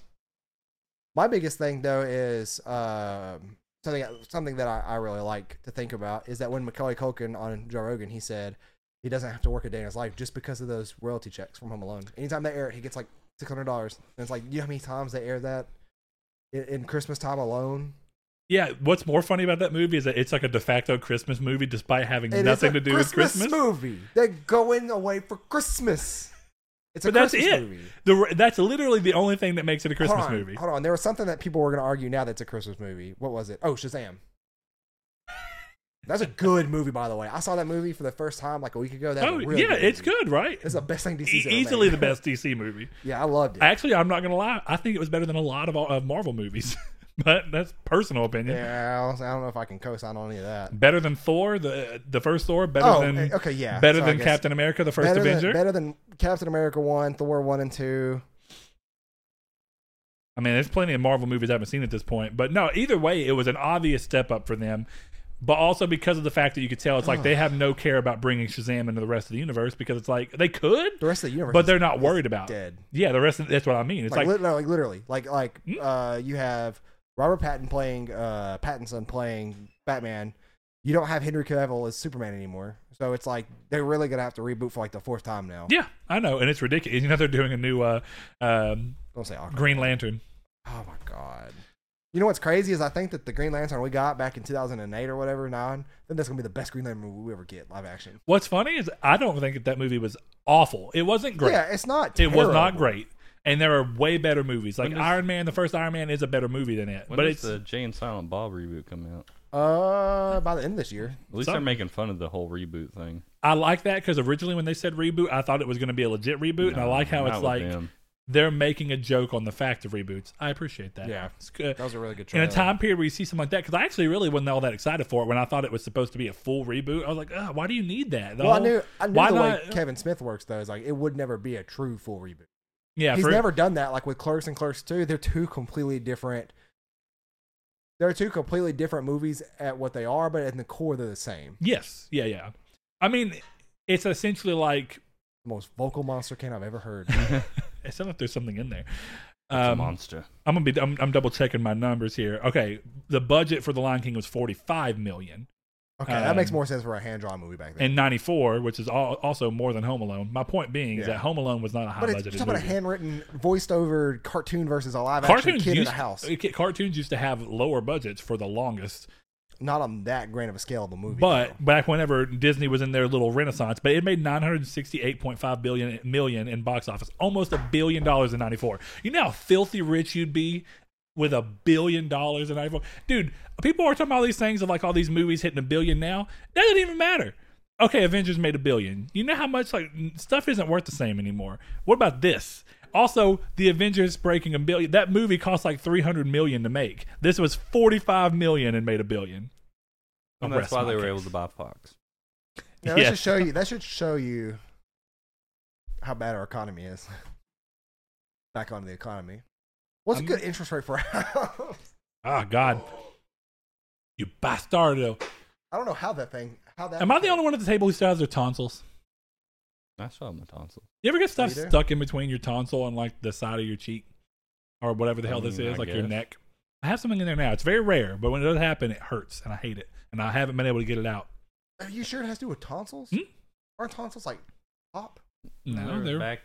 [SPEAKER 3] My biggest thing though is um, something something that I, I really like to think about is that when Macaulay Culkin on Joe Rogan, he said he doesn't have to work a day in his life just because of those royalty checks from Home Alone. Anytime they air it, he gets like six hundred dollars, and it's like you know how many times they air that in, in Christmas time alone.
[SPEAKER 4] Yeah, what's more funny about that movie is that it's like a de facto Christmas movie, despite having
[SPEAKER 3] It is
[SPEAKER 4] nothing
[SPEAKER 3] a
[SPEAKER 4] to do
[SPEAKER 3] Christmas
[SPEAKER 4] with Christmas.
[SPEAKER 3] movie. They're going away for Christmas. It's a
[SPEAKER 4] But that's
[SPEAKER 3] Christmas
[SPEAKER 4] it.
[SPEAKER 3] movie.
[SPEAKER 4] The re- that's literally the only thing that makes it a Christmas
[SPEAKER 3] hold on,
[SPEAKER 4] movie.
[SPEAKER 3] Hold on, there was something that people were going to argue now that's a Christmas movie. What was it? Oh, Shazam. That's a good movie, by the way. I saw that movie for the first time like a week ago. That's
[SPEAKER 4] Oh
[SPEAKER 3] a really
[SPEAKER 4] yeah,
[SPEAKER 3] good
[SPEAKER 4] it's
[SPEAKER 3] movie.
[SPEAKER 4] good, right?
[SPEAKER 3] It's the best thing DC's
[SPEAKER 4] E-
[SPEAKER 3] ever made.
[SPEAKER 4] easily the best DC movie.
[SPEAKER 3] Yeah, I loved it.
[SPEAKER 4] Actually, I'm not gonna lie. I think it was better than a lot of, all, of Marvel movies, but that's personal opinion.
[SPEAKER 3] yeah, I don't- I don't know if I can co-sign on any of that.
[SPEAKER 4] Better than Thor, the the first Thor. Better
[SPEAKER 3] Oh,
[SPEAKER 4] than
[SPEAKER 3] eh, okay, yeah.
[SPEAKER 4] Better
[SPEAKER 3] So I
[SPEAKER 4] than
[SPEAKER 3] guess-
[SPEAKER 4] Captain America, the first
[SPEAKER 3] better
[SPEAKER 4] Avenger.
[SPEAKER 3] Than, better than Captain America 1, Thor 1 and 2.
[SPEAKER 4] I mean, there's plenty of Marvel movies I haven't seen at this point, but no. Either way, it was an obvious step up for them. But also because of the fact that you could tell it's like they have no care about bringing Shazam into the rest of the universe because it's like they could,
[SPEAKER 3] The rest of the universe
[SPEAKER 4] but
[SPEAKER 3] is
[SPEAKER 4] they're not worried about. it.
[SPEAKER 3] dead.
[SPEAKER 4] Yeah, the rest. Of, that's what I mean. It's
[SPEAKER 3] like,
[SPEAKER 4] like, Hmm?
[SPEAKER 3] lit- no, like literally, like like uh, you have Robert Patton playing uh, Pattinson playing Batman. You don't have Henry Cavill as Superman anymore, so it's like they're really gonna have to reboot for like the fourth time now.
[SPEAKER 4] yeah, I know, and it's ridiculous. You know, they're doing a new uh, um,
[SPEAKER 3] Don't say awkward.
[SPEAKER 4] Green Lantern.
[SPEAKER 3] Oh my god. You know what's crazy is I think that the Green Lantern we got back in 2008 or whatever nine, then that's gonna be the best Green Lantern we ever get live action.
[SPEAKER 4] What's funny is I don't think that, that movie was awful. It wasn't great.
[SPEAKER 3] Yeah, it's not.
[SPEAKER 4] it was not
[SPEAKER 3] terrible.
[SPEAKER 4] great. And there are way better movies. Like
[SPEAKER 1] When does-
[SPEAKER 4] Iron Man, the first Iron Man is a better movie than it.
[SPEAKER 1] When
[SPEAKER 4] but
[SPEAKER 1] does
[SPEAKER 4] it's
[SPEAKER 1] the Jay and Silent Bob reboot come out?
[SPEAKER 3] Uh, by the end of this year,
[SPEAKER 1] At least
[SPEAKER 4] Some-
[SPEAKER 1] they're making fun of the whole reboot thing.
[SPEAKER 4] I like that because originally when they said reboot, I thought it was going to be a legit reboot, and I
[SPEAKER 1] No,
[SPEAKER 4] like how
[SPEAKER 1] not
[SPEAKER 4] it's
[SPEAKER 1] with
[SPEAKER 4] like
[SPEAKER 1] them.
[SPEAKER 4] they're making a joke on the fact of reboots. I appreciate that.
[SPEAKER 3] Yeah.
[SPEAKER 4] it's good.
[SPEAKER 3] that was a really good. Trailer.
[SPEAKER 4] in a time period where you see something like that, because I actually really wasn't all that excited for it when I thought it was supposed to be a full reboot. I was like, Ugh, why do you need that? The
[SPEAKER 3] Well, I
[SPEAKER 4] whole-
[SPEAKER 3] knew I knew
[SPEAKER 4] why
[SPEAKER 3] the
[SPEAKER 4] not?
[SPEAKER 3] way Kevin Smith works though is like it would never be a true full reboot.
[SPEAKER 4] yeah,
[SPEAKER 3] he's
[SPEAKER 4] for-
[SPEAKER 3] never done that. Like with Clerks and Clerks Two, they're two completely different. They're two completely different movies at what they are, but in the core they're the same.
[SPEAKER 4] Yes, yeah, yeah. I mean, it's essentially like
[SPEAKER 3] The most vocal monster can I've ever heard.
[SPEAKER 4] it sounds like there's something in there.
[SPEAKER 1] It's a
[SPEAKER 4] Um,
[SPEAKER 1] monster.
[SPEAKER 4] I'm gonna be. I'm, I'm double checking my numbers here. Okay, the budget for The Lion King was 45 million.
[SPEAKER 3] Okay, that makes
[SPEAKER 4] Um,
[SPEAKER 3] more sense for a hand drawn movie back then.
[SPEAKER 4] and 94 which is al- also more than home alone my point being is
[SPEAKER 3] Yeah.
[SPEAKER 4] that home alone was not a high
[SPEAKER 3] but it's
[SPEAKER 4] budget
[SPEAKER 3] you're talking about a handwritten, voiced over cartoon versus a live action
[SPEAKER 4] cartoons
[SPEAKER 3] kid in
[SPEAKER 4] used,
[SPEAKER 3] a house.
[SPEAKER 4] uh, ca- cartoons used to have lower budgets for the longest
[SPEAKER 3] Not on that grand of a scale of a movie.
[SPEAKER 4] but
[SPEAKER 3] though.
[SPEAKER 4] back whenever disney was in their little renaissance but it made 968.5 billion million in box office almost a billion dollars in 94 you know how filthy rich you'd be with a billion dollars in 94 dude people are talking about all these things of like all these movies hitting a billion now that doesn't even matter okay avengers made a billion you know how much like n- stuff isn't worth the same anymore what about this also the avengers breaking a billion that movie cost like 300 million to make this was 45 million and made a billion
[SPEAKER 1] And
[SPEAKER 4] I'll rest
[SPEAKER 1] that's why
[SPEAKER 4] my
[SPEAKER 1] they were
[SPEAKER 4] case.
[SPEAKER 1] able to buy Fox.
[SPEAKER 3] Now, that
[SPEAKER 4] yeah.
[SPEAKER 3] should show you. That should show you how bad our economy is. Back on the economy. What's
[SPEAKER 4] I'm-
[SPEAKER 3] a good interest rate for a house?
[SPEAKER 4] Ah, God. You bastardo.
[SPEAKER 3] I don't know how that thing. How that.
[SPEAKER 4] Am I the only one at the table who still has their tonsils?
[SPEAKER 1] I still have my tonsils.
[SPEAKER 4] You ever get stuff
[SPEAKER 3] Me too.
[SPEAKER 4] stuck in between your tonsil and like the side of your cheek or whatever the
[SPEAKER 1] I
[SPEAKER 4] hell this
[SPEAKER 1] mean,
[SPEAKER 4] is,
[SPEAKER 1] I
[SPEAKER 4] like your
[SPEAKER 1] guess.
[SPEAKER 4] neck? I have something in there now. It's very rare, but when it does happen, it hurts and I hate it. And I haven't been able to get it out.
[SPEAKER 3] Are you sure it has to do with tonsils?
[SPEAKER 4] Hmm?
[SPEAKER 3] Aren't tonsils like pop?
[SPEAKER 4] No, they're,
[SPEAKER 1] they're
[SPEAKER 4] Mm.
[SPEAKER 1] back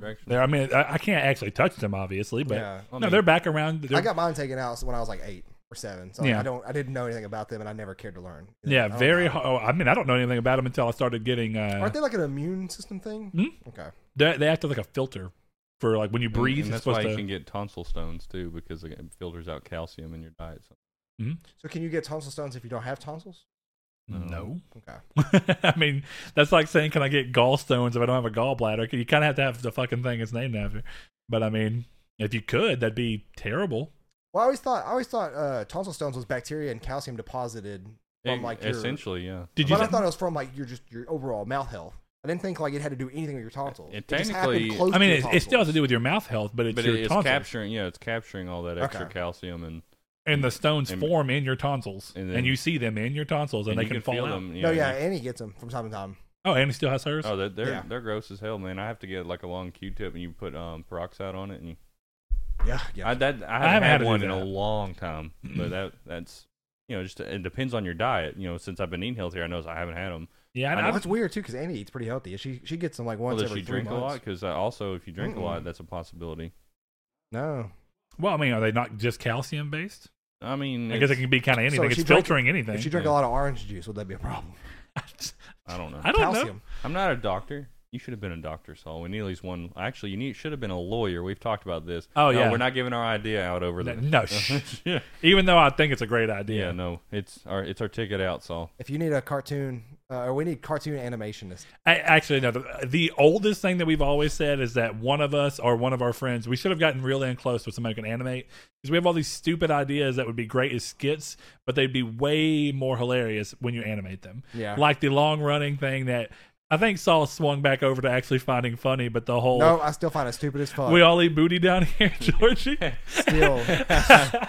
[SPEAKER 1] direction.
[SPEAKER 4] they're- I mean, I, I can't actually touch them, obviously, but
[SPEAKER 3] Yeah.
[SPEAKER 1] I
[SPEAKER 4] no,
[SPEAKER 1] mean,
[SPEAKER 4] they're back around. They're,
[SPEAKER 3] I got mine taken out when I was like eight or seven, so like,
[SPEAKER 4] Yeah.
[SPEAKER 3] I don't. I didn't know anything about them, and I never cared to learn. I
[SPEAKER 4] yeah,
[SPEAKER 3] don't
[SPEAKER 4] very.
[SPEAKER 3] know.
[SPEAKER 4] Ho- oh, I mean, I don't know anything about them until I started getting. Uh,
[SPEAKER 3] Aren't they like an immune system thing?
[SPEAKER 4] Hmm?
[SPEAKER 3] Okay.
[SPEAKER 4] they, they act as like a filter for like when you
[SPEAKER 1] and-
[SPEAKER 4] breathe.
[SPEAKER 1] Mm, and
[SPEAKER 4] it's
[SPEAKER 1] that's
[SPEAKER 4] supposed
[SPEAKER 1] why
[SPEAKER 4] to.
[SPEAKER 1] you can get tonsil stones too, because it filters out calcium in your diet. So
[SPEAKER 3] So can you get tonsil stones if you don't have tonsils?
[SPEAKER 4] no.
[SPEAKER 3] Okay.
[SPEAKER 4] I mean, that's like saying, can I get gallstones if I don't have a gallbladder? You kind of have to have the fucking thing it's named after. But I mean, if you could, that'd be terrible.
[SPEAKER 3] Well, I always thought I always thought uh, tonsil stones was bacteria and calcium deposited from
[SPEAKER 1] It-
[SPEAKER 3] like your.
[SPEAKER 1] essentially, yeah.
[SPEAKER 4] Did you?
[SPEAKER 3] But I thought it was from like your just your overall mouth health. I didn't think like it had to do anything with your tonsils.
[SPEAKER 1] It
[SPEAKER 3] just
[SPEAKER 1] technically-
[SPEAKER 3] happened close
[SPEAKER 4] I mean,
[SPEAKER 3] to
[SPEAKER 4] it,
[SPEAKER 3] your
[SPEAKER 4] it still has to
[SPEAKER 3] tonsils.
[SPEAKER 4] do with your mouth health, but it's
[SPEAKER 1] But
[SPEAKER 4] your
[SPEAKER 1] it- it's
[SPEAKER 4] tonsils,
[SPEAKER 1] capturing, yeah, it's capturing all that extra
[SPEAKER 3] Okay.
[SPEAKER 1] calcium, and,
[SPEAKER 4] and the stones
[SPEAKER 1] and-
[SPEAKER 4] form in your tonsils, and,
[SPEAKER 1] and then-
[SPEAKER 4] you see them in your tonsils, and,
[SPEAKER 1] and
[SPEAKER 4] they
[SPEAKER 1] you
[SPEAKER 4] can,
[SPEAKER 1] can
[SPEAKER 4] fall
[SPEAKER 1] feel
[SPEAKER 4] out.
[SPEAKER 1] them.
[SPEAKER 3] No, yeah, Annie gets them from time to time.
[SPEAKER 4] Oh, and he still has hers.
[SPEAKER 1] Oh, they're they're,
[SPEAKER 3] Yeah.
[SPEAKER 1] they're gross as hell, man. I have to get like a long Q-tip, and you put um, peroxide on it, and you,
[SPEAKER 3] Yeah, yeah.
[SPEAKER 1] I that I haven't,
[SPEAKER 4] haven't had
[SPEAKER 1] had,
[SPEAKER 4] to do
[SPEAKER 1] one in a
[SPEAKER 4] that.
[SPEAKER 1] long time, but that that's you know just it depends on your diet. You know, since I've been eating healthier, I know I haven't had them.
[SPEAKER 4] yeah, and I-
[SPEAKER 1] I know.
[SPEAKER 3] Well, it's weird too because Annie eats pretty healthy. She she gets them like once
[SPEAKER 1] Well, does
[SPEAKER 3] every
[SPEAKER 1] she
[SPEAKER 3] three
[SPEAKER 1] drink a
[SPEAKER 3] months.
[SPEAKER 1] lot? Because also, if you drink a
[SPEAKER 3] Mm-mm.
[SPEAKER 1] lot, that's a possibility.
[SPEAKER 3] No,
[SPEAKER 4] well, I mean, are they not just calcium based?
[SPEAKER 1] I mean,
[SPEAKER 4] I guess it
[SPEAKER 1] it's-
[SPEAKER 4] can be kind of
[SPEAKER 3] So
[SPEAKER 4] anything.
[SPEAKER 3] if
[SPEAKER 4] it's
[SPEAKER 3] she drank-
[SPEAKER 4] filtering anything.
[SPEAKER 3] If she drank a lot of orange juice, would that be a problem?
[SPEAKER 1] I don't know.
[SPEAKER 4] I don't know.
[SPEAKER 3] Calcium.
[SPEAKER 1] I'm not a doctor. You should have been a doctor, Saul. We need at least one. Actually, you need should have been a lawyer. We've talked about this.
[SPEAKER 4] Oh,
[SPEAKER 1] No,
[SPEAKER 4] yeah.
[SPEAKER 1] we're not giving our idea out over
[SPEAKER 4] No,
[SPEAKER 1] there.
[SPEAKER 4] no, shh.
[SPEAKER 1] yeah.
[SPEAKER 4] even though I think it's a great idea.
[SPEAKER 1] yeah, no, it's our it's our ticket out, Saul.
[SPEAKER 3] If you need a cartoon, uh, or we need cartoon animationists.
[SPEAKER 4] I, actually, no. The, the oldest thing that we've always said is that one of us or one of our friends, we should have gotten real in close with somebody who can animate because we have all these stupid ideas that would be great as skits, but they'd be way more hilarious when you animate them.
[SPEAKER 3] Yeah.
[SPEAKER 4] Like the long running thing that I think Saul swung back over to actually finding funny, but the whole.
[SPEAKER 3] No, I still find it stupid as fuck.
[SPEAKER 4] We all eat booty down here, Georgie.
[SPEAKER 3] still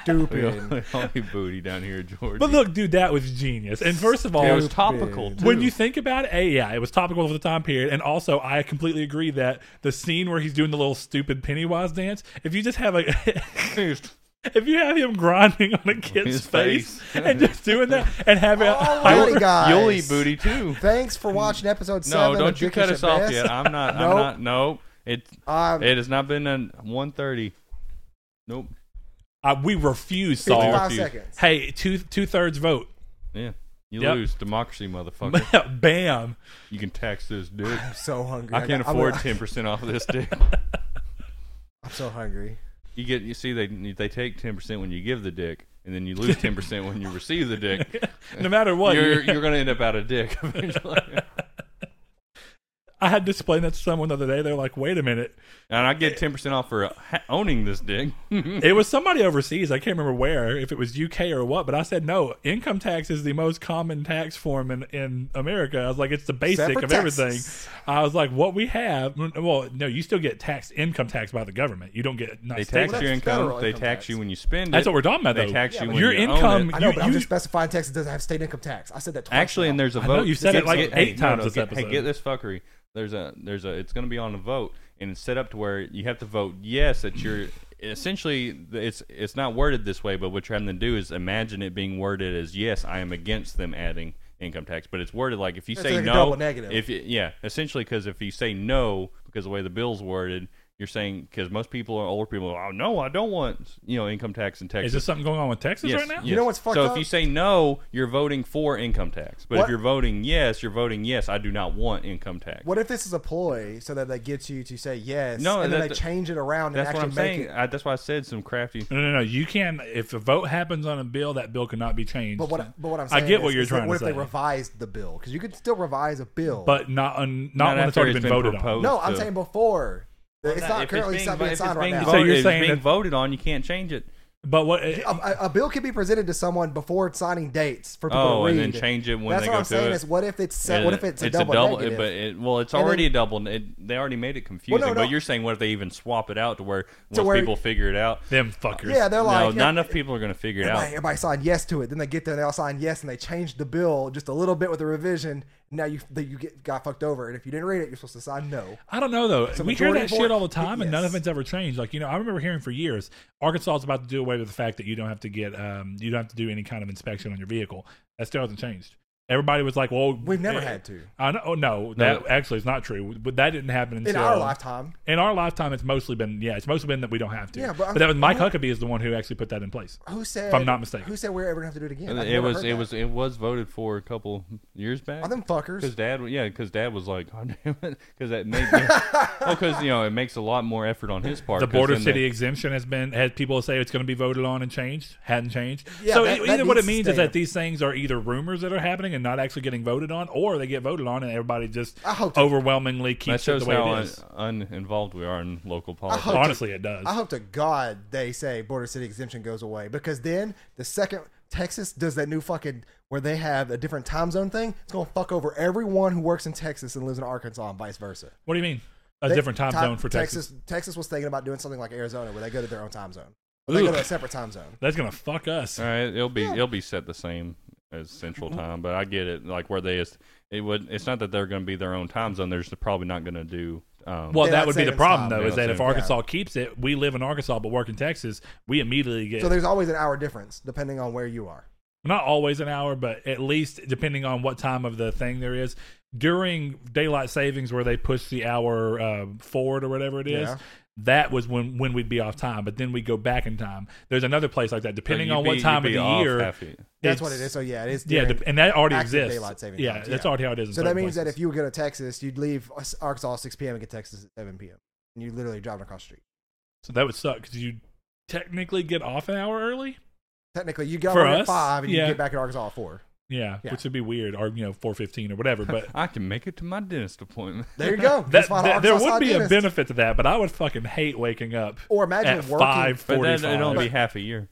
[SPEAKER 3] stupid.
[SPEAKER 1] Only booty down here, George.
[SPEAKER 4] But look, dude, that was genius. And first of all,
[SPEAKER 1] it was topical.
[SPEAKER 3] Stupid.
[SPEAKER 1] Too.
[SPEAKER 4] When you think about it, hey, yeah, it was topical for the time period, and also I completely agree that the scene where he's doing the little stupid Pennywise dance, if you just have a, if you have him grinding on a kid's
[SPEAKER 1] His
[SPEAKER 4] face,
[SPEAKER 1] face.
[SPEAKER 4] and just doing that, and having,
[SPEAKER 3] Oh, Alrighty,
[SPEAKER 4] I-
[SPEAKER 3] guys.
[SPEAKER 1] you'll eat booty too.
[SPEAKER 3] Thanks for watching episode seven.
[SPEAKER 1] No,
[SPEAKER 3] of
[SPEAKER 1] don't you
[SPEAKER 3] Dickish
[SPEAKER 1] cut
[SPEAKER 3] at
[SPEAKER 1] us off
[SPEAKER 3] Best.
[SPEAKER 1] yet. I'm not.
[SPEAKER 3] Nope.
[SPEAKER 1] I'm not. No, it
[SPEAKER 3] Um,
[SPEAKER 1] it has not been a 1:30. Nope.
[SPEAKER 4] I- we refuse Saul.
[SPEAKER 1] Sorry.
[SPEAKER 3] Fifty-five seconds.
[SPEAKER 4] Hey, two two thirds vote,
[SPEAKER 1] Yeah, you
[SPEAKER 4] Yep.
[SPEAKER 1] lose democracy, motherfucker.
[SPEAKER 4] bam.
[SPEAKER 1] you can tax this dick.
[SPEAKER 3] I'm so hungry.
[SPEAKER 1] I can't
[SPEAKER 3] got- I'm-
[SPEAKER 1] afford 10% off of this dick.
[SPEAKER 3] I'm so hungry.
[SPEAKER 1] You get you see they they take ten percent when you give the dick, and then you lose ten percent when you receive the dick.
[SPEAKER 4] No matter what,
[SPEAKER 1] you're
[SPEAKER 4] you-
[SPEAKER 1] you're gonna end up out of dick eventually.
[SPEAKER 4] I had to explain that to someone the other day. They're like, wait a minute,
[SPEAKER 1] and I get ten percent off for uh, ha- owning this dick.
[SPEAKER 4] It was somebody overseas. I can't remember where, if it was UK or what, but I said, no, income tax is the most common tax form in, in America. I was like, it's the basic
[SPEAKER 3] for
[SPEAKER 4] of
[SPEAKER 3] Texas.
[SPEAKER 4] everything. I was like, what we have, well, no, you still get taxed income tax by the government. You don't get nice
[SPEAKER 1] they tax
[SPEAKER 4] tax.
[SPEAKER 1] your
[SPEAKER 3] that's
[SPEAKER 1] income.
[SPEAKER 3] federal
[SPEAKER 1] They
[SPEAKER 3] income
[SPEAKER 1] tax
[SPEAKER 3] tax.
[SPEAKER 1] you when you spend it.
[SPEAKER 4] That's what we're talking about,
[SPEAKER 1] They
[SPEAKER 4] though.
[SPEAKER 1] tax you when
[SPEAKER 4] your
[SPEAKER 1] you own
[SPEAKER 4] income.
[SPEAKER 1] it.
[SPEAKER 3] I know,
[SPEAKER 4] you-
[SPEAKER 3] but I'm
[SPEAKER 4] you-
[SPEAKER 3] just specifying Texas doesn't have state income tax. I said that twice.
[SPEAKER 1] Actually, and there's a
[SPEAKER 4] I
[SPEAKER 1] vote.
[SPEAKER 4] know, you've said it
[SPEAKER 1] Get
[SPEAKER 4] like
[SPEAKER 1] some-
[SPEAKER 4] eight
[SPEAKER 1] hey,
[SPEAKER 4] times
[SPEAKER 1] no, no,
[SPEAKER 4] this
[SPEAKER 1] get,
[SPEAKER 4] episode.
[SPEAKER 1] Hey, get this fuckery. There's a there's a it's going to be on a vote, and it's set up to where you have to vote yes at your. Essentially, it's it's not worded this way, but what you're having to do is imagine it being worded as yes, I am against them adding income tax. But it's worded like if you
[SPEAKER 3] It's
[SPEAKER 1] say
[SPEAKER 3] like a
[SPEAKER 1] no,
[SPEAKER 3] double negative.
[SPEAKER 1] if you- yeah, essentially because if you say no because of the way the bill's worded, you're saying because most people are older people. are, Oh no, I don't want you know income tax in Texas.
[SPEAKER 4] is there something going on with Texas
[SPEAKER 1] Yes,
[SPEAKER 4] right now?
[SPEAKER 1] yes.
[SPEAKER 3] You know what's fucked
[SPEAKER 1] So
[SPEAKER 3] up?
[SPEAKER 1] if you say no, you're voting for income tax. But
[SPEAKER 3] What-
[SPEAKER 1] if you're voting yes, you're voting yes. I do not want income tax.
[SPEAKER 3] What if this is a ploy so that they get you to say yes,
[SPEAKER 1] No,
[SPEAKER 3] and then
[SPEAKER 1] that-
[SPEAKER 3] they change it around and
[SPEAKER 1] that's
[SPEAKER 3] actually
[SPEAKER 1] what I'm
[SPEAKER 3] make
[SPEAKER 1] saying.
[SPEAKER 3] it?
[SPEAKER 1] I, that's why I said some crafty.
[SPEAKER 4] No, no, no. You can, if a vote happens on a bill, that bill cannot be changed.
[SPEAKER 3] But what? But what I'm saying
[SPEAKER 4] I get
[SPEAKER 3] is,
[SPEAKER 4] what you're
[SPEAKER 3] is that
[SPEAKER 4] trying
[SPEAKER 3] What
[SPEAKER 4] to
[SPEAKER 3] if
[SPEAKER 4] say.
[SPEAKER 3] they revised the bill? Because you could still revise a bill.
[SPEAKER 4] but not, on, not, one that's
[SPEAKER 1] after
[SPEAKER 4] already
[SPEAKER 1] it's
[SPEAKER 4] been, voted on.
[SPEAKER 1] proposed
[SPEAKER 3] no, I'm
[SPEAKER 1] to-
[SPEAKER 3] saying before. It's
[SPEAKER 1] If
[SPEAKER 3] not currently
[SPEAKER 1] being
[SPEAKER 3] it's not
[SPEAKER 1] vo-
[SPEAKER 3] being
[SPEAKER 1] if
[SPEAKER 3] signed
[SPEAKER 1] it's
[SPEAKER 3] right
[SPEAKER 1] being
[SPEAKER 3] now.
[SPEAKER 4] So you're
[SPEAKER 1] voted- if it's
[SPEAKER 4] saying
[SPEAKER 1] being
[SPEAKER 4] that-
[SPEAKER 1] voted on, you can't change it.
[SPEAKER 4] But what?
[SPEAKER 3] a, a bill could be presented to someone before it's signing dates for people
[SPEAKER 1] Oh,
[SPEAKER 3] to
[SPEAKER 1] and
[SPEAKER 3] read.
[SPEAKER 1] then change it when
[SPEAKER 3] That's
[SPEAKER 1] they
[SPEAKER 3] what
[SPEAKER 1] go
[SPEAKER 3] I'm
[SPEAKER 1] to
[SPEAKER 3] saying
[SPEAKER 1] it.
[SPEAKER 3] is, what if it's set, what if it's, a double, negative?
[SPEAKER 1] But it, well, it's
[SPEAKER 3] then-
[SPEAKER 1] already a double. It, they already made it confusing.
[SPEAKER 3] no.
[SPEAKER 1] But you're saying what if they even swap it out to where once
[SPEAKER 3] where-
[SPEAKER 1] people figure it out?
[SPEAKER 4] them fuckers.
[SPEAKER 3] yeah, they're
[SPEAKER 1] no,
[SPEAKER 3] like,
[SPEAKER 1] not enough people are going to figure it
[SPEAKER 3] Everybody,
[SPEAKER 1] out.
[SPEAKER 3] everybody signed yes to it. Then they get there and they all sign yes, and they changed the bill just a little bit with a revision. Now you that you get got fucked over, and if you didn't read it, you're supposed to sign no.
[SPEAKER 4] I don't know though. we hear
[SPEAKER 3] majority
[SPEAKER 4] that
[SPEAKER 3] vote-
[SPEAKER 4] shit all the time, and none of
[SPEAKER 3] yes.
[SPEAKER 4] it's ever changed. Like you know, I remember hearing for years, Arkansas is about to do away with the fact that you don't have to get, um, you don't have to do any kind of inspection on your vehicle. That still hasn't changed. Everybody was like, "Well,
[SPEAKER 3] We've never
[SPEAKER 4] eh,
[SPEAKER 3] had to.
[SPEAKER 4] I know, oh, no, that actually is not true. But that didn't happen
[SPEAKER 3] In
[SPEAKER 4] until
[SPEAKER 3] our lifetime,
[SPEAKER 4] In our lifetime, it's mostly been yeah, it's mostly been that we don't have to.
[SPEAKER 3] Yeah, but
[SPEAKER 4] but,
[SPEAKER 3] I'm-
[SPEAKER 4] that was Mike
[SPEAKER 3] I'm-
[SPEAKER 4] Huckabee is the one who actually put that in place.
[SPEAKER 3] who said?
[SPEAKER 4] I'm not mistaken.
[SPEAKER 3] who said we're ever gonna have to do it again? I've
[SPEAKER 1] It
[SPEAKER 3] never
[SPEAKER 1] was
[SPEAKER 3] heard
[SPEAKER 1] it
[SPEAKER 3] that.
[SPEAKER 1] was it was voted for a couple years back.
[SPEAKER 3] Are them
[SPEAKER 1] Because
[SPEAKER 3] fuckers?
[SPEAKER 1] dad, yeah, because dad was like, God damn it, because that made, oh, because you know it makes a lot more effort on his part.
[SPEAKER 4] The
[SPEAKER 1] 'cause
[SPEAKER 4] border
[SPEAKER 1] then
[SPEAKER 4] city exemption has been had people say it's going to be voted on and changed, hadn't changed.
[SPEAKER 3] Yeah,
[SPEAKER 4] so
[SPEAKER 3] that-
[SPEAKER 4] e-
[SPEAKER 3] that
[SPEAKER 4] either what it
[SPEAKER 3] needs to
[SPEAKER 4] means
[SPEAKER 3] stay
[SPEAKER 4] is
[SPEAKER 3] in.
[SPEAKER 4] that these things are either rumors that are happening and not actually getting voted on, or they get voted on and everybody just
[SPEAKER 3] I hope to-
[SPEAKER 4] overwhelmingly
[SPEAKER 1] that
[SPEAKER 4] keeps it
[SPEAKER 1] shows
[SPEAKER 4] the way
[SPEAKER 1] how
[SPEAKER 4] it
[SPEAKER 1] un-
[SPEAKER 4] is.
[SPEAKER 1] uninvolved we are in local
[SPEAKER 3] I
[SPEAKER 1] politics.
[SPEAKER 3] hope-
[SPEAKER 4] Honestly, it does.
[SPEAKER 3] I hope to God they say border city exemption goes away because then the second Texas does that new fucking where they have a different time zone thing, it's gonna fuck over everyone who works in Texas and lives in Arkansas and vice versa.
[SPEAKER 4] what do you mean? A
[SPEAKER 3] They-
[SPEAKER 4] different time, zone for Texas.
[SPEAKER 3] Texas. was thinking about doing something like Arizona, where they go to their own time zone. Or They
[SPEAKER 4] Ooh.
[SPEAKER 3] go to a separate time zone.
[SPEAKER 4] That's gonna fuck us.
[SPEAKER 1] All right, it'll be it'll be set the same as Central
[SPEAKER 3] Mm-hmm.
[SPEAKER 1] Time, but I get it. Like where they is, it would. It's not that they're going to be their own time zone. They're just probably not going to do. Um,
[SPEAKER 4] Well,
[SPEAKER 3] They're
[SPEAKER 4] that
[SPEAKER 3] not
[SPEAKER 4] would be the
[SPEAKER 3] saving time.
[SPEAKER 4] problem though,
[SPEAKER 1] They're
[SPEAKER 4] is
[SPEAKER 1] not
[SPEAKER 4] that if
[SPEAKER 1] saving-
[SPEAKER 4] Arkansas keeps it, we live in Arkansas but work in Texas, we immediately get
[SPEAKER 3] So there's always an hour difference depending on where you are.
[SPEAKER 4] not always an hour, but at least depending on what time of the thing there is. During daylight savings, where they push the hour uh, forward or whatever it is,
[SPEAKER 3] Yeah.
[SPEAKER 4] that was when when we'd be off time, but then we go back in time. There's another place like that, depending
[SPEAKER 1] You'd
[SPEAKER 4] on
[SPEAKER 1] be-
[SPEAKER 4] what time of
[SPEAKER 1] you'd be
[SPEAKER 4] the
[SPEAKER 1] off
[SPEAKER 4] year.
[SPEAKER 1] half the-
[SPEAKER 4] it's-
[SPEAKER 3] That's what it is. So yeah, it is.
[SPEAKER 4] Yeah,
[SPEAKER 3] during-
[SPEAKER 4] the, and that already
[SPEAKER 3] active
[SPEAKER 4] exists.
[SPEAKER 3] daylight saving
[SPEAKER 4] yeah,
[SPEAKER 3] times,
[SPEAKER 4] that's
[SPEAKER 3] yeah.
[SPEAKER 4] already how it is. in
[SPEAKER 3] So that
[SPEAKER 4] certain
[SPEAKER 3] means that
[SPEAKER 4] places.
[SPEAKER 3] if you were going to Texas, you'd leave us- Arkansas at 6 p.m. and get Texas at 7 p.m. And you literally drive across the street.
[SPEAKER 4] so that would suck because you technically get off an hour early.
[SPEAKER 3] Technically, you go
[SPEAKER 4] For
[SPEAKER 3] at
[SPEAKER 4] us?
[SPEAKER 3] 5 and
[SPEAKER 4] Yeah.
[SPEAKER 3] you get back in Arkansas at 4.
[SPEAKER 4] Yeah,
[SPEAKER 3] Yeah.
[SPEAKER 4] which would be weird, or you know, four fifteen or whatever. But
[SPEAKER 1] I can make it to my dentist appointment.
[SPEAKER 3] There you go.
[SPEAKER 4] that,
[SPEAKER 3] That's why
[SPEAKER 4] that- there
[SPEAKER 3] Arkansas
[SPEAKER 4] would be
[SPEAKER 3] dentist.
[SPEAKER 4] a benefit to that. But I would fucking hate waking up
[SPEAKER 3] Or imagine
[SPEAKER 4] at
[SPEAKER 3] working.
[SPEAKER 4] five
[SPEAKER 1] But
[SPEAKER 4] forty-five.
[SPEAKER 1] that, it'd only be half a year.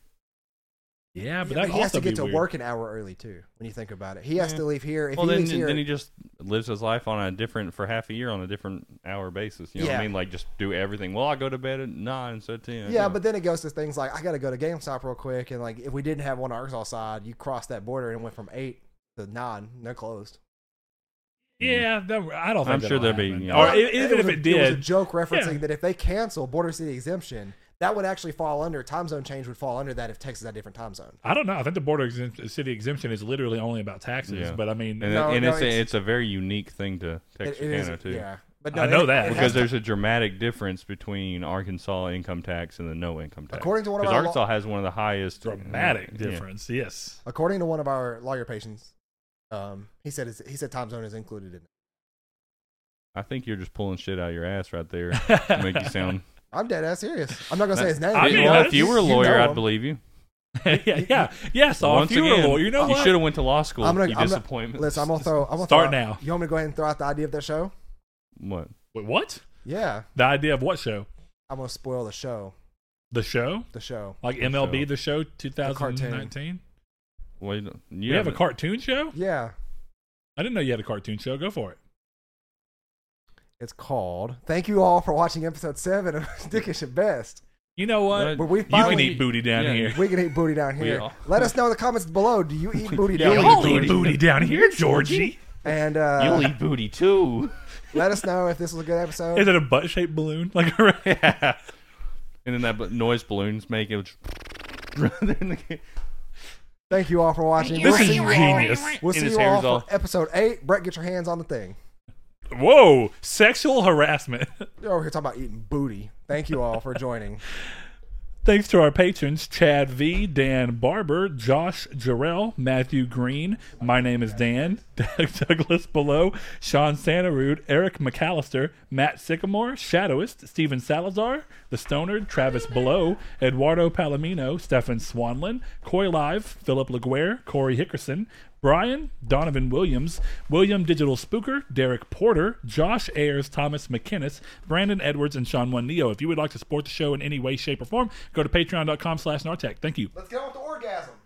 [SPEAKER 4] yeah, but
[SPEAKER 3] Yeah,
[SPEAKER 4] that
[SPEAKER 3] but he has
[SPEAKER 4] also
[SPEAKER 3] to
[SPEAKER 4] be
[SPEAKER 3] get to
[SPEAKER 4] weird.
[SPEAKER 3] work an hour early, too, when you think about it. He has
[SPEAKER 1] Yeah.
[SPEAKER 3] to leave here. If
[SPEAKER 1] well,
[SPEAKER 3] he
[SPEAKER 1] then,
[SPEAKER 3] leaves here,
[SPEAKER 1] then he just lives his life on a different for half a year on a different hour basis. You know what
[SPEAKER 3] Yeah.
[SPEAKER 1] I mean? Like just do everything. Well, I go to bed at nine, so at ten.
[SPEAKER 3] Yeah, but then it goes to things like I got to go to GameStop real quick, and like if we didn't have one on Arkansas side, you crossed that border and went from eight to nine. and They're closed.
[SPEAKER 4] Yeah, that, I don't. Think
[SPEAKER 1] I'm sure
[SPEAKER 4] that'll
[SPEAKER 1] there'll be,
[SPEAKER 4] happen.
[SPEAKER 1] you know-
[SPEAKER 4] Or
[SPEAKER 1] Well,
[SPEAKER 4] e- even if
[SPEAKER 3] was a-
[SPEAKER 4] it
[SPEAKER 3] was a
[SPEAKER 4] did,
[SPEAKER 3] joke referencing
[SPEAKER 4] yeah.
[SPEAKER 3] that if they cancel border city exemption, that would actually fall under time zone change would fall under that if Texas had a different time zone.
[SPEAKER 4] I don't know. I think the border exempt, city exemption is literally only about taxes.
[SPEAKER 1] Yeah.
[SPEAKER 4] But I mean,
[SPEAKER 1] and,
[SPEAKER 3] No,
[SPEAKER 1] and
[SPEAKER 3] no,
[SPEAKER 1] it's, a,
[SPEAKER 3] it's-
[SPEAKER 1] it's a very unique thing to
[SPEAKER 3] It-
[SPEAKER 1] Texarkana
[SPEAKER 3] it is-
[SPEAKER 1] too.
[SPEAKER 3] yeah, but
[SPEAKER 4] I know
[SPEAKER 3] it- it
[SPEAKER 4] that.
[SPEAKER 3] has
[SPEAKER 1] Because
[SPEAKER 3] to-
[SPEAKER 1] there's a dramatic difference between Arkansas income tax and the no income tax.
[SPEAKER 3] According to one of
[SPEAKER 1] 'Cause
[SPEAKER 3] our law-
[SPEAKER 1] Arkansas has one of the highest
[SPEAKER 4] dramatic
[SPEAKER 1] Yeah.
[SPEAKER 4] difference. Yes.
[SPEAKER 3] according to one of our lawyer patients, um, he said it's, he said time zone is included in. It.
[SPEAKER 1] I think you're just pulling shit out of your ass right there to make you sound.
[SPEAKER 3] I'm dead ass serious. I'm not gonna say his name.
[SPEAKER 4] I mean,
[SPEAKER 3] but
[SPEAKER 1] well,
[SPEAKER 4] that's-
[SPEAKER 1] if you were a
[SPEAKER 3] know
[SPEAKER 1] lawyer,
[SPEAKER 3] him.
[SPEAKER 1] I'd believe you.
[SPEAKER 4] yeah, yeah, yeah. So
[SPEAKER 1] Once
[SPEAKER 4] if you were
[SPEAKER 1] again,
[SPEAKER 4] a lawyer, you know
[SPEAKER 1] you
[SPEAKER 4] what?
[SPEAKER 1] should have went to law school.
[SPEAKER 3] I'm gonna-
[SPEAKER 1] you
[SPEAKER 3] I'm gonna-
[SPEAKER 1] disappointment.
[SPEAKER 3] Listen, I'm gonna throw. I'm gonna
[SPEAKER 4] Start
[SPEAKER 3] throw out-
[SPEAKER 4] now.
[SPEAKER 3] You want me to go ahead and throw out the idea of their show?
[SPEAKER 1] what?
[SPEAKER 4] Wait, what?
[SPEAKER 3] Yeah,
[SPEAKER 4] The idea of what show?
[SPEAKER 3] I'm gonna spoil the show.
[SPEAKER 4] The show?
[SPEAKER 3] The show.
[SPEAKER 4] Like
[SPEAKER 1] The
[SPEAKER 4] MLB
[SPEAKER 1] show.
[SPEAKER 4] the show 2019?
[SPEAKER 1] Well, you, don't- you
[SPEAKER 4] You have a
[SPEAKER 1] haven't-
[SPEAKER 4] cartoon show?
[SPEAKER 3] Yeah,
[SPEAKER 4] I didn't know you had a cartoon show. Go for it.
[SPEAKER 3] it's called. Thank you all for watching episode seven of Dickish at Best.
[SPEAKER 4] You know what?
[SPEAKER 1] What?
[SPEAKER 3] But we
[SPEAKER 4] You can
[SPEAKER 3] finally-
[SPEAKER 4] eat booty down
[SPEAKER 1] Yeah.
[SPEAKER 4] here.
[SPEAKER 3] We can eat booty down
[SPEAKER 1] We
[SPEAKER 3] here.
[SPEAKER 1] all-
[SPEAKER 3] Let us know in the comments below. Do you eat booty down
[SPEAKER 1] Yeah, we-
[SPEAKER 3] here?
[SPEAKER 4] Y'all eat
[SPEAKER 1] booty.
[SPEAKER 4] booty down here, Georgie.
[SPEAKER 3] And
[SPEAKER 1] You'll
[SPEAKER 3] uh,
[SPEAKER 1] eat booty too.
[SPEAKER 3] let us know if this was a good episode.
[SPEAKER 4] Is it a butt shaped balloon? Like a ra-
[SPEAKER 1] and then that bu- noise balloons make it. Which,
[SPEAKER 3] Thank you all for watching.
[SPEAKER 4] This
[SPEAKER 3] we'll
[SPEAKER 4] is
[SPEAKER 3] see you all-
[SPEAKER 4] genius.
[SPEAKER 3] We'll
[SPEAKER 1] And
[SPEAKER 3] see
[SPEAKER 1] his
[SPEAKER 3] you all
[SPEAKER 1] hair's
[SPEAKER 3] for
[SPEAKER 1] all-
[SPEAKER 3] episode eight. Brett, get your hands on the thing.
[SPEAKER 4] Whoa! Sexual harassment.
[SPEAKER 3] You're over here talking about eating booty. Thank you all for joining.
[SPEAKER 4] Thanks to our patrons Chad V, Dan Barber, Josh Jarrell, Matthew Green. My name is Dan, Douglas Below, Sean Santarude, Eric McAllister, Matt Sycamore, Shadowist, Steven Salazar, The Stoner, Travis Below, Eduardo Palomino, Stefan Swanlin, Coy Live, Philip LaGuerre, Corey Hickerson, Brian, Donovan Williams, William Digital Spooker, Derek Porter, Josh Ayers, Thomas McKinnis, Brandon Edwards, and Sean One Neo. If you would like to support the show in any way, shape, or form, go to patreon.com slash Nartec. Thank you.
[SPEAKER 3] Let's get on with the orgasm.